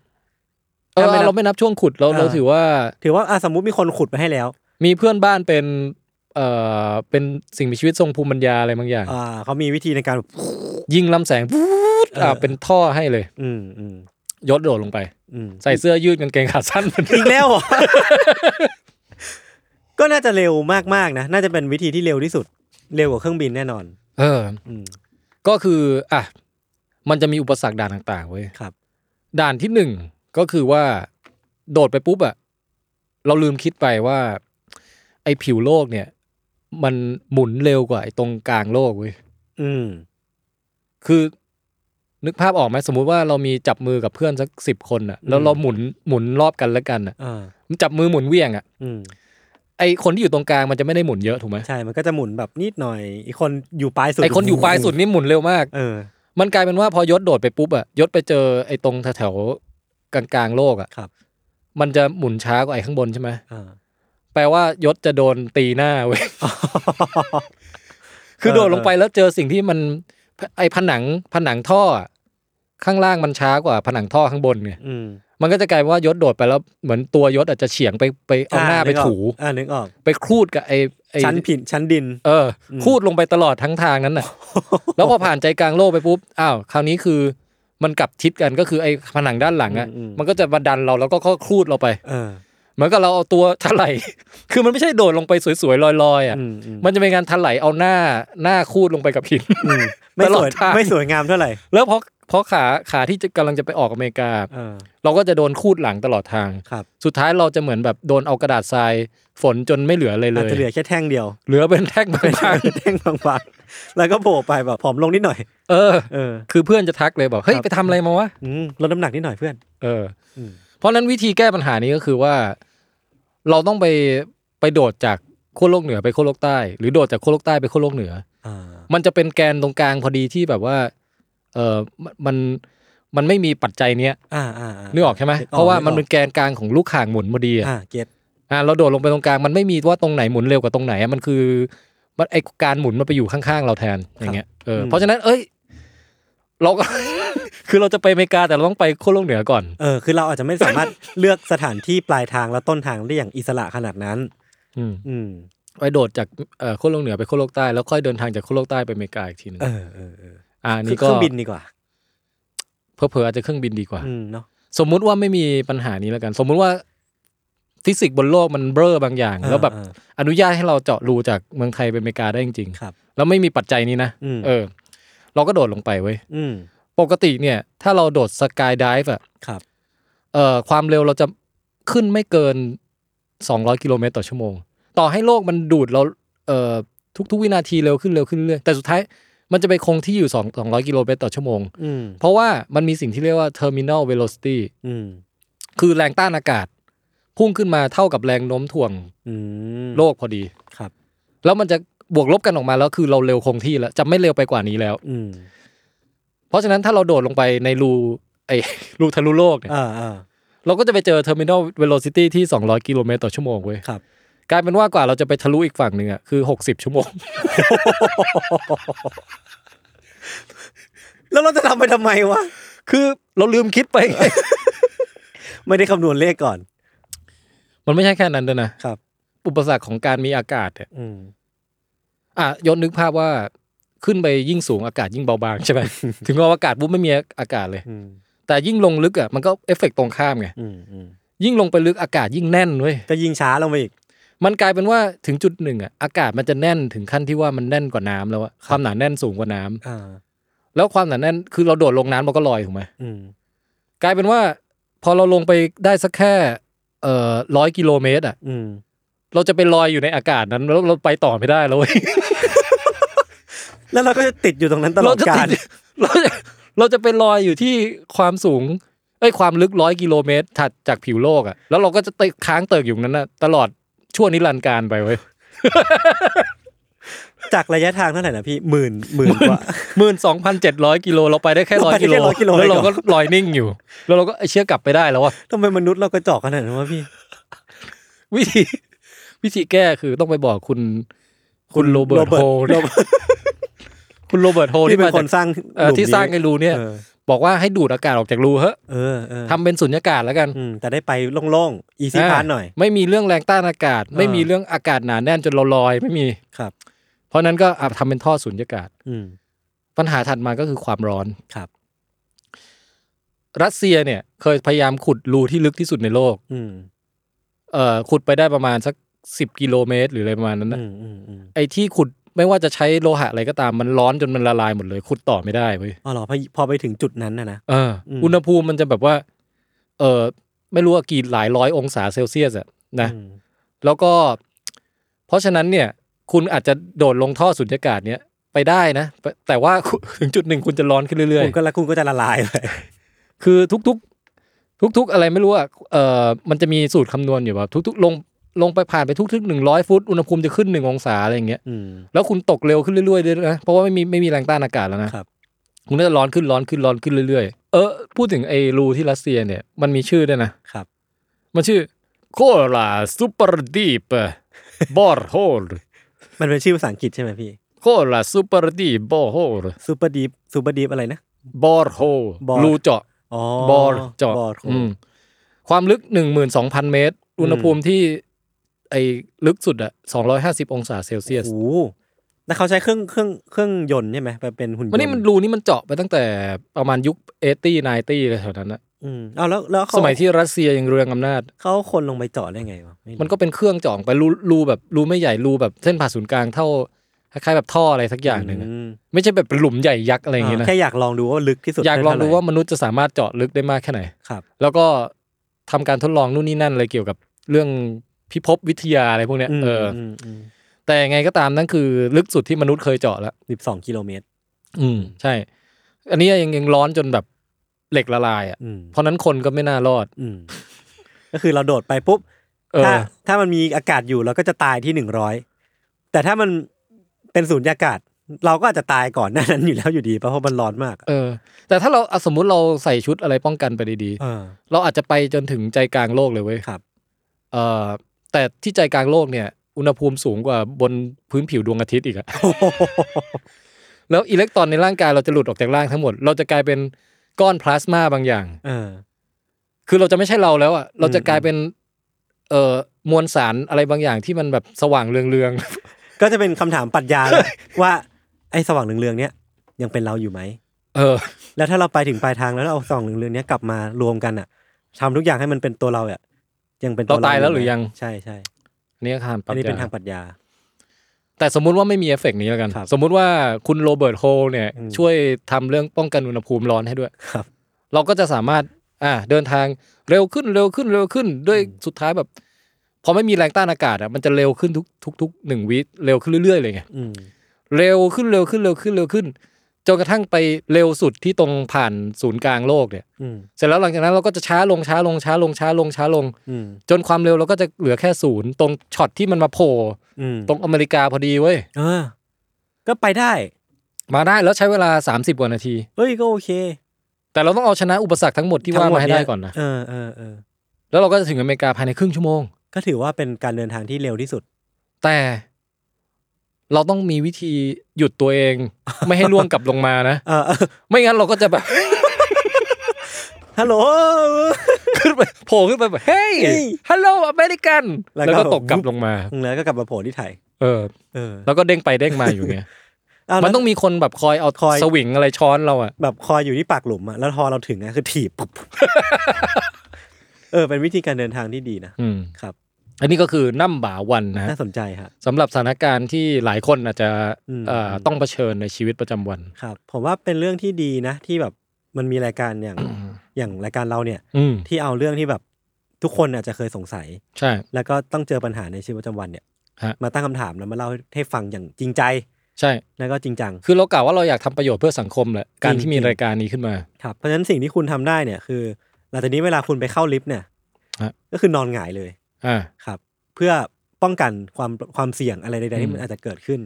เอ ถ้าไม่ อ นับ เราไม่นับช่วงขุดเรา เออ เราถือว่า ถือว่าอ่ะสมมุติมีคนขุดไปให้แล้ว มีเพื่อนบ้านเป็น เอ่อเป็นสิ่งมีชีวิตทรงภูมิปัญญาอะไรบางอย่าง อ่าเขามีวิธีในการแบบ ยิงลำแสงวูดอ่า เออ เป็นท่อให้เลย อืมอืม ยศโดดลงไป อื ม ใส่เสื้อยืดกางเกงขา สั้นเหมือนเดิ อี ม กแล้วเหรอ ก็น่าจะเร็วมากๆนะ น่าจะเป็นวิธีที่เร็วที่สุด เร็วกว่าเครื่องบินแน่นอน เออ อืม ก็คืออ่ะมันจะมีอุปสรรคด่านต่างๆเว้ย ครับ ด่านที่หนึ่งก็คือว่า โดดไปปุ๊บอะเราลืมคิดไปว่า ไอ้ผิวโลกเนี่ย มันหมุนเร็วกว่าไอ้ตรงกลางโลกเว้ย อืม คือ นึกภาพออกไหมสมมุติว่าเรามีจับมือกับเพื่อนสักสิบคนอ่ะ แล้วเราหมุนหมุนรอบกันแล้วกันอ่ะ อ่า มันจับมือหมุนเหวี่ยงอ่ะ อืม ไอคนที่อยู่ตรงกลางมันจะไม่ได้หมุนเยอะถูกไหม ใช่มันก็จะหมุนแบบนิดหน่อย อีกคนอยู่ปลายสุด ไอคนอยู่ปลายสุดนี่หมุนเร็วมาก เออ มันกลายเป็นว่าพอยศโดดไปปุ๊บอะยศไปเจอไอ้ตรงแถวๆกลางๆโลกอะ ครับ มันจะหมุนช้ากว่าไอ้ข้างบนใช่ไหม อ่า แปลว่ายศจะโดนตีหน้า เว้ย คือโดดลงไปแล้วเจอสิ่งที่มันไอ้ผนังผนังท่ออะข้างล่างมันช้ากว่าผนังท่อข้างบนไง อืม มันก็จะกลายเป็นว่ายศโดดไปแล้วเหมือนตัวยศอาจจะเฉียงไปไปเอาหน้าไป กก ถู อ่านึกออก ไปครูดกับไอ้ไอ้ ชั้นผินชั้นดิน เอออ ม ครูดลงไปตลอดทั้งทางนั้น น่ะ แล้วพอผ่านใจกลางโลกไปปุ๊บ อ้าว คราวนี้คือมันกลับทิศกันก็คือไอ้ผนังด้านหลังอะ อืมอืม มันก็จะมาดันเราแล้วก็ค่อยคลูดเราไป เออ เหมือนกับเราเอาตัวถลาย คือมันไม่ใช่โดดลงไปสวยๆลอยๆอะ อืมอืม มันจะเป็นการถลายเอาหน้าหน้าคลูดลงไปกับหิน อืมไม่ ตล ส อวดย ทาง ไม่สวยงามเท่าไหร่ แล้วเพราะเพราะขาขาที่จะกำลังจะไปออกอเมริกา เออ เราก็จะโดนคลูดหลังตลอดทาง ครับ สุดท้ายเราจะเหมือนแบบโดนเอากระดาษทรายฝนจนไม่เหลืออะไรเล อาจ ย จะเหลือแค่แท่งเดียว เหลือเป็นแท่ง บาง แท่งบางๆแล้วก็โผล่ไปแบบผอมลงนิดหน่อย ๆเออ เออ คือเพื่อนจะทักเลยบอกเฮ้ย ครับ ไปทำอะไรมาวะ อืมลดน้ำหนักนิดหน่อยเพื่อน เอออ ม เพราะฉะนั้นวิธีแก้ปัญหานี้ก็คือว่า เราต้องไปไปโดดจากขั้วโลกเหนือไปขั้วโลกใต้ หรือโดดจากขั้วโลกใต้ไปขั้วโลกเหนือ อ่า มันจะเป็นแกนตรงกลางพอดีที่แบบว่า เออมันมันมันไม่มีปัจจัยเนี้ย อ่าอ่าา นึกออกใช่ไหม นึกออก เพราะว่ามัน นึกออก เป็นแกนกลางของลูกข่างหมุนพอดีอะ อ่าเก็ต อ่าเราโดดลงไปตรงกลางมันไม่มีว่าตรงไหนหมุนเร็วกว่าตรงไหนอะมันคือมันไอการหมุนมันไปอยู่ข้างๆเราแทนอย่างเงี้ยเออเพราะฉะนั้นเอ้ย เราก็ คือเราจะไปอเมริกาแต่เราต้องไปขั้วโลกเหนือก่อน เออคือเราอาจจะไม่สามารถ เลือกสถานที่ปลายทางและต้นทางได้อย่างอิสระขนาดนั้น อืม อืม ไปโดดจากเอ่อขั้วโลกเหนือไปขั้วโลกใต้แล้วค่อยเดินทางจากขั้วโลกใต้ไปอเมริกาอีกทีหนึง เออเออเออ อ่า คือ นี่ เค ก็ รื่องบินดีกว่า เพอเพอๆอาจจะเครื่องบินดีกว่า อืมเนาะ สมมุติว่าไม่มีปัญหานี้แล้วกัน สมมุติว่าฟิสิกส์บนโลกมันเบ้อบางอย่าง เออ แล้วแบบ เออ อนุญาตให้เราเจาะรูจากเมืองไทยไปอเมริกาได้จริง ครับ ๆแล้วไม่มีปัจจัยนี้นะ อืม เออ เราก็โดดลงไปเว้ย อืม ปกติเนี่ย ถ้าเราโดดสกายดิฟอะ ครับ เอ่อความเร็วเราจะขึ้นไม่เกิน 200 กิโลเมตรต่อชั่วโมง ต่อให้โลกมันดูดเราเอ่อทุกๆ วินาทีเร็วขึ้นเร็วขึ้นเรื่อยๆแต่สุดท้ายมันจะไปคงที่อยู่2 200 กิโลเมตรต่อชั่วโมง อืม เพราะว่ามันมีสิ่งที่เรียกว่า terminal velocity อืม คือแรงต้านอากาศ พุ่งขึ้นมาเท่ากับแรงโน้มถ่วง อืม โลกพอดี ครับ แล้วมันจะบวกลบกันออกมาแล้วคือเราเร็วคงที่แล้วจะไม่เร็วไปกว่านี้แล้ว อืม เพราะฉะนั้นถ้าเราโดดลงไปในรูไอ้ รูทะลุโลกเนี่ย อ่าอ่า เราก็จะไปเจอ terminal velocity ที่ 200 กิโลเมตรต่อชั่วโมงเว้ย ครับ กลายเป็นว่ากว่าเราจะไปทะลุอีกฝั่งหนึ่งอะคือ 60 ชั่วโมง แล้วเราจะทำไปทำไมวะ คือเราลืมคิดไป ไม่ได้คำนวณเลขก่อน มันไม่ใช่แค่นั้นด้วยนะครับ อุปสรรคของการมีอากาศเนี่ย อืม อ่ะยศนึกภาพว่าขึ้นไปยิ่งสูงอากาศยิ่งเบาบางใช่ ไหม ถึงว่าอากาศปุ๊บไม่มีอากาศเลย อืม แต่ยิ่งลงลึกอ่ะมันก็เอฟเฟกต์ตรงข้ามไง อืมอืม ยิ่งลงไปลึกอากาศยิ่งแน่นเว้ย ก็ยิงช้าลงไปอีก มันกลายเป็นว่าถึงจุดหนึ่งอ่ะอากาศมันจะแน่นถึงขั้นที่ว่ามันแน่นกว่าน้ำแล้วอะความหนาแน่นสูงกว่าน้ำ อ่า แล้วความหนาแน่นคือเราโดดลงน้ำเราก็ลอยถูกไหม อืม กลายเป็นว่าพอเราลงไปได้สักแค่เอ่อร้อยกิโลเมตรอ่ะ อืม เราจะไปลอยอยู่ในอากาศนั้นแล้วเราไปต่อไม่ได้แล้วเว้ย แล้วเราก็จะติดอยู่ตรงนั้นตล เรา อด จะ กา ติ ล ดเราจะเราจะไปลอยอยู่ที่ความสูงไอ้ยความลึกร้อยกิโลเมตรถัดจากผิวโลกอ่ะแล้วเราก็จะติดค้างเติกอยู่นั้นน่ะตลอดชั่วนิรันดร์การไปเว้ย จากระยะทางเท่าไหร่นะพี่หมื่นหมื่นกว่า หมื่นสองพันเจ็ดร้อยกิโลเราไปได้แค่ร้อยกิโล เราไปได้แค่100กิโล แล้วเราก็ลอยนิ่งอยู่ แล้วเราก็ไอ้เชื่อกลับไปได้แล้วอ่ะ ทำไมมนุษย์เรากระจอกขนาดนั้นวะพี่ วิธี วิธีแก้คือต้องไปบอกคุณ คุณโรเบิร์ตโฮ โรเบิร์ต คุณโรเบิร์ตโฮ ที่ ที่ เป็น มา ค จาก นสร้าง เอ่อที่ หลุมนี้ สร้างไอ้รูเนี่ย เออ บอกว่าให้ดูดอากาศออกจากรูเฮ้ะ เออเออ ทำเป็นสุญญากาศแล้วกัน อืมแต่ได้ไปโล่งๆ อีซี่พาร์ทหน่อย ไม่มีเรื่องแรงต้านอากาศ ไม่มีเรื่องอากาศหนาแน่นจนเราลอยไม่มี ครับ เพราะนั้นก็อ่ะทำเป็นท่อสุญญากาศ อืม ปัญหาถัดมาก็คือความร้อน ครับ รัสเซียเนี่ยเคยพยายามขุดรูที่ลึกที่สุดในโลก อืม เอ่อขุดไปได้ประมาณสักสิบกิโลเมตร หรืออะไรประมาณนั้นนะ อืมอืมอืม ไอ้ที่ขุดไม่ว่าจะใช้โลหะอะไรก็ตามมันร้อนจนมันละลายหมดเลย ขุดต่อไม่ได้เว้ย อ๋อเหรอพอพอไปถึงจุดนั้นนะนะ เอออ ม อุณหภูมิมันจะแบบว่า เออไม่รู้ว่ากี่หลายร้อยองศาเซลเซียสอะนะ อืม แล้วก็ เพราะฉะนั้นเนี่ย คุณอาจจะโดดลงท่อสุญญากาศเนี้ยไป ไปได้นะ แต่ว่า ถึงจุดหนึ่งคุณจะร้อนขึ้นเรื่อย คุณก็แล้วคุณก็จะละลายไป ๆ คือทุกๆ ทุก ๆ อะไรไม่รู้อ่ะเอ่อมันจะมีสูตรคำนวณอยู่แบบทุกๆ ลงลงไปผ่านไปทุกๆหนึ่งร้อยฟุตอุณหภูมิจะขึ้นหนึ่งองศาอะไรอย่างเงี้ย อืม แล้วคุณตกเร็วขึ้นเรื่อยๆด้วยนะ เพราะว่าไม่มีไม่มีแรงต้านอากาศแล้วนะครับ คุณก็จะร้อนขึ้นร้อนขึ้นร้อนขึ้นเรื่อยๆ เออพูดถึงไอ้รูที่รัสเซียเนี่ยมันมีชื่อด้วยนะ ครับ มันชื่อโคลาซูเปอร์ดีปบอร์โฮล มันเป็นชื่อภาษาอังกฤษใช่ไหมพี่ โคลาซูเปอร์ดีบอร์โฮล ซูเปอร์ดีฟซูเปอร์ดีฟอะไรนะ บอร์โฮล Bore รูเจาะ อ๋อบ อร์เจาะ บอร์โค อืมความลึก 12,000 เมตร อุณหภูมิที่ไอ้ลึกสุดอะ250 องศาเซลเซียส โอ้โหแล้วเขาใช้เครื่องเครื่องเครื่องยนต์ใช่ไหมไปเป็นหุ่นยนต์ วันนี้มันรูนี่มันเจาะไปตั้งแต่ประมาณยุค 80 90อะไรแถวนั้นนะ อืมเอาแล้วแล้วเขา สมัยที่รัสเซียยังเรืองอำนาจ เขาเอาคนลงไปเจาะได้ไงวะไรู้ มันก็เป็นเครื่องเจ่องไปรูรูแบบรูไม่ใหญ่รูแบบเส้นผ่าศูนย์กลางเท่าคล้ายๆแบบท่ออะไรสักอย่างหนึ่งอะ ม ไม่ใช่แบบเป็นหลุมใหญ่ยักษ์อะไรอย่างเงี้ย อ่า นะ แค่อยากลองดูว่าลึกที่สุด อยากลองดู เท่ไหร่ ว่ามนุษย์จะสามารถเจาะลึกได้มากแค่ไหน ครับ แล้วก็ทำการทดลองนู่นนี่นั่นอะไรเกี่ยวกับเรื่องพิภพวิทยาอะไรพวกเนี้ย อืม เอออ อืมอืม แต่ยังไงก็ตามนั่นคือลึกสุดที่มนุษย์เคยเจาะแล้ว สิบสองกิโลเมตร อืมใช่ อันนี้ยังยังร้อนจนแบบเหล็กละลายอ่ะ อืม เพราะนั้นคนก็ไม่น่ารอด อืมก็คือเราโดดไปปุ๊บ เออ ถ้าถ้ามันมีอากาศอยู่เราก็จะตายที่หนึ่งร้อยแต่ถ้ามันเป็นศูนยากาศ เราก็อาจจะตายก่อนหน้านั้นอยู่แล้วอยู่ดีปะเพราะมันร้อนมากอะ เออ แต่ถ้าเราอ่ะสมมุติเราใส่ชุดอะไรป้องกันไปดีๆ เออ เราอาจจะไปจนถึงใจกลางโลกเลยเว้ย ครับ เอ่อแต่ที่ใจกลางโลกเนี่ย อุณหภูมิสูงกว่าบนพื้นผิวดวงอาทิตย์อีกอะ แล้วอิเล็กตรอนในร่างกายเราจะหลุดออกจากร่างทั้งหมด เราจะกลายเป็นก้อนพลาสมาบางอย่าง เออ คือเราจะไม่ใช่เราแล้วอะเราจะ อืม กลายเป็น เอ่อมวลสารอะไรบางอย่างที่มันแบบสว่างเรือง ก็จะเป็นคำถามปรัชญา แล้วว่าไอ้สว่างเหลืองๆเนี้ยยังเป็นเราอยู่ไหม ๆ เออ แล้วถ้าเราไปถึงปลายทางแล้วเราเอาสว่างเหลืองๆเนี้ยกลับมารวมกันอ่ะทำทุกอย่างให้มันเป็นตัวเราอ่ะยังเป็น เราตายแล้วหรือยัง ใช่ใช่ อันนี่ก็ทางป อั รั น บ นี้เป็น ยา ทางปรัชญา แต่สมมุติว่าไม่มีเอฟเฟกต์นี้แล้วกัน ครับ สมมุติว่าคุณโรเบิร์ตโฮลเนี่ย อืม ช่วยทำเรื่องป้องกันอุณหภูมิร้อนให้ด้วย ครับ เราก็จะสามารถอ่าเดินทางเร็วขึ้นเร็วขึ้นเร็วขึ้นด้วยสุดท้ายแบบ พอไม่มีแรงต้านอากาศอ่ะมันจะเร็วขึ้นทุกทุกทุกหนึ่งวิเร็วขึ้นเรื่อยๆเลยไง อืม เร็วขึ้นเร็วขึ้นเร็วขึ้นเร็วขึ้นจนกระทั่งไปเร็วสุดที่ตรงผ่านศูนย์กลางโลกเนี่ย อืม เสร็จแล้วหลังจากนั้นเราก็จะช้าลงช้าลงช้าลงช้าลงช้าลง อืม จนความเร็วเราก็จะเหลือแค่ศูนย์ตรงช็อตที่มันมาโผล่ อืม ตรงอเมริกาพอดีเว้ย เออ ก็ไปได้ มาได้แล้วใช้เวลา 30กว่านาที เฮ้ยก็โอเค แต่เราต้องเอาชนะอุปสรรคทั้งหมดที่ว่ามาให้ได้ก่อนนะ เออเออเออ แล้วเราก็จะถึงอเมริกาภายในครึ่งชั่วโมง ก็ถือว่าเป็นการเดินทางที่เร็วที่สุด แต่เราต้องมีวิธีหยุดตัวเอง ไม่ให้ล่วงกลับลงมานะ เออเอ อ ไม่งั้นเราก็จะแบบ ฮัล โหล ขึ้นไปโผล่ขึ้นไปแบบเฮ้ย เฮ้ย ฮัลโหลอเมริกัน แล้วก็ แล้วก็ตกกลับลงมา แล้วก็กลับมาโผล่ที่ไทย เออ เออ แล้วก็เด้งไปเด้งมาอยู่เงี้ย เอา มั มัน น ต้ ต้ อ อง งมีคนแบบคอยเอา คอย สวิงอะไรช้อนเราอะ แบบคอยอยู่ที่ปากหลุมอะแล้วพอเราถึงอะคือถีบปุ๊บ เออ เป็นวิธีการเดินทางที่ดีนะ อืม ครับ อันนี้ก็คือน้ำบ่าวันนะฮะ น่าสนใจฮะ สำหรับสถานการณ์ที่หลายคนอาจจะ อืม เอ่อต้องเผชิญในชีวิตประจำวัน ครับ ผมว่าเป็นเรื่องที่ดีนะ ที่แบบมันมีรายการอย่าง อย่างรายการเราเนี่ย อืม ที่เอาเรื่องที่แบบทุกคนอาจจะเคยสงสัย ใช่ แล้วก็ต้องเจอปัญหาในชีวิตประจำวันเนี่ย ฮะ มาตั้งคำถามแล้วมาเล่าให้ฟังอย่างจริงใจ ใช่ แล้วก็จริงจัง คือเรากล่าวว่าเราอยากทำประโยชน์เพื่อสังคมแหละการที่มี จริงๆ รายการนี้ขึ้นมา ครับเพราะฉะนั้นสิ่งที่คุณทำได้เนี่ยคือหลังจากนี้เวลาคุณไปเข้าลิฟต์เนี่ย ฮะ ก็คือนอนหงายเลย อ่า ครับ เพื่อป้องกันความความเสี่ยงอะไรใดๆที่มันอาจจะเกิดขึ้น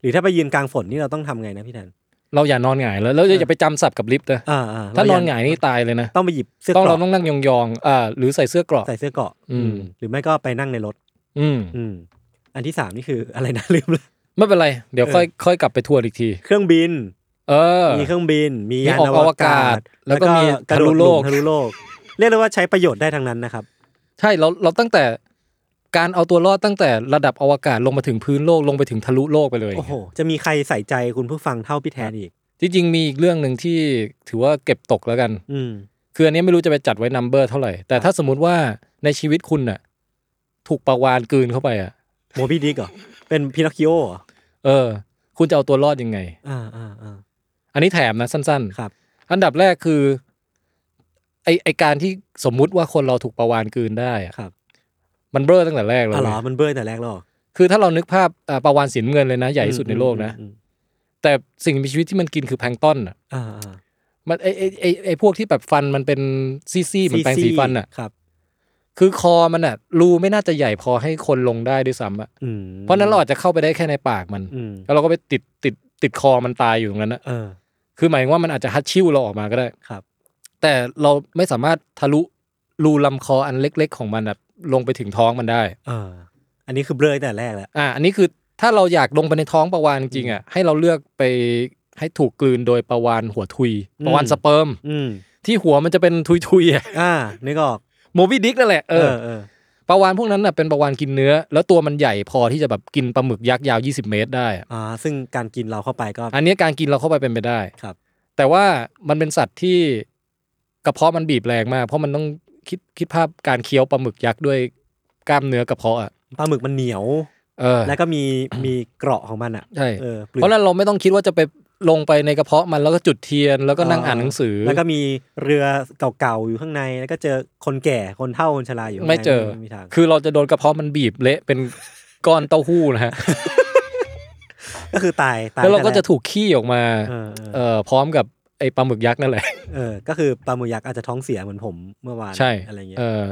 หรือถ้าไปยืนกลางฝนนี่เราต้องทำไงนะพี่แทน เราอย่านอนหงายแล้วแล้วอย่าไปจำสับกับลิฟต์นะ อ่าๆ ถ้านอน เร หงายนี่ตายเลยนะ ต้องไปหยิบเสื้อ ต้อง เก เรา ราะ ต้องนั่งยองๆอ่าหรือใส่เสื้อเกราะ ใส่เสื้อเกราะ อืม หรือไม่ก็ไปนั่งในรถ อืม อืม อันที่สามนี่คือ อะไรนะ ลืมเลย ไม่เป็นไร เดี๋ยว เออ ค่อยค่อยกลับไปทวนอีกที เครื่องบิน เออ มีเครื่องบิน มี มี ยาน ออก อวกา อว ศ กาศแล้วก็มี กระโด ทะลุ ด โลก ทะลุโลก เรียกได้ว่าใช้ประโยชน์ได้ทั้งนั้นนะครับ ใช่เราเราตั้งแต่การเอาตัวรอดตั้งแต่ระดับอวกาศลงมาถึงพื้นโลกลงไปถึงทะลุโลกไปเลย โอ้โห จะมีใครใส่ใจคุณผู้ฟังเท่าพี่แทนอีก จริงๆมีอีกเรื่องหนึ่งที่ถือว่าเก็บตกแล้วกัน อืม คืออันนี้ไม่รู้จะไปจัดไว้นัมเบอร์เท่าไหร่ แต่ถ้าสมมติว่าในชีวิตคุณน่ะ ถูกปลาวานกลืนเข้าไปอ่ะ โมบี้ดิกเหรอ เป็นพินอคคิโอเหรอ เออ คุณจะเอาตัวรอดยังไง อ่าอ่าอ่า อันนี้แถมนะสั้น ๆ ครับ อันดับแรกคือไอไอการที่สมมุติว่าคนเราถูกประวานกลืนได้อะ ครับ มันเบ้อตั้งแต่แรกเล อ๋ ย อเหรอมันเบอร์แต่แรกแล้วเหรอ คือถ้าเรานึกภาพเอ่อประวานสีน้ำเงินเลยนะ ใหญ่ที่สุดในโลกนะ อืม แต่สิ่งมีชีวิตที่มันกินคือแพลงก์ต้อนน่ะ อ่า มันไอไอ้ไอไอพวกที่แบบฟันมันเป็นซี่ๆเหมือนแปรงสีฟันอ่ะ ครับ คือคอมันอ่ะรูไม่น่าจะใหญ่พอให้คนลงได้ด้วยซ้ำอ่ะ อืม เพราะฉะนั้นเราอาจจะเข้าไปได้แค่ในปากมัน อืม แล้วเราก็ไปติดติดติดคอมันตายอยู่ตรงนั้นนะ เออ คือหมายถึงว่ามันอาจจะฮัดชิ่วเราออกมาก็ได้ ครับ แต่เราไม่สามารถทะลุรูลำคออันเล็ก ๆ ของมันแบบลงไปถึงท้องมันได้ เออ อันนี้คือเบลอตั้งแต่แรกแล้ว อ่า อันนี้คือถ้าเราอยากลงไปในท้องปลาวานจริงๆอ่ะ ให้เราเลือกไปให้ถูกกลืนโดยปลาวานหัวทุย อืม ปลาวานสเปิร์ม อืม ที่หัวมันจะเป็นทุยๆอ่ะ อ่านึกออก โมบิดิกนั่นแหละเออ เออ ปลาวานพวกนั้นน่ะเป็นปลาวานกินเนื้อ แล้วตัวมันใหญ่พอที่จะแบบกินปลาหมึกยักษ์ยาว 20 เมตรได้อ่ะ อ่า ซึ่งการกินเราเข้าไปก็ อันเนี้ยการกินเราเข้าไปเป็นไปได้ ครับ แต่ว่ามันเป็นสัตว์ที่กระเพาะมันบีบแรงมาก เพราะมันต้องคิดคิดภาพการเคี้ยวปลาหมึกยักษ์ด้วยกล้ามเนื้อกระเพาะอ่ะ ปลาหมึกมันเหนียว เออ แล้วก็มี มีเกราะของมันอ่ะ ใช่ เออปลือก เพราะฉะนั้นเราไม่ต้องคิดว่าจะไปลงไปในกระเพาะมันแล้วก็จุดเทียนแล้วก็นั่งอ่านหนังสือ แล้วก็มีเรือเก่าๆอยู่ข้างใน แล้วก็เจอคนแก่คนเฒ่าคนชราอยู่ข้างใน ไม่เจอ มีทาง คือเราจะโดนกระเพาะมันบีบเละ เป็นก้อนเต้าหู้นะฮะ ก็คือตายตาย แล้วเราก็จะ แต่ ถูกขี้ออกมา เออเอ เอ่ อ อพร้อมกับไอ้ปลาหมึกยักษ์นั่นแหละ เออ ก็คือปลาหมึกยักษ์อาจจะท้องเสียเหมือนผมเมื่อวาน ใช่ อะไรเงี้ย เออ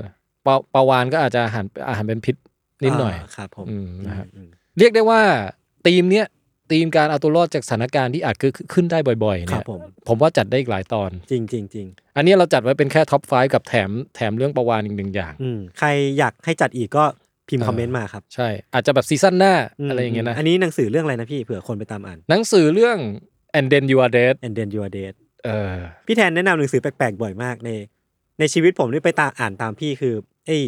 ปลาปลาวานก็อาจจะอาหารอาหารเป็นพิษนิดหน่อย าครับผม อืมนะฮะ อืม เรียกได้ว่าธีมเนี้ยธีมการเอาตัวรอดจากสถานการณ์ที่อาจเกิดขึ้นได้บ่อยคๆรั เนี่ย บผม ผมว่าจัดได้อีกหลายตอน จริงจริงจริง อันนี้เราจัดไว้เป็นแค่ท็อปไฟกับแถมแถมเรื่องปลาวานอีกหนึ่งอย่าง อืมใครอยากให้จัดอีกก็พิมพ์ เออ คอมเมนต์มาครับ ใช่ อาจจะแบบซีซั่นหน้าม อะไรอย่างเงี้ยนะ อันนี้หนังสือเรื่องอะไรนะพี่เผื่อคนไปตามอ่าน หนังสือเรื่อง and then you are dead and then your date เออ พี่แทนแนะนำหนังสือแปลกๆบ่อยมากใน ในชีวิตผมที่ไปตามอ่านตามพี่คือไอ้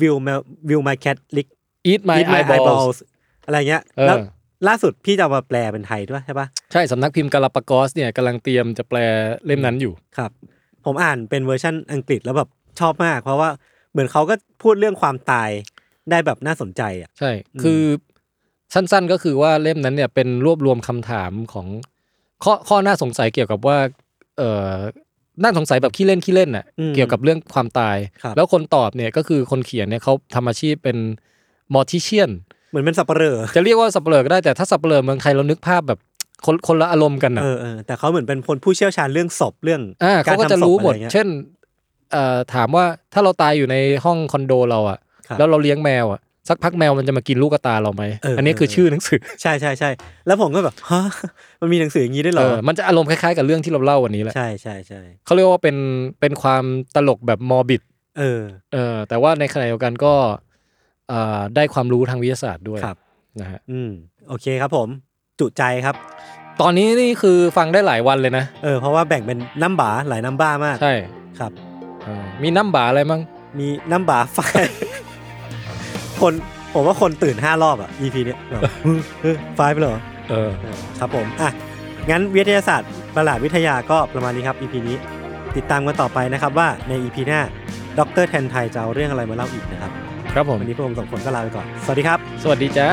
วิวมาวิวมาแคทลิก eat my eyeballs อะไรเงี้ย เออ แล้วล่าสุดพี่จะเอามาแปลเป็นไทยด้วยใช่ปะ ใช่ สำนักพิมพ์กาลาปากอสเนี่ยกำลังเตรียมจะแปลเล่มนั้นอยู่ ครับ ผมอ่านเป็นเวอร์ชั่นอังกฤษแล้วแบบชอบมาก เพราะว่าเหมือนเขาก็พูดเรื่องความตายได้แบบน่าสนใจอ่ะ ใช่ คือสั้นๆก็คือว่าเล่มนั้นเนี่ยเป็นรวบรวมคำถามของข้อข้อน่าสงสัยเกี่ยวกับว่าเออน่าสงสัยแบบขี้เล่นขี้เล่นน่ะ อืม เกี่ยวกับเรื่องความตาย ครับ แล้วคนตอบเนี่ยก็คือคนเขียนเนี่ยเขาทำอาชีพเป็นมอทิเชียน เหมือนเป็นสับเปลอ จะเรียกว่าสับเปลือก็ได้แต่ถ้าสับเปลือเมืองไทยเรานึกภาพแบบคนคนละอารมณ์กันน่ะ เออเออแต่เขาเหมือนเป็นคนผู้เชี่ยวชาญเรื่องศพเรื่อง อ่าเขาก็จะรู้หมด อไงี้ย เช่นเอ่อถามว่าถ้าเราตายอยู่ในห้องคอนโดเราอะ ครับ แล้วเราเลี้ยงแมวอะสักพักแมวมันจะมากินลูกกระตาเราไหมอันนี้คือชื่อหนังสือ ใช่ใช่ใช่แล้วผมก็แบบฮะมันมีหนังสืออย่างนี้ด้วยเหร เอ อ อมันจะอารมณ์คล้ายๆกับเรื่องที่เราเล่าวันนี้แหละ ใช่ใช่ใช่ เขาเรียกว่าเป็นเป็นความตลกแบบมอบิด เออ เออแต่ว่าในขณะเดียวกันก็เอ่อได้ความรู้ทางวิทยาศาสตร์ด้วย ครับ นะฮะ อืมโอเคครับผมจุใจครับ ตอนนี้นี่คือฟังได้หลายวันเลยนะ เออเพราะว่าแบ่งเป็นน้ำบาหลายน้ำบ้ามาก ใช่ ครับ เออมีน้ำบาอะไรมั้ง มีน้ำบาไฟ คนผมว่าคนตื่นห้ารอบอ่ะ EP เนี้ยแบบ เฮ้ยเฮ้ยไฟไปเหรอ เออ เออครับผมอ่ะงั้นวิทยาศาสตร์ประหลาดวิทยาก็ประมาณนี้ครับ EP นี้ ติดตามกันต่อไปนะครับว่าใน EP หน้าดรแทนไทยจะเอาเรื่องอะไรมาเล่าอีกนะครับ ครับผม วันนี้พวกผมสองคนก็ลาไปก่อน สวัสดีครับ สวัสดีจ้า